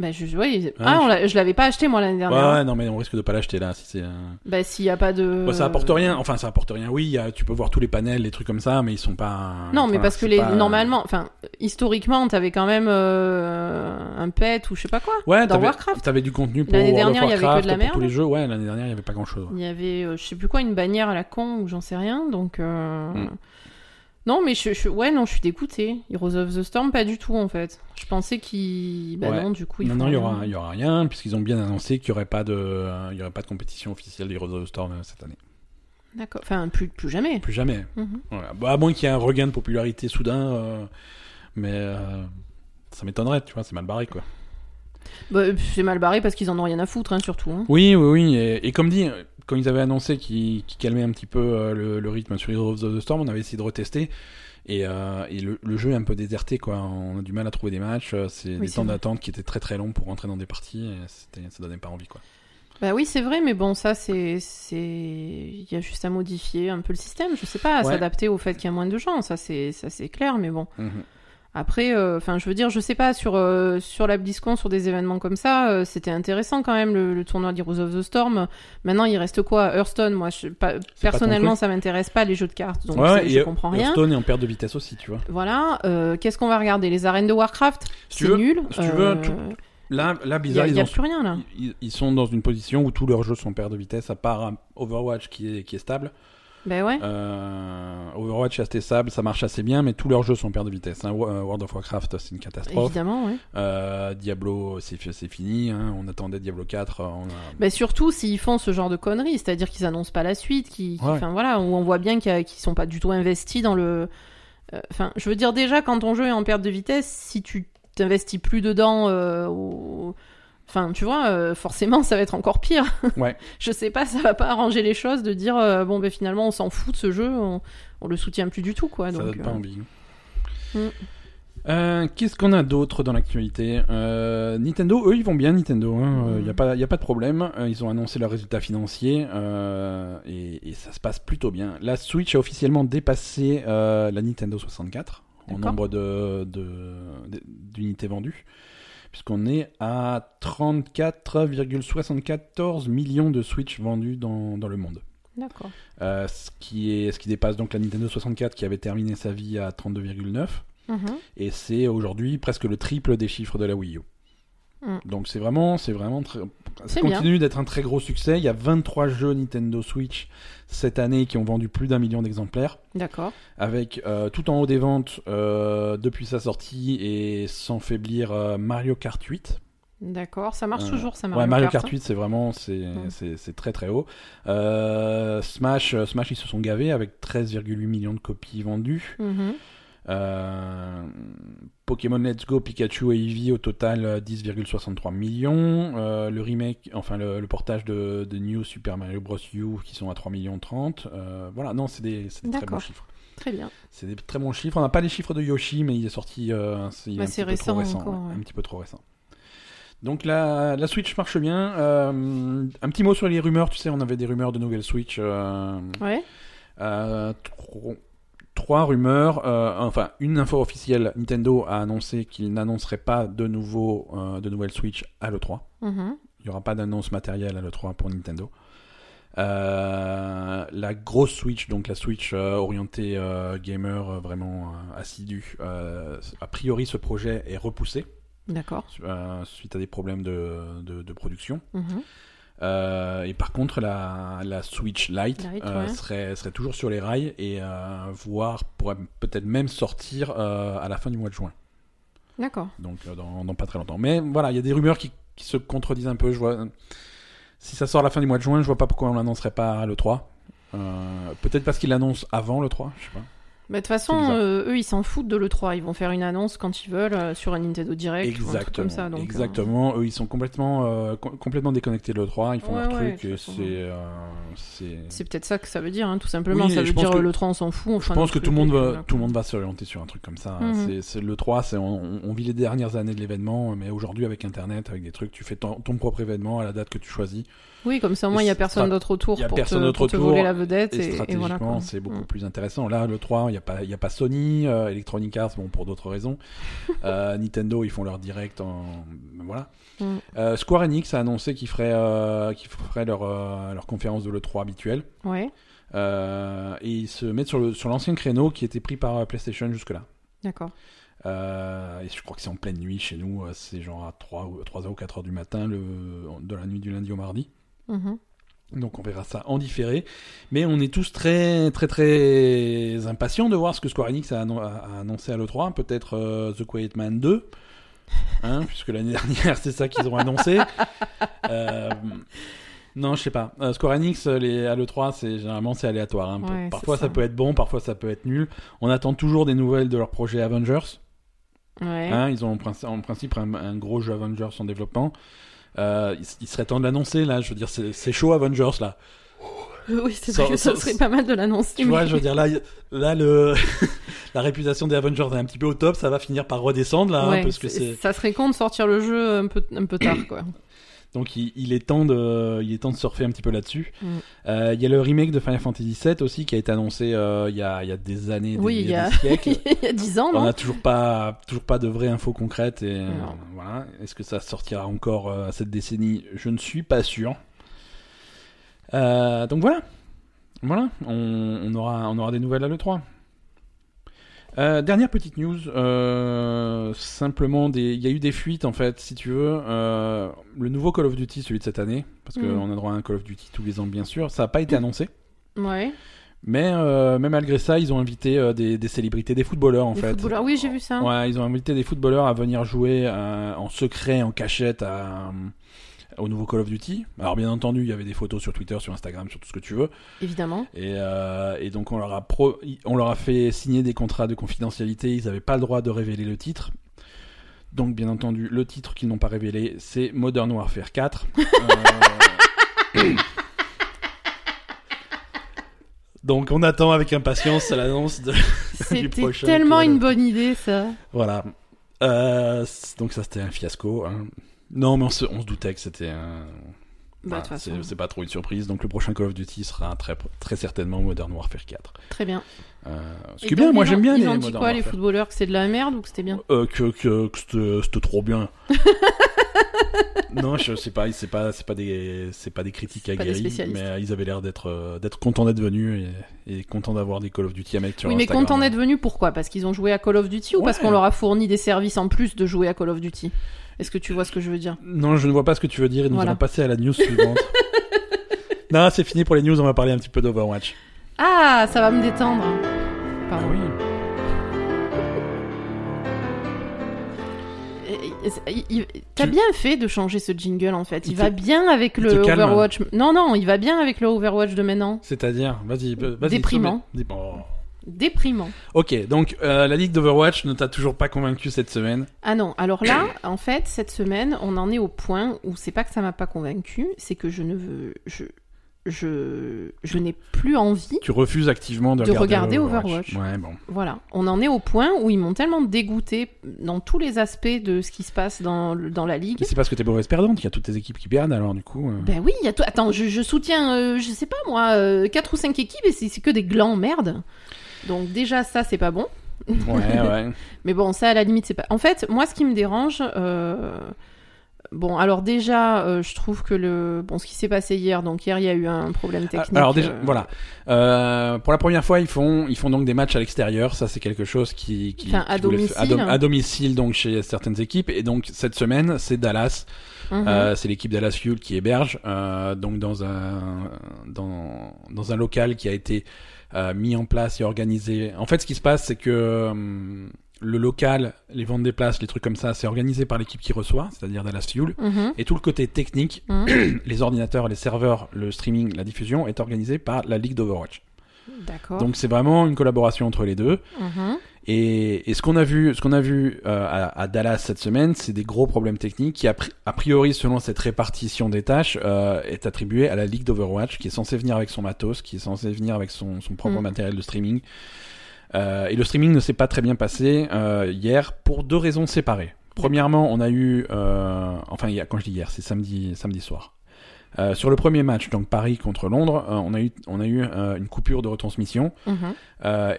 Speaker 2: bah je, ouais,
Speaker 1: Ah,
Speaker 2: ah, on l'a- je l'avais pas acheté moi l'année
Speaker 1: Ouais,
Speaker 2: dernière.
Speaker 1: ouais, non, mais on risque de pas l'acheter là. Si c'est. un-
Speaker 2: Bah s'il y a pas de...
Speaker 1: Bon, ça apporte rien. Enfin, ça apporte rien. Oui, il y a- tu peux voir tous les panels, les trucs comme ça, mais ils sont pas.
Speaker 2: Non,
Speaker 1: enfin,
Speaker 2: mais parce que
Speaker 1: c'est
Speaker 2: les,
Speaker 1: pas-
Speaker 2: normalement, enfin, historiquement, t'avais quand même euh, un pet ou je sais pas quoi.
Speaker 1: Ouais,
Speaker 2: dans
Speaker 1: t'avais-
Speaker 2: Warcraft.
Speaker 1: T'avais du contenu pour
Speaker 2: L'année
Speaker 1: World of
Speaker 2: dernière, il y avait que de
Speaker 1: Warcraft,
Speaker 2: la
Speaker 1: pour
Speaker 2: merde.
Speaker 1: tous les jeux. Ouais, l'année dernière, il y avait pas grand chose.
Speaker 2: Il y avait, euh, je sais plus quoi, une bannière à la con ou j'en sais rien. Donc, euh,
Speaker 1: Mm.
Speaker 2: non, mais je, je- ouais, non, je suis dégoûtée. Heroes of the Storm, pas du tout en fait. Je pensais qu'il, bah
Speaker 1: Ouais.
Speaker 2: non, du coup, il
Speaker 1: Non, non, il y aura, il y aura rien, puisqu'ils ont bien annoncé qu'il y aurait pas de, il y aurait pas de compétition officielle des Heroes of the Storm euh, cette année.
Speaker 2: D'accord. Enfin, plus, plus jamais.
Speaker 1: Plus jamais.
Speaker 2: Mhm.
Speaker 1: Voilà. Bah, à moins qu'il y ait un regain de popularité soudain, euh, mais euh, ça m'étonnerait, tu vois, c'est mal barré quoi.
Speaker 2: Bah, c'est mal barré parce qu'ils en ont rien à foutre, hein, surtout. hein.
Speaker 1: Oui, oui, oui. Et, et comme dit, quand ils avaient annoncé qu'ils qu'ils calmaient un petit peu euh, le, le rythme sur Heroes of the Storm, on avait essayé de retester. Et, euh, et le, le jeu est un peu déserté, quoi. On a du mal à trouver des matchs. euh, C'est des
Speaker 2: c'est
Speaker 1: temps
Speaker 2: vrai.
Speaker 1: d'attente qui étaient très très longs pour rentrer dans des parties. Et c'était- ça donnait pas envie, quoi.
Speaker 2: Bah oui, c'est vrai, mais bon, ça, c'est, c'est, il y a juste à modifier un peu le système. Je sais pas, à
Speaker 1: Ouais.
Speaker 2: s'adapter au fait qu'il y a moins de gens. Ça, c'est, ça, c'est clair, mais bon. Après, euh, enfin, je veux dire, je sais pas sur euh, sur la BlizzCon, sur des événements comme ça, euh, c'était intéressant quand même le, le tournoi d'Heroes of the Storm. Maintenant, il reste quoi Hearthstone, moi, je, pas- personnellement,
Speaker 1: truc.
Speaker 2: ça m'intéresse pas les jeux de cartes, donc
Speaker 1: Ouais,
Speaker 2: c'est-
Speaker 1: et
Speaker 2: je comprends rien.
Speaker 1: Hearthstone est en perte de vitesse aussi, tu vois.
Speaker 2: Voilà. euh, Qu'est-ce qu'on va regarder Les arènes de Warcraft
Speaker 1: Si tu
Speaker 2: C'est
Speaker 1: veux,
Speaker 2: nul.
Speaker 1: si tu veux, tu- là, là
Speaker 2: Il y a,
Speaker 1: bizarre,
Speaker 2: y
Speaker 1: ils,
Speaker 2: a
Speaker 1: ont-
Speaker 2: plus rien là.
Speaker 1: ils- ils sont dans une position où tous leurs jeux sont en perte de vitesse, à part un Overwatch qui est, qui est stable.
Speaker 2: Ben ouais.
Speaker 1: Euh, Overwatch est assez stable, ça marche assez bien, mais tous leurs jeux sont en perte de vitesse. hein. Wo- euh, World of Warcraft, c'est une catastrophe.
Speaker 2: Évidemment, ouais.
Speaker 1: Euh, Diablo, c'est fi- c'est fini. hein. On attendait Diablo 4. euh, On a...
Speaker 2: Ben surtout s'ils font ce genre de conneries, c'est-à-dire qu'ils annoncent pas la suite, qui, qui-
Speaker 1: Ouais.
Speaker 2: enfin voilà, où on voit bien qu'il y a- qu'ils sont pas du tout investis dans le. euh, Enfin, je veux dire déjà quand ton jeu est en perte de vitesse, si tu t'investis plus dedans, euh, au- enfin tu vois, euh, forcément ça va être encore pire.
Speaker 1: Ouais.
Speaker 2: je sais pas, ça va pas arranger les choses de dire euh, bon ben finalement on s'en fout de ce jeu, on, on le soutient plus du tout quoi.
Speaker 1: ça
Speaker 2: donc,
Speaker 1: donne pas
Speaker 2: euh,
Speaker 1: envie.
Speaker 2: Mm.
Speaker 1: Euh, Qu'est-ce qu'on a d'autre dans l'actualité Euh, Nintendo, eux, ils vont bien, Nintendo. Il hein.
Speaker 2: Mm.
Speaker 1: n'y a, pas- y a pas de problème. Euh, Ils ont annoncé leurs résultats financiers euh, et, et ça se passe plutôt bien. La Switch a officiellement dépassé euh, la Nintendo 64 en
Speaker 2: D'accord.
Speaker 1: nombre de- de- d'unités vendues, puisqu'on est à 34,74 millions de Switch vendus dans- dans le monde.
Speaker 2: D'accord.
Speaker 1: Euh, ce, qui est, ce qui dépasse donc la Nintendo 64 qui avait terminé sa vie à 32,9.
Speaker 2: Mhm.
Speaker 1: Et c'est aujourd'hui presque le triple des chiffres de la Wii U.
Speaker 2: Mm.
Speaker 1: Donc c'est vraiment, c'est vraiment, très- ça
Speaker 2: C'est bien.
Speaker 1: continue d'être un très gros succès. Il y a 23 jeux Nintendo Switch cette année qui ont vendu plus d'un million d'exemplaires,
Speaker 2: D'accord.
Speaker 1: avec euh, tout en haut des ventes euh, depuis sa sortie et sans faiblir euh, Mario Kart 8.
Speaker 2: D'accord. Ça marche
Speaker 1: Euh,
Speaker 2: toujours, ça
Speaker 1: Ouais,
Speaker 2: Mario,
Speaker 1: Mario
Speaker 2: Kart.
Speaker 1: Kart 8, c'est vraiment c'est
Speaker 2: Mm.
Speaker 1: c'est- c'est très très haut. Euh, Smash, euh, Smash, ils se sont gavés avec 13,8 millions de copies vendues.
Speaker 2: Mhm.
Speaker 1: Euh, Pokémon Let's Go, Pikachu et Eevee au total euh, 10,63 millions. Euh, le remake, enfin le, le portage de, de New Super Mario Bros. U qui sont à 3 millions 30. Euh, voilà, non, c'est des, c'est des très bons
Speaker 2: D'accord.
Speaker 1: chiffres.
Speaker 2: Très bien.
Speaker 1: C'est des très bons chiffres. On n'a pas les chiffres de Yoshi, mais il est sorti. euh, il est
Speaker 2: Bah,
Speaker 1: un
Speaker 2: c'est
Speaker 1: petit peu trop
Speaker 2: récent
Speaker 1: récent,
Speaker 2: encore,
Speaker 1: ouais,
Speaker 2: ouais.
Speaker 1: Un petit peu trop récent. Donc la, la Switch marche bien. Euh, un petit mot sur les rumeurs. Tu sais, on avait des rumeurs de nouvelles Switch. euh,
Speaker 2: Ouais.
Speaker 1: euh, tro- trois rumeurs. euh, enfin, une info officielle. Nintendo a annoncé qu'il n'annoncerait pas de, nouveau, euh, de nouvelles Switch à l'E3.
Speaker 2: Mhm.
Speaker 1: Il n'y aura pas d'annonce matérielle à l'E3 pour Nintendo. Euh, la grosse Switch, donc la Switch euh, orientée euh, gamer euh, vraiment euh, assidue, euh, a priori ce projet est repoussé
Speaker 2: D'accord.
Speaker 1: euh, suite à des problèmes de, de- de production.
Speaker 2: Mhm.
Speaker 1: Euh, et par contre, la, la Switch Lite
Speaker 2: Lite,
Speaker 1: euh,
Speaker 2: ouais.
Speaker 1: serait, serait toujours sur les rails et euh, voire pourrait peut-être même sortir euh, à la fin du mois de juin,
Speaker 2: D'accord.
Speaker 1: donc euh, dans, dans pas très longtemps. Mais voilà, il y a des rumeurs qui, qui se contredisent un peu. Je vois, euh, si ça sort à la fin du mois de juin, je vois pas pourquoi on l'annoncerait pas à l'E3. Euh, peut-être parce qu'ils l'annoncent avant l'E3, je sais pas.
Speaker 2: Bah, De toute
Speaker 1: C'est
Speaker 2: façon,
Speaker 1: bizarre.
Speaker 2: euh, eux, ils s'en foutent de l'E3. Ils vont faire une annonce quand ils veulent euh, sur un Nintendo Direct ou un truc comme ça. Donc, euh,
Speaker 1: exactement. Eux, ils sont complètement, euh, com- complètement déconnectés de l'E3. Ils font
Speaker 2: Ouais,
Speaker 1: leur
Speaker 2: ouais,
Speaker 1: truc et
Speaker 2: de toute
Speaker 1: c'est,
Speaker 2: façon.
Speaker 1: euh, c'est-
Speaker 2: C'est peut-être ça que ça veut dire, hein, tout simplement.
Speaker 1: Oui,
Speaker 2: ça
Speaker 1: et je
Speaker 2: veut
Speaker 1: pense
Speaker 2: dire
Speaker 1: que-
Speaker 2: euh, le 3, on s'en fout. on
Speaker 1: Je
Speaker 2: fera
Speaker 1: pense que tout
Speaker 2: notre
Speaker 1: le,
Speaker 2: truc, euh,
Speaker 1: monde
Speaker 2: et
Speaker 1: va,
Speaker 2: puis
Speaker 1: tout le monde va s'orienter sur un truc comme ça.
Speaker 2: Mhm.
Speaker 1: C'est- C'est le 3, c'est on, on vit les dernières années de l'événement, mais aujourd'hui avec Internet, avec des trucs, tu fais ton, ton propre événement à la date que tu choisis.
Speaker 2: voilà. Oui, comme ça, au
Speaker 1: Et
Speaker 2: moins, il n'y a
Speaker 1: c'est
Speaker 2: personne
Speaker 1: strat-
Speaker 2: d'autre autour
Speaker 1: y a
Speaker 2: pour,
Speaker 1: personne
Speaker 2: te,
Speaker 1: d'autre
Speaker 2: pour te
Speaker 1: autour,
Speaker 2: voler la vedette.
Speaker 1: Et,
Speaker 2: Et, et
Speaker 1: stratégiquement,
Speaker 2: voilà. quoi.
Speaker 1: c'est beaucoup
Speaker 2: Mm.
Speaker 1: plus intéressant. Là, le 3, il n'y a, pas- y a pas Sony, euh, Electronic Arts, bon pour d'autres raisons. Euh, Nintendo, ils font leur direct en voilà.
Speaker 2: Mm.
Speaker 1: Euh, Square Enix a annoncé qu'ils feraient, euh, qu'ils feraient leur, euh, leur conférence de le 3 habituelle.
Speaker 2: Mm. Ouais,
Speaker 1: Euh, et ils se mettent sur le- sur l'ancien créneau qui était pris par euh, PlayStation jusque-là.
Speaker 2: d'accord.
Speaker 1: Euh, et je crois que c'est en pleine nuit chez nous, euh, c'est genre à 3, ou- 3h ou 4h du matin, le, de la nuit du lundi au mardi.
Speaker 2: Mhm.
Speaker 1: Donc on verra ça en différé. Mais on est tous très très très impatients de voir ce que Square Enix a, annon- a- a annoncé à l'E3, peut-être euh, The Quiet Man 2. Hein, puisque l'année dernière c'est ça qu'ils ont annoncé. Euh, non, je sais pas. Euh, Square Enix, euh, les, à l'E3, c'est, généralement c'est aléatoire. hein.
Speaker 2: Ouais,
Speaker 1: parfois
Speaker 2: c'est
Speaker 1: ça
Speaker 2: ça.
Speaker 1: peut être bon, parfois ça peut être nul. On attend toujours des nouvelles de leur projet Avengers.
Speaker 2: Ouais.
Speaker 1: Hein, ils ont en principe, en principe un, un gros jeu Avengers en développement. Euh, il, s- il serait temps de l'annoncer là. Je veux dire, c'est c'est chaud Avengers là.
Speaker 2: Oui, c'est
Speaker 1: Sans-
Speaker 2: vrai que ça
Speaker 1: sans-
Speaker 2: serait pas mal de l'annoncer.
Speaker 1: Tu vois,
Speaker 2: mais-
Speaker 1: je veux dire là, il- là le la réputation des Avengers est un petit peu au top. Ça va finir par redescendre là, hein,
Speaker 2: Ouais,
Speaker 1: parce que c'est.
Speaker 2: c'est- ça serait con de sortir le jeu un peu, un peu tard, quoi.
Speaker 1: Donc il, il est temps de il est temps de surfer un petit peu là-dessus.
Speaker 2: Mm.
Speaker 1: Euh, Il y a le remake de Final Fantasy VII aussi qui a été annoncé euh, il y a il y a des années, des,
Speaker 2: Oui, il y a-
Speaker 1: des siècles.
Speaker 2: Il y a 10 ans,
Speaker 1: On
Speaker 2: non
Speaker 1: n'a toujours pas, toujours pas de vraies infos concrètes. Et, euh,
Speaker 2: Non.
Speaker 1: voilà. Est-ce que ça sortira encore euh, cette décennie Je ne suis pas sûr. Euh, donc voilà. Voilà. On, on aura, on aura des nouvelles à l'E3. Euh, dernière petite news, euh, simplement, des- il y a eu des fuites en fait, si tu veux. Euh, le nouveau Call of Duty, celui de cette année, parce
Speaker 2: Mhm.
Speaker 1: qu'on a droit à un Call of Duty tous les ans, bien sûr, ça n'a pas
Speaker 2: Mm.
Speaker 1: été annoncé.
Speaker 2: Ouais.
Speaker 1: Mais, euh, mais malgré ça, ils ont invité euh, des, des célébrités, des footballeurs en
Speaker 2: Des
Speaker 1: fait.
Speaker 2: footballeurs. Oui, j'ai vu ça.
Speaker 1: Ouais, ils ont invité des footballeurs à venir jouer euh, en secret, en cachette, à, euh, au nouveau Call of Duty. Alors bien entendu, il y avait des photos sur Twitter, sur Instagram, sur tout ce que tu veux.
Speaker 2: Évidemment.
Speaker 1: Et, euh, et donc on leur, a pro- on leur a fait signer des contrats de confidentialité. Ils n'avaient pas le droit de révéler le titre. Donc bien entendu, le titre qu'ils n'ont pas révélé, c'est Modern Warfare 4. Euh, Donc on attend avec impatience l'annonce de... du
Speaker 2: C'était
Speaker 1: prochain
Speaker 2: tellement
Speaker 1: Call of-
Speaker 2: une bonne idée, ça.
Speaker 1: Voilà. Euh, c- donc ça c'était un fiasco. hein. Non mais on se, on se doutait que c'était un...
Speaker 2: Bah, de
Speaker 1: voilà,
Speaker 2: toute façon.
Speaker 1: c'est- c'est pas trop une surprise. Donc le prochain Call of Duty sera très, très certainement Modern Warfare 4.
Speaker 2: Très bien.
Speaker 1: Euh, ce
Speaker 2: Et
Speaker 1: qui est
Speaker 2: donc,
Speaker 1: bien, moi
Speaker 2: ils
Speaker 1: j'aime
Speaker 2: ont-
Speaker 1: bien
Speaker 2: Ils
Speaker 1: les
Speaker 2: ont
Speaker 1: Modern
Speaker 2: dit quoi, les
Speaker 1: Warfare.
Speaker 2: footballeurs Que c'est de la merde ou que c'était bien
Speaker 1: Euh, que que, que c'était- c'était trop bien. non, je sais pas, c'est pas c'est pas des c'est pas des critiques
Speaker 2: C'est pas des
Speaker 1: aguerries,
Speaker 2: spécialistes.
Speaker 1: mais euh, ils avaient l'air d'être euh, d'être contents d'être venus et, et contents d'avoir des Call of Duty à mettre sur
Speaker 2: Oui, mais
Speaker 1: Instagram.
Speaker 2: content d'être venus, pourquoi Parce qu'ils ont joué à Call of Duty ou parce
Speaker 1: Ouais.
Speaker 2: qu'on leur a fourni des services en plus de jouer à Call of Duty Est-ce que tu vois ce que je veux dire
Speaker 1: Non, je ne vois pas ce que tu veux dire et nous
Speaker 2: Voilà.
Speaker 1: allons passer à la news suivante. non, c'est fini pour les news, on va parler un petit peu d'Overwatch.
Speaker 2: Ah, ça va me détendre. Pardon.
Speaker 1: Ah
Speaker 2: Et- et- et- il- T'as
Speaker 1: Tu-
Speaker 2: bien fait de changer ce jingle en fait. Il,
Speaker 1: Il te-
Speaker 2: va bien avec
Speaker 1: il
Speaker 2: le
Speaker 1: te calme.
Speaker 2: Overwatch. Non, non, il va bien avec le Overwatch de maintenant.
Speaker 1: C'est-à-dire, vas-y, euh, vas-y.
Speaker 2: Déprimant.
Speaker 1: soumets- Dép- oh.
Speaker 2: Déprimant.
Speaker 1: Ok, donc euh, la ligue d'Overwatch ne t'a toujours pas convaincu cette semaine.
Speaker 2: Ah non, alors là, en fait, cette semaine, on en est au point où c'est pas que ça m'a pas convaincu, c'est que je ne veux. Je, je, je n'ai plus envie.
Speaker 1: Tu refuses activement de,
Speaker 2: De regarder Overwatch.
Speaker 1: Ouais, bon.
Speaker 2: Voilà, on en est au point où ils m'ont tellement dégoûté dans tous les aspects de ce qui se passe dans, le- dans la ligue.
Speaker 1: Mais c'est parce que t'es mauvaise perdante, il y a toutes tes équipes qui perdent, alors du coup. euh,
Speaker 2: Ben oui, il y a tout. Attends, je, je soutiens, euh, je sais pas moi, 4 ou 5 équipes et c'est c'est que des glands, merde. Donc déjà, ça, c'est pas bon.
Speaker 1: Ouais, ouais.
Speaker 2: Mais bon, ça, à la limite, c'est pas. En fait, moi, ce qui me dérange. euh, Bon, alors déjà, euh, je trouve que le. Bon, ce qui s'est passé hier, donc hier, il y a eu un problème technique.
Speaker 1: Ah, Alors déjà,
Speaker 2: euh,
Speaker 1: voilà. Euh, pour la première fois, ils font, ils font donc des matchs à l'extérieur. Ça, c'est quelque chose qui, qui,
Speaker 2: Enfin, à
Speaker 1: qui voulait- à, dom-
Speaker 2: domicile.
Speaker 1: à domicile donc chez certaines équipes. Et donc cette semaine, c'est Dallas.
Speaker 2: mhm.
Speaker 1: Euh, c'est l'équipe Dallas Fuel qui héberge euh, donc dans un dans, dans un local qui a été euh, mis en place et organisé. En fait, ce qui se passe, c'est que hum, le local, les ventes des places, les trucs comme ça, c'est organisé par l'équipe qui reçoit, c'est-à-dire Dallas Fuel.
Speaker 2: Mhm.
Speaker 1: Et tout le côté technique, les ordinateurs, les serveurs, le streaming, la diffusion est organisé par la Ligue d'Overwatch.
Speaker 2: D'accord.
Speaker 1: Donc c'est vraiment une collaboration entre les deux.
Speaker 2: Mhm.
Speaker 1: Et, et ce qu'on a vu, ce qu'on a vu euh, à, à Dallas cette semaine, c'est des gros problèmes techniques qui, a, pri- a priori, selon cette répartition des tâches, euh, est attribuée à la Ligue d'Overwatch, qui est censée venir avec son matos, qui est censée venir avec son, son propre
Speaker 2: Mm.
Speaker 1: matériel de streaming. Euh, et le streaming ne s'est pas très bien passé euh, hier pour deux raisons séparées. Premièrement, on a eu, euh, enfin, il y a- quand je dis hier, c'est samedi, samedi soir. Euh, sur le premier match, donc Paris contre Londres, euh, on a eu, on a eu euh, une coupure de retransmission
Speaker 2: Mhm.
Speaker 1: euh,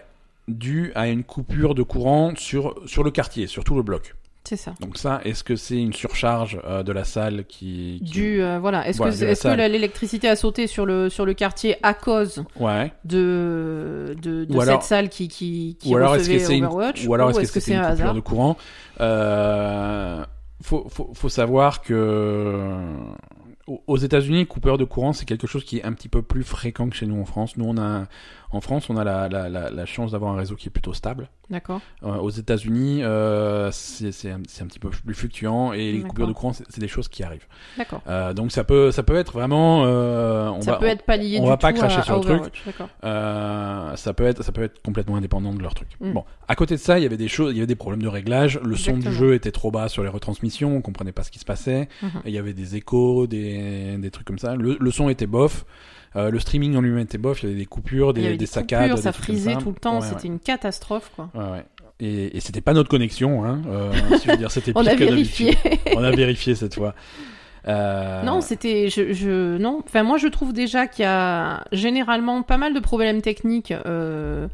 Speaker 1: dû à une coupure de courant sur, sur le quartier, sur tout le bloc.
Speaker 2: C'est ça.
Speaker 1: Donc ça, est-ce que c'est une surcharge euh, de la salle qui... qui-
Speaker 2: Du, euh, voilà. Est-ce
Speaker 1: Voilà, de
Speaker 2: que,
Speaker 1: la
Speaker 2: est-ce que
Speaker 1: salle.
Speaker 2: la- l'électricité a sauté sur le, sur le quartier à cause
Speaker 1: Ouais.
Speaker 2: de, de, de
Speaker 1: Ou
Speaker 2: cette
Speaker 1: alors-
Speaker 2: salle qui, qui, qui
Speaker 1: Ou alors est-ce
Speaker 2: recevait
Speaker 1: que c'est une...
Speaker 2: Overwatch
Speaker 1: Ou alors est-ce que
Speaker 2: c'est
Speaker 1: c'était une
Speaker 2: un
Speaker 1: coupure
Speaker 2: hasard
Speaker 1: de courant euh... faut, faut, faut savoir que... Aux aux États-Unis, coupure de courant, c'est quelque chose qui est un petit peu plus fréquent que chez nous en France. Nous, on a, en France, on a la, la, la, la chance d'avoir un réseau qui est plutôt stable.
Speaker 2: D'accord.
Speaker 1: Euh, aux États-Unis, euh, c'est c'est un, c'est un petit peu plus fluctuant et les
Speaker 2: D'accord.
Speaker 1: coupures de courant, c'est c'est des choses qui arrivent.
Speaker 2: D'accord.
Speaker 1: Euh, donc ça peut, ça peut être vraiment, euh, on
Speaker 2: Ça
Speaker 1: va-
Speaker 2: peut être pallié
Speaker 1: on
Speaker 2: du
Speaker 1: va pas
Speaker 2: tout
Speaker 1: cracher
Speaker 2: à-
Speaker 1: sur
Speaker 2: à
Speaker 1: le truc.
Speaker 2: Overwatch, D'accord.
Speaker 1: euh, ça peut être, ça peut être complètement indépendant de leur truc.
Speaker 2: Mm.
Speaker 1: Bon, à côté de ça, il y avait des choses, il y avait des problèmes de réglage. Le son
Speaker 2: Exactement.
Speaker 1: du jeu était trop bas sur les retransmissions, on comprenait pas ce qui se passait.
Speaker 2: Mhm.
Speaker 1: Il y avait des échos, des, des trucs comme ça. Le, le son était bof. Euh, le streaming en lui-même était bof. Il y avait des coupures,
Speaker 2: Il y
Speaker 1: des,
Speaker 2: avait
Speaker 1: des
Speaker 2: des
Speaker 1: saccades,
Speaker 2: coupures,
Speaker 1: des
Speaker 2: ça
Speaker 1: trucs comme
Speaker 2: frisait
Speaker 1: ça.
Speaker 2: tout le temps,
Speaker 1: Ouais, ouais.
Speaker 2: c'était une catastrophe quoi.
Speaker 1: Ouais, ouais. Et, et c'était pas notre connexion, hein. Euh, si je veux dire, c'était
Speaker 2: On
Speaker 1: pire
Speaker 2: a
Speaker 1: que
Speaker 2: vérifié.
Speaker 1: d'habitude. On a vérifié cette fois. Euh,
Speaker 2: Non, c'était je, je non, enfin moi je trouve déjà qu'il y a généralement pas mal de problèmes techniques euh,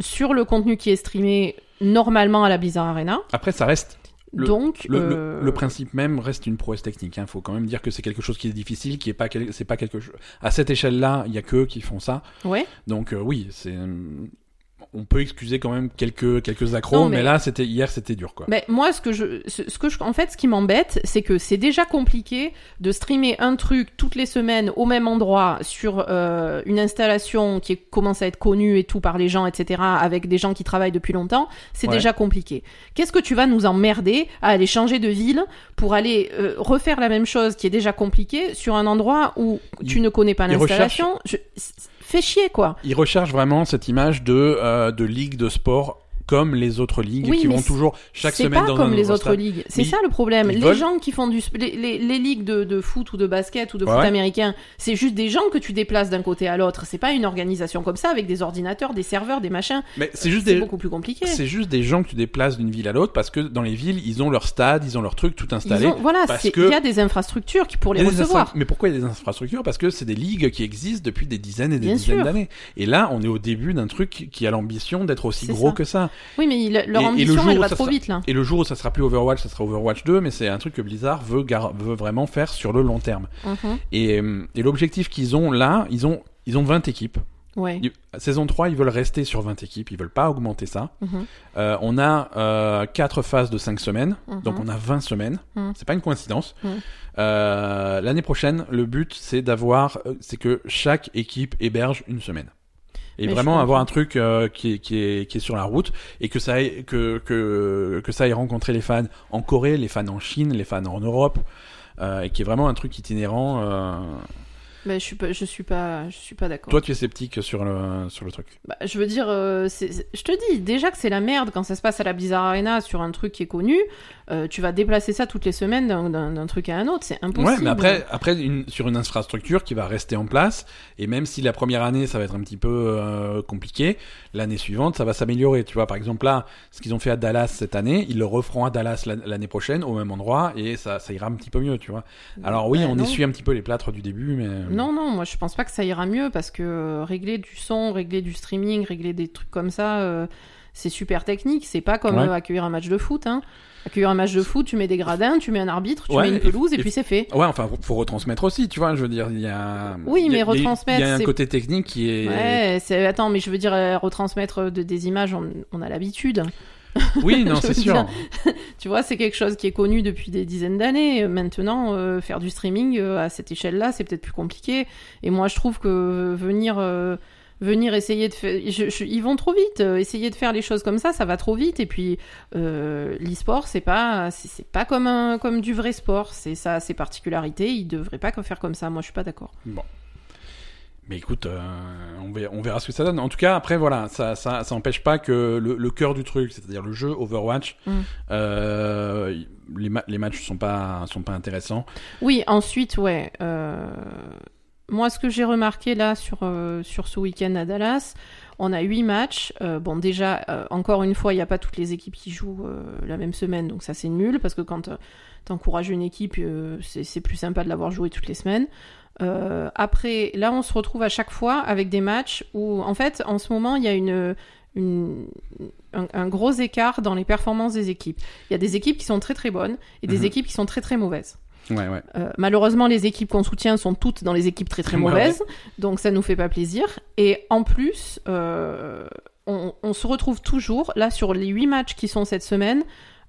Speaker 2: sur le contenu qui est streamé normalement à la Blizzard Arena.
Speaker 1: Après, ça reste Le-
Speaker 2: Donc
Speaker 1: le, le-
Speaker 2: euh,
Speaker 1: le principe même reste une prouesse technique. Il faut quand même dire que c'est quelque chose qui est difficile, qui est pas quel- c'est pas quelque chose. À cette échelle-là, il y a que eux qui font ça.
Speaker 2: Ouais.
Speaker 1: Donc euh, oui, c'est on peut excuser quand même quelques quelques accros,
Speaker 2: Non,
Speaker 1: mais...
Speaker 2: mais-
Speaker 1: là c'était hier c'était dur quoi.
Speaker 2: Mais moi, ce que je, ce, ce que je, en fait, ce qui m'embête, c'est que c'est déjà compliqué de streamer un truc toutes les semaines au même endroit sur euh, une installation qui est- commence à être connue et tout par les gens, etc., avec des gens qui travaillent depuis longtemps. C'est
Speaker 1: Ouais.
Speaker 2: déjà compliqué. Qu'est-ce que tu vas nous emmerder à aller changer de ville pour aller euh, refaire la même chose qui est déjà compliquée sur un endroit où tu
Speaker 1: Ils-
Speaker 2: ne connais pas
Speaker 1: ils
Speaker 2: l'installation Je- c- Fais chier, quoi.
Speaker 1: Ils recherchent vraiment cette image de euh, de ligue de sport comme les autres ligues
Speaker 2: Oui,
Speaker 1: qui
Speaker 2: mais
Speaker 1: vont
Speaker 2: c'est-
Speaker 1: toujours chaque
Speaker 2: C'est
Speaker 1: semaine
Speaker 2: pas
Speaker 1: dans un
Speaker 2: comme les
Speaker 1: nouveau
Speaker 2: autres
Speaker 1: stade.
Speaker 2: ligues.
Speaker 1: Mais
Speaker 2: C'est ça le problème.
Speaker 1: ils
Speaker 2: Les
Speaker 1: veulent-
Speaker 2: gens qui font du. sp- Les, les- les ligues de, de foot ou de basket ou de
Speaker 1: Ouais.
Speaker 2: foot américain, c'est juste des gens que tu déplaces d'un côté à l'autre. C'est pas une organisation comme ça avec des ordinateurs, des serveurs, des machins.
Speaker 1: Mais c'est juste
Speaker 2: C'est
Speaker 1: des
Speaker 2: beaucoup plus compliqué.
Speaker 1: c'est juste des gens que tu déplaces d'une ville à l'autre parce que dans les villes, ils ont leur stade, ils ont leur truc tout
Speaker 2: Ils
Speaker 1: installé.
Speaker 2: ont- voilà,
Speaker 1: parce
Speaker 2: c'est- il
Speaker 1: que-
Speaker 2: y a des infrastructures qui pour
Speaker 1: Il
Speaker 2: les
Speaker 1: y a des
Speaker 2: recevoir.
Speaker 1: infra- Mais pourquoi il y a des infrastructures Parce que c'est des ligues qui existent depuis des dizaines et des
Speaker 2: Bien
Speaker 1: dizaines
Speaker 2: sûr.
Speaker 1: d'années. Et là, on est au début d'un truc qui a l'ambition d'être aussi
Speaker 2: C'est
Speaker 1: gros
Speaker 2: ça.
Speaker 1: que ça.
Speaker 2: Oui, mais il- leur
Speaker 1: Et- et le
Speaker 2: ambition,
Speaker 1: jour
Speaker 2: elle
Speaker 1: où
Speaker 2: va
Speaker 1: ça
Speaker 2: trop
Speaker 1: sera-
Speaker 2: vite là.
Speaker 1: Et le jour où ça sera plus Overwatch, ça sera Overwatch 2, mais c'est un truc que Blizzard veut, gar- veut vraiment faire sur le long terme.
Speaker 2: Mhm.
Speaker 1: Et, euh, et l'objectif qu'ils ont là, ils ont, ils ont 20 équipes.
Speaker 2: Ouais.
Speaker 1: Ils- saison 3, ils veulent rester sur 20 équipes, ils veulent pas augmenter ça.
Speaker 2: Mhm.
Speaker 1: Euh, on a euh, 4 phases de 5 semaines,
Speaker 2: Mhm.
Speaker 1: donc on a 20 semaines.
Speaker 2: Mhm.
Speaker 1: C'est pas une coïncidence.
Speaker 2: Mhm.
Speaker 1: Euh, L'année prochaine, le but c'est d'avoir, euh, c'est que chaque équipe héberge une semaine. Et
Speaker 2: Mais je
Speaker 1: vraiment
Speaker 2: comprends.
Speaker 1: avoir un truc euh, qui, est, qui, est, qui est sur la route et que ça aille, que, que, que ça aille rencontrer les fans en Corée, les fans en Chine, les fans en Europe, euh, et qui est vraiment un truc itinérant. euh.
Speaker 2: Mais Ben, je suis pas, je suis pas, je suis pas d'accord.
Speaker 1: Toi, tu es sceptique sur le, sur le truc.
Speaker 2: Bah, je veux dire, euh, c'est- c'est- je te dis déjà que c'est la merde quand ça se passe à la Blizzard Arena sur un truc qui est connu. euh, tu vas déplacer ça toutes les semaines d'un- d'un d'un truc à un autre, c'est impossible.
Speaker 1: Ouais, mais après, après une, sur une infrastructure qui va rester en place, et même si la première année ça va être un petit peu euh, compliqué, l'année suivante ça va s'améliorer. Tu vois, par exemple là, ce qu'ils ont fait à Dallas cette année, ils le referont à Dallas l'an- l'année prochaine au même endroit, et ça, ça ira un petit peu mieux, tu vois. Alors oui,
Speaker 2: Bah,
Speaker 1: on
Speaker 2: non.
Speaker 1: essuie un petit peu les plâtres du début, mais euh,
Speaker 2: Non, non, moi je pense pas que ça ira mieux parce que euh, régler du son, régler du streaming, régler des trucs comme ça, euh, c'est super technique. C'est pas comme
Speaker 1: Ouais.
Speaker 2: euh, accueillir un match de foot. Hein. Accueillir un match de foot, tu mets des gradins, tu mets un arbitre, tu
Speaker 1: Ouais,
Speaker 2: mets
Speaker 1: et-
Speaker 2: une pelouse et,
Speaker 1: et-
Speaker 2: puis c'est fait.
Speaker 1: Ouais, enfin, faut- faut retransmettre aussi, tu vois. Je veux dire, il y a.
Speaker 2: Oui,
Speaker 1: il y a-
Speaker 2: mais
Speaker 1: il y a-
Speaker 2: retransmettre,
Speaker 1: Il y a un
Speaker 2: c'est-
Speaker 1: côté technique qui est.
Speaker 2: Ouais, c'est- attends, mais je veux dire, euh, retransmettre de- des images, on, on a l'habitude.
Speaker 1: Oui, non,
Speaker 2: Je
Speaker 1: c'est
Speaker 2: veux
Speaker 1: sûr.
Speaker 2: dire. Tu vois, c'est quelque chose qui est connu depuis des dizaines d'années. Euh, Maintenant, euh, faire du streaming euh, à cette échelle-là, c'est peut-être plus compliqué. Et moi, je trouve que venir, euh, venir essayer de faire. je- je- ils vont trop vite. Euh, Essayer de faire les choses comme ça, ça va trop vite. Et puis, euh, l'e-sport, c'est pas, c'est c'est pas comme, un, comme du vrai sport. C'est ça, ses particularités. Ils devraient pas faire comme ça. Moi, je suis pas d'accord.
Speaker 1: Mais écoute, euh, on, verra, on verra ce que ça donne. En tout cas, après, voilà, ça ça, ça empêche pas que le, le cœur du truc, c'est-à-dire le jeu Overwatch,
Speaker 2: Mm.
Speaker 1: euh, y- les, ma- les matchs sont pas, sont pas intéressants.
Speaker 2: Oui, ensuite, ouais. euh, Moi, ce que j'ai remarqué là sur, euh, sur ce week-end à Dallas, on a huit matchs. Euh, bon, déjà, euh, encore une fois, il n'y a pas toutes les équipes qui jouent euh, la même semaine, donc ça c'est nul, parce que quand euh, t'encourages une équipe, euh, c'est c'est plus sympa de l'avoir joué toutes les semaines. Euh, après, là, on se retrouve à chaque fois avec des matchs où, en fait, en ce moment, il y a une, une- un, un gros écart dans les performances des équipes. Il y a des équipes qui sont très très bonnes et des
Speaker 1: Mhm.
Speaker 2: équipes qui sont très très mauvaises.
Speaker 1: Ouais, ouais.
Speaker 2: Euh, malheureusement, les équipes qu'on soutient sont toutes dans les équipes très très
Speaker 1: Ouais.
Speaker 2: mauvaises, donc ça nous fait pas plaisir. Et en plus, euh, on, on se retrouve toujours là sur les huit matchs qui sont cette semaine.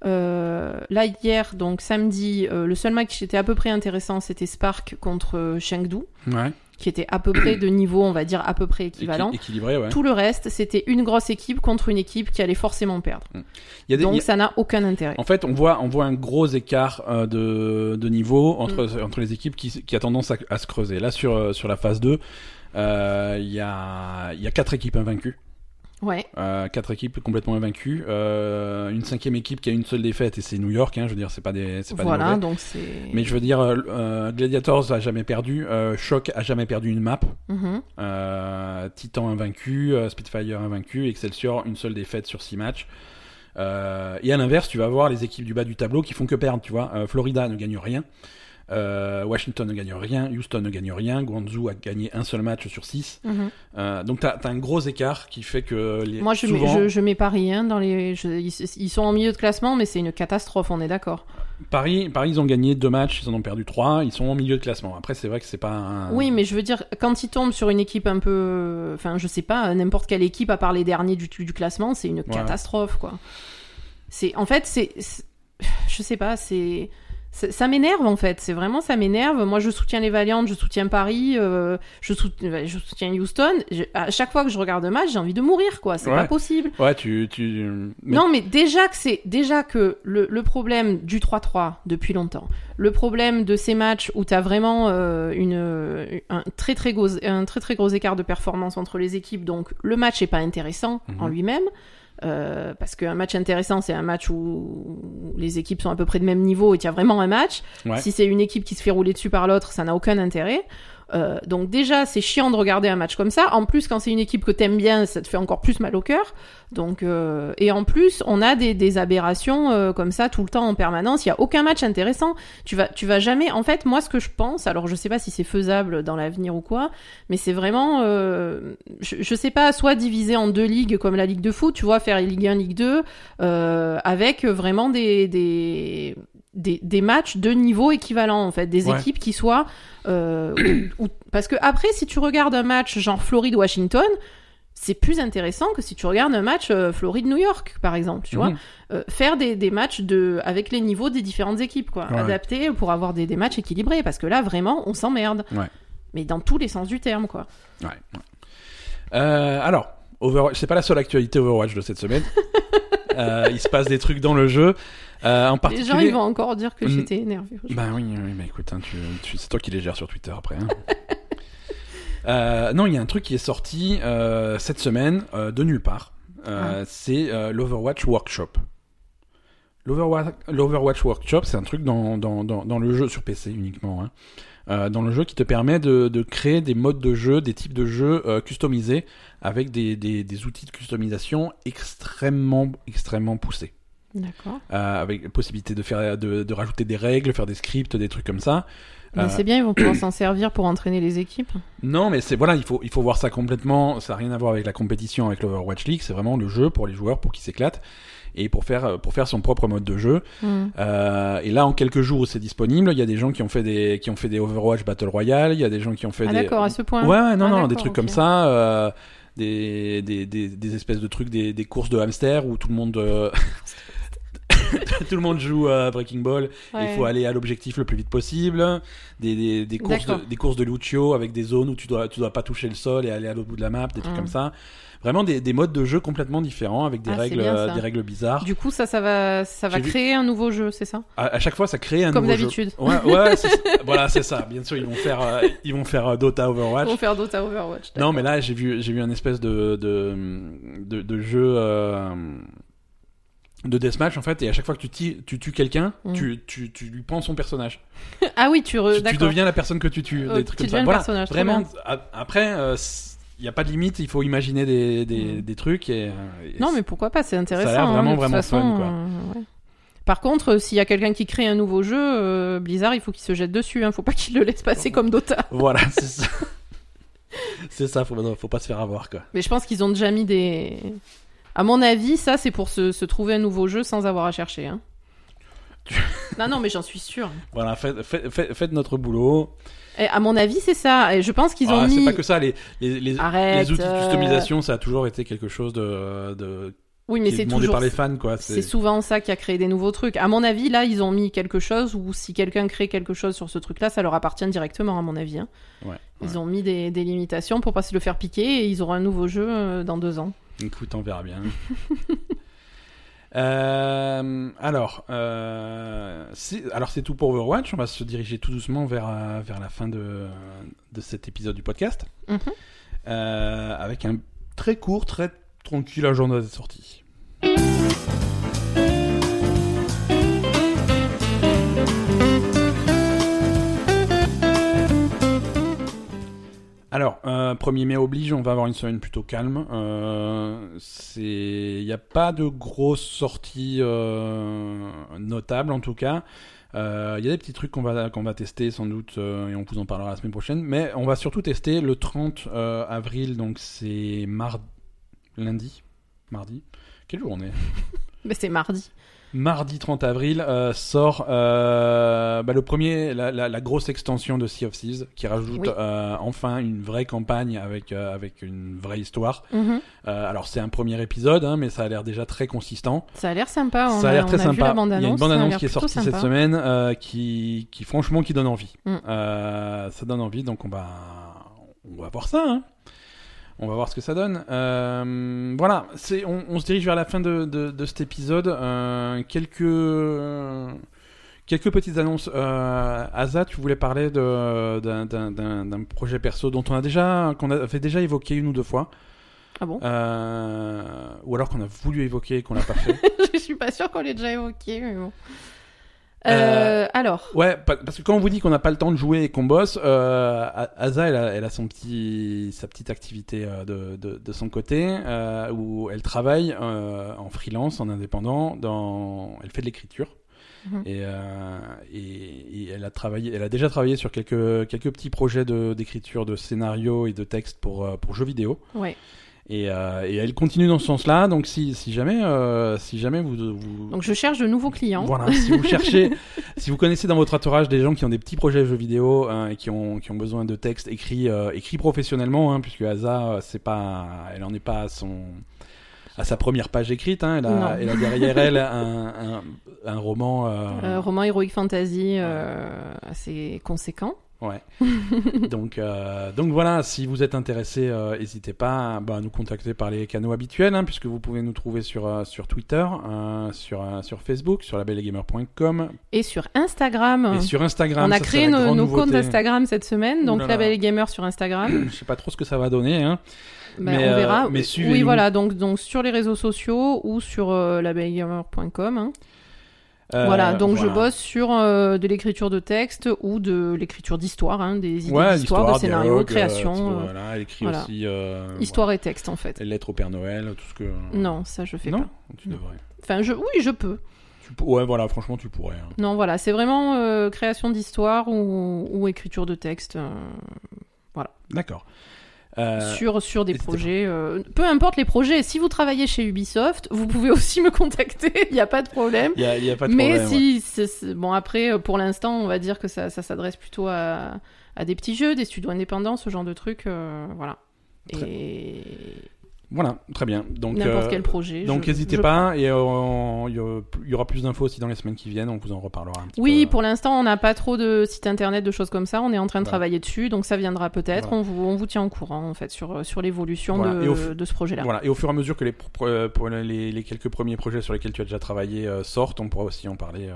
Speaker 2: euh, là hier, donc samedi, euh, le seul match qui était à peu près intéressant, c'était Spark contre euh, Chengdu,
Speaker 1: ouais.
Speaker 2: qui était à peu près de niveau, on va dire à peu près
Speaker 1: Équi-
Speaker 2: équivalent.
Speaker 1: équilibré, ouais.
Speaker 2: Tout le reste, c'était une grosse équipe contre une équipe qui allait forcément perdre.
Speaker 1: Il y a Oh, des- il y
Speaker 2: Donc
Speaker 1: a-
Speaker 2: ça n'a aucun intérêt.
Speaker 1: En fait, on voit, on voit un gros écart euh, de, de niveau entre,
Speaker 2: Mm.
Speaker 1: entre les équipes qui, qui a tendance à, à se creuser. Là, sur, euh, sur la phase 2, euh, il y, a, il y a quatre équipes invaincues.
Speaker 2: Ouais,
Speaker 1: Euh, quatre équipes complètement invaincues. Euh, une cinquième équipe qui a une seule défaite, et c'est New York. Hein, je veux dire, c'est pas des, c'est pas des
Speaker 2: voilà,
Speaker 1: mauvais.
Speaker 2: donc c'est.
Speaker 1: Mais je veux dire, euh, euh, Gladiators a jamais perdu, euh, Shock a jamais perdu une map,
Speaker 2: Mhm.
Speaker 1: euh, Titan invaincu, euh, Spitfire invaincu, Excelsior une seule défaite sur six matchs. Euh, et à l'inverse, tu vas voir les équipes du bas du tableau qui font que perdre, tu vois. Euh, Florida ne gagne rien, euh, Washington ne gagne rien, Houston ne gagne rien, Guangzhou a gagné un seul match sur six.
Speaker 2: Mhm.
Speaker 1: Euh, donc t'as as un gros écart qui fait que les,
Speaker 2: Moi, je,
Speaker 1: souvent,
Speaker 2: mets, je, je mets Paris hein, dans les. je- ils, ils sont en milieu de classement, mais c'est une catastrophe, on est d'accord.
Speaker 1: Paris, Paris ils ont gagné deux matchs, ils en ont perdu trois, ils sont au milieu de classement. Après c'est vrai que c'est pas un...
Speaker 2: Oui, mais je veux dire, quand ils tombent sur une équipe un peu. Enfin, je sais pas, n'importe quelle équipe, à part les derniers du, du classement, c'est une catastrophe, quoi. C'est, en fait, c'est. c'est- Je sais pas, c'est. c'est- Ça m'énerve en fait, c'est vraiment ça m'énerve. Moi je soutiens les Valiantes, je soutiens Paris, euh, je, soutiens, je soutiens Houston. Je- à chaque fois que je regarde un match, j'ai envie de mourir quoi, c'est
Speaker 1: Ouais.
Speaker 2: pas possible.
Speaker 1: Ouais, tu... tu... mais-
Speaker 2: Non, mais déjà que c'est déjà que le, le problème du 3-3 depuis longtemps, le problème de ces matchs où t'as vraiment euh, une un très très gros un très très gros écart de performance entre les équipes, donc le match est pas intéressant
Speaker 1: Mhm.
Speaker 2: en lui-même. Euh, parce qu'un match intéressant, c'est un match où les équipes sont à peu près de même niveau et qu'il y a vraiment un match.
Speaker 1: Ouais.
Speaker 2: Si c'est une équipe qui se fait rouler dessus par l'autre, ça n'a aucun intérêt. Euh, donc déjà, c'est chiant de regarder un match comme ça. En plus, quand c'est une équipe que t'aimes bien, ça te fait encore plus mal au cœur. Donc euh, et en plus, on a des, des aberrations euh, comme ça tout le temps en permanence. Il y a aucun match intéressant. Tu vas tu vas jamais. En fait, moi, ce que je pense, alors je sais pas si c'est faisable dans l'avenir ou quoi, mais c'est vraiment, euh, je, je sais pas, soit diviser en deux ligues comme la ligue de foot, tu vois, faire Ligue 1, Ligue 2, euh, avec vraiment des, des, des, des matchs de niveau équivalent, en fait, des
Speaker 1: Ouais.
Speaker 2: équipes qui soient... euh, ou- ou- parce que après, si tu regardes un match genre Floride-Washington, c'est plus intéressant que si tu regardes un match euh, Floride-New York, par exemple, tu vois.
Speaker 1: Mhm.
Speaker 2: Euh, faire des, des matchs de, avec les niveaux des différentes équipes, quoi.
Speaker 1: Ouais.
Speaker 2: Adapter pour avoir des, des matchs équilibrés, parce que là, vraiment, on s'emmerde.
Speaker 1: Ouais.
Speaker 2: Mais dans tous les sens du terme, quoi.
Speaker 1: Ouais, ouais. Euh, alors, Overwatch, c'est pas la seule actualité Overwatch de cette semaine. Euh, il se passe des trucs dans le jeu. Euh, en
Speaker 2: Les
Speaker 1: particulier.
Speaker 2: gens, ils vont encore dire que
Speaker 1: Mm.
Speaker 2: j'étais énervée. aujourd'hui.
Speaker 1: Bah oui, oui, mais écoute, hein, tu, tu- c'est toi qui les gères sur Twitter après. hein. Euh, non, il y a un truc qui est sorti euh, cette semaine euh, de nulle part. Euh, C'est euh, l'Overwatch Workshop. L'Overwa- L'Overwatch Workshop, c'est un truc dans, dans, dans, dans le jeu sur PC uniquement. hein. Euh, dans le jeu qui te permet de, de créer des modes de jeu, des types de jeux euh, customisés avec des, des, des outils de customisation extrêmement, extrêmement poussés
Speaker 2: D'accord.
Speaker 1: euh, avec la possibilité de faire de, de rajouter des règles, faire des scripts, des trucs comme ça.
Speaker 2: Mais
Speaker 1: Euh,
Speaker 2: c'est bien, ils vont pouvoir s'en servir pour entraîner les équipes.
Speaker 1: Non, mais c'est voilà, il faut il faut voir ça complètement. Ça n'a rien à voir avec la compétition avec l'Overwatch League. C'est vraiment le jeu pour les joueurs pour qu'ils s'éclatent et pour faire pour faire son propre mode de jeu.
Speaker 2: Hmm.
Speaker 1: Euh, et là, en quelques jours, c'est disponible. Il y a des gens qui ont fait des qui ont fait des Overwatch Battle Royale. Il y a des gens qui ont fait
Speaker 2: Ah
Speaker 1: des
Speaker 2: d'accord, à ce point.
Speaker 1: Ouais, ouais, non, non,
Speaker 2: Ah, d'accord,
Speaker 1: des trucs comme
Speaker 2: ok.
Speaker 1: ça, euh, des, des, des, des espèces de trucs, des, des courses de hamster où tout le monde, euh, tout le monde joue à Breaking Ball. et
Speaker 2: Ouais.
Speaker 1: Il faut aller à l'objectif le plus vite possible. Des, des, des courses, de,
Speaker 2: D'accord.
Speaker 1: des courses de Lucio avec des zones où tu dois, tu dois pas toucher le sol et aller à l'autre bout de la map, des trucs
Speaker 2: Mm.
Speaker 1: comme ça. Vraiment des, des modes de jeu complètement différents avec des
Speaker 2: Ah, c'est
Speaker 1: règles,
Speaker 2: bien, ça.
Speaker 1: des règles bizarres.
Speaker 2: Du coup, ça, ça va, ça va
Speaker 1: J'ai vu-
Speaker 2: créer un nouveau jeu, c'est ça
Speaker 1: À, à chaque fois, ça crée un
Speaker 2: Comme
Speaker 1: nouveau jeu.
Speaker 2: d'habitude.
Speaker 1: Ouais, ouais, c'est- voilà, c'est ça. Bien sûr, ils vont faire, euh, ils vont faire euh, Dota Overwatch.
Speaker 2: Pour faire Dota Overwatch.
Speaker 1: Non, mais là, j'ai vu, j'ai vu un espèce de, de, de, de jeu euh, de deathmatch, en fait, et à chaque fois que tu, ti- tu tues quelqu'un,
Speaker 2: Mm.
Speaker 1: tu, tu, tu lui prends son personnage.
Speaker 2: Ah oui, tu, re...
Speaker 1: tu, tu
Speaker 2: d'accord.
Speaker 1: deviens la personne que tu tues,
Speaker 2: Euh,
Speaker 1: des trucs
Speaker 2: tu
Speaker 1: comme ça.
Speaker 2: deviens le
Speaker 1: Voilà,
Speaker 2: personnage, trop
Speaker 1: vraiment,
Speaker 2: bien.
Speaker 1: a- après, il n'y a pas de limite, il faut imaginer des, des,
Speaker 2: Mm.
Speaker 1: des trucs. Et, euh, et
Speaker 2: Non, mais pourquoi pas C'est intéressant.
Speaker 1: l'air
Speaker 2: hein,
Speaker 1: vraiment,
Speaker 2: de toute
Speaker 1: vraiment
Speaker 2: façon,
Speaker 1: fun, quoi.
Speaker 2: euh, ouais. Par contre, euh, s'il y a quelqu'un qui crée un nouveau jeu, euh, Blizzard, il faut qu'il se jette dessus. Hein. Faut pas qu'il le laisse passer comme Dota.
Speaker 1: Voilà, c'est ça. c'est ça, faut, faut pas se faire avoir, quoi.
Speaker 2: Mais je pense qu'ils ont déjà mis des. À mon avis, ça, c'est pour se, se trouver un nouveau jeu sans avoir à chercher. Hein. non, non, mais j'en suis sûre.
Speaker 1: Voilà, faites, faites, faites- faites notre boulot.
Speaker 2: Et à mon avis, c'est ça. Et je pense qu'ils ont
Speaker 1: Ah, C'est
Speaker 2: mis.
Speaker 1: pas que ça, les, les, les,
Speaker 2: Arrête.
Speaker 1: les outils de
Speaker 2: euh,
Speaker 1: customisation, ça a toujours été quelque chose de, de
Speaker 2: Oui, mais
Speaker 1: qui est
Speaker 2: c'est
Speaker 1: demandé
Speaker 2: toujours.
Speaker 1: par les fans, quoi.
Speaker 2: C'est souvent ça qui a créé des nouveaux trucs. À mon avis, là, ils ont mis quelque chose où si quelqu'un crée quelque chose sur ce truc-là, ça leur appartient directement, à mon avis. hein.
Speaker 1: Ouais,
Speaker 2: Ils
Speaker 1: ouais.
Speaker 2: ont mis des, des limitations pour pas se le faire piquer et ils auront un nouveau jeu euh, dans deux ans.
Speaker 1: Écoute, on verra bien. Euh, alors, euh, c'est, alors c'est tout pour Overwatch. On va se diriger tout doucement vers euh, vers la fin de de cet épisode du podcast,
Speaker 2: Mhm.
Speaker 1: Euh, avec un très court, très tranquille agenda des sorties. Alors, euh, 1er mai oblige, on va avoir une semaine plutôt calme. Euh, c'est- Il n'y a pas de grosses sorties euh, notables en tout cas. Euh, Il y a des petits trucs qu'on va, qu'on va tester sans doute euh, et on vous en parlera la semaine prochaine. Mais on va surtout tester le 30 euh, avril, donc c'est mardi. Lundi Mardi Quel jour on est
Speaker 2: Mais c'est mardi.
Speaker 1: Mardi 30 avril euh, sort euh, bah, le premier, la, la- la grosse extension de Sea of Thieves qui rajoute
Speaker 2: Oui.
Speaker 1: euh, enfin une vraie campagne avec, euh, avec une vraie histoire. Euh, alors c'est un premier épisode, hein, mais ça a l'air déjà très consistant.
Speaker 2: Ça a l'air sympa. On
Speaker 1: ça a l'air très
Speaker 2: on vu
Speaker 1: sympa.
Speaker 2: la bande
Speaker 1: Il y a une
Speaker 2: annonce,
Speaker 1: bande
Speaker 2: ça a
Speaker 1: annonce
Speaker 2: l'air
Speaker 1: qui est
Speaker 2: plutôt
Speaker 1: sortie cette
Speaker 2: sympa.
Speaker 1: semaine euh, qui, qui franchement qui donne envie.
Speaker 2: Mm.
Speaker 1: Euh, ça donne envie, donc on va, on va voir ça. hein. On va voir ce que ça donne. Euh, voilà, c'est, on, on se dirige vers la fin de, de- de cet épisode. Euh, quelques, quelques petites annonces. Euh, Asa, tu voulais parler de, d'un, d'un- d'un- d'un projet perso dont on a déjà, qu'on avait déjà évoqué une ou deux fois.
Speaker 2: Ah bon
Speaker 1: Euh, ou alors qu'on a voulu évoquer et qu'on l'a pas fait.
Speaker 2: Je suis pas sûre qu'on l'ait déjà évoqué, mais bon. Euh,
Speaker 1: Euh,
Speaker 2: alors,
Speaker 1: Ouais, pa- parce que quand on vous dit qu'on n'a pas le temps de jouer et qu'on bosse, euh, A- Asa, elle a, elle a son petit, sa petite activité euh, de, de, de son côté, euh, où elle travaille euh, en freelance, en indépendant, dans, elle fait de l'écriture.
Speaker 2: Mhm.
Speaker 1: Et, euh, et, et elle a travaillé, elle a déjà travaillé sur quelques quelques petits projets de d'écriture, de scénarios et de textes pour euh, pour jeux vidéo.
Speaker 2: ouais.
Speaker 1: Et, euh, et elle continue dans ce sens-là. Donc si si jamais euh, si jamais vous, vous
Speaker 2: Donc je cherche de nouveaux clients.
Speaker 1: voilà, si vous cherchez, si vous connaissez dans votre entourage des gens qui ont des petits projets de jeux vidéo hein, et qui ont, qui ont besoin de textes écrits, euh, écrits professionnellement, hein, puisque Asa, euh, c'est pas, elle en est pas à son, à sa première page écrite, hein, elle,
Speaker 2: Non.
Speaker 1: a, elle a derrière elle un, un, un roman, euh,
Speaker 2: Euh, roman Heroic Fantasy, euh, assez conséquent.
Speaker 1: ouais. donc, euh, donc voilà, si vous êtes intéressé, euh, n'hésitez pas à bah, à nous contacter par les canaux habituels, hein, puisque vous pouvez nous trouver sur, euh, sur Twitter, euh, sur, euh, sur Facebook, sur labellegamer.com,
Speaker 2: Et sur Instagram,
Speaker 1: et sur Instagram.
Speaker 2: Hein. on a
Speaker 1: ça, c'est
Speaker 2: créé
Speaker 1: la
Speaker 2: nos,
Speaker 1: grande
Speaker 2: nos comptes
Speaker 1: nouveauté.
Speaker 2: Instagram cette semaine, donc
Speaker 1: Ouh là là.
Speaker 2: Label et Gamer sur Instagram.
Speaker 1: Je sais pas trop ce que ça va donner. Hein.
Speaker 2: Ben,
Speaker 1: Mais,
Speaker 2: on
Speaker 1: euh,
Speaker 2: verra.
Speaker 1: mais
Speaker 2: oui,
Speaker 1: suivez-nous.
Speaker 2: voilà, donc, donc sur les réseaux sociaux ou sur euh, labelgamer.com. hein.
Speaker 1: Euh,
Speaker 2: voilà, donc
Speaker 1: voilà.
Speaker 2: je bosse sur euh, de l'écriture de texte ou de l'écriture d'histoire, hein, des idées
Speaker 1: Ouais,
Speaker 2: d'histoire, de scénario,
Speaker 1: dialogue,
Speaker 2: création,
Speaker 1: euh,
Speaker 2: euh,
Speaker 1: voilà, elle écrit
Speaker 2: voilà.
Speaker 1: aussi. euh,
Speaker 2: histoire
Speaker 1: voilà,
Speaker 2: et texte en fait.
Speaker 1: les lettres au Père Noël, tout ce que. euh,
Speaker 2: Non, ça je fais
Speaker 1: non,
Speaker 2: pas.
Speaker 1: tu
Speaker 2: Non.
Speaker 1: devrais.
Speaker 2: Enfin, je, oui, je peux.
Speaker 1: Tu pour- Ouais, voilà, franchement, tu pourrais. hein.
Speaker 2: Non, voilà, c'est vraiment euh, création d'histoire ou, ou écriture de texte euh,
Speaker 1: D'accord. Euh,
Speaker 2: sur, sur des
Speaker 1: n'hésitez pas.
Speaker 2: projets. euh, peu importe les projets, si vous travaillez chez Ubisoft, vous pouvez aussi me contacter, il n'y a pas de problème.
Speaker 1: Il y a, il y a pas de
Speaker 2: Mais
Speaker 1: problème.
Speaker 2: si, c'est- c'est- bon après, euh, pour l'instant, on va dire que ça, ça s'adresse plutôt à, à des petits jeux, des studios indépendants, ce genre de trucs, euh, voilà.
Speaker 1: Très-
Speaker 2: Et
Speaker 1: Voilà, très bien. Donc.
Speaker 2: n'importe
Speaker 1: euh,
Speaker 2: quel projet.
Speaker 1: Donc
Speaker 2: je-
Speaker 1: n'hésitez
Speaker 2: je-
Speaker 1: pas et euh, on- il y aura- il y aura plus d'infos aussi dans les semaines qui viennent, on vous en reparlera un petit
Speaker 2: Oui,
Speaker 1: peu. euh,
Speaker 2: pour l'instant, on n'a pas trop de sites internet, de choses comme ça. On est en train de
Speaker 1: Voilà.
Speaker 2: travailler dessus, donc ça viendra peut-être.
Speaker 1: Voilà.
Speaker 2: On, vous, on vous tient au courant, en fait, sur, sur l'évolution
Speaker 1: Voilà.
Speaker 2: de,
Speaker 1: Et au f-
Speaker 2: de ce projet-là.
Speaker 1: Voilà, et au fur et à mesure que les, pro- pro- pour les, les quelques premiers projets sur lesquels tu as déjà travaillé euh, sortent, on pourra aussi en parler. euh,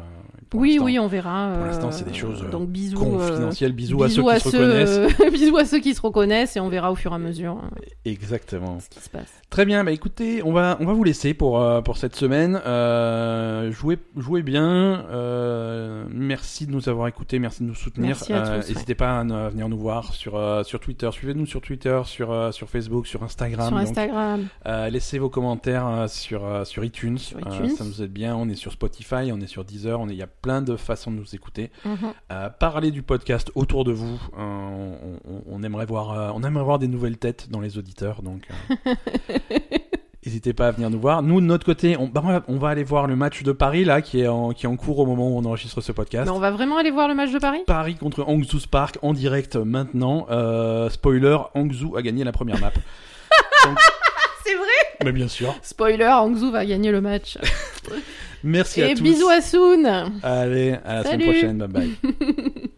Speaker 1: pour
Speaker 2: Oui,
Speaker 1: l'instant.
Speaker 2: oui, on verra.
Speaker 1: pour
Speaker 2: euh,
Speaker 1: l'instant, c'est des choses, euh,
Speaker 2: Donc bisous. euh,
Speaker 1: confidentiel. Bisous, à ceux qui se
Speaker 2: ceux,
Speaker 1: reconnaissent. Euh,
Speaker 2: euh, bisous à ceux qui se reconnaissent et on verra au fur et à mesure hein,
Speaker 1: Exactement.
Speaker 2: ce qui se passe.
Speaker 1: Très bien, bah écoutez, on va, on va vous laisser pour, euh, pour cette semaine. Euh, jouez, jouez bien. euh, merci de nous avoir écoutés, merci de nous soutenir. Euh,
Speaker 2: Merci à tous, ouais.
Speaker 1: N'hésitez pas à, nous- à venir nous voir sur, euh, sur Twitter. Suivez-nous sur Twitter, sur, euh, sur Facebook, sur Instagram.
Speaker 2: Sur
Speaker 1: Donc,
Speaker 2: Instagram.
Speaker 1: euh, laissez vos commentaires euh, sur, euh, sur iTunes. Euh,
Speaker 2: iTunes.
Speaker 1: ça nous aide bien. On est sur Spotify, on est sur Deezer. On est- Il y a plein de façons de nous écouter.
Speaker 2: Mhm.
Speaker 1: Euh, parlez du podcast autour de vous. Euh, on, on- on aimerait voir, euh, on aimerait voir des nouvelles têtes dans les auditeurs, donc euh, n'hésitez pas à venir nous voir. Nous, de notre côté, on, bah, on va- on va aller voir le match de Paris là, qui est en, qui est en cours au moment où on enregistre ce podcast.
Speaker 2: Mais on va vraiment aller voir le match de Paris
Speaker 1: Paris contre Hangzhou Park en direct maintenant. Euh, spoiler, Hangzhou a gagné la première map.
Speaker 2: C'est vrai
Speaker 1: Mais bien sûr.
Speaker 2: Spoiler, Hangzhou va gagner le match.
Speaker 1: Merci à
Speaker 2: et
Speaker 1: tous.
Speaker 2: bisous à Soon
Speaker 1: Allez, à la
Speaker 2: Salut.
Speaker 1: semaine prochaine. Bye bye.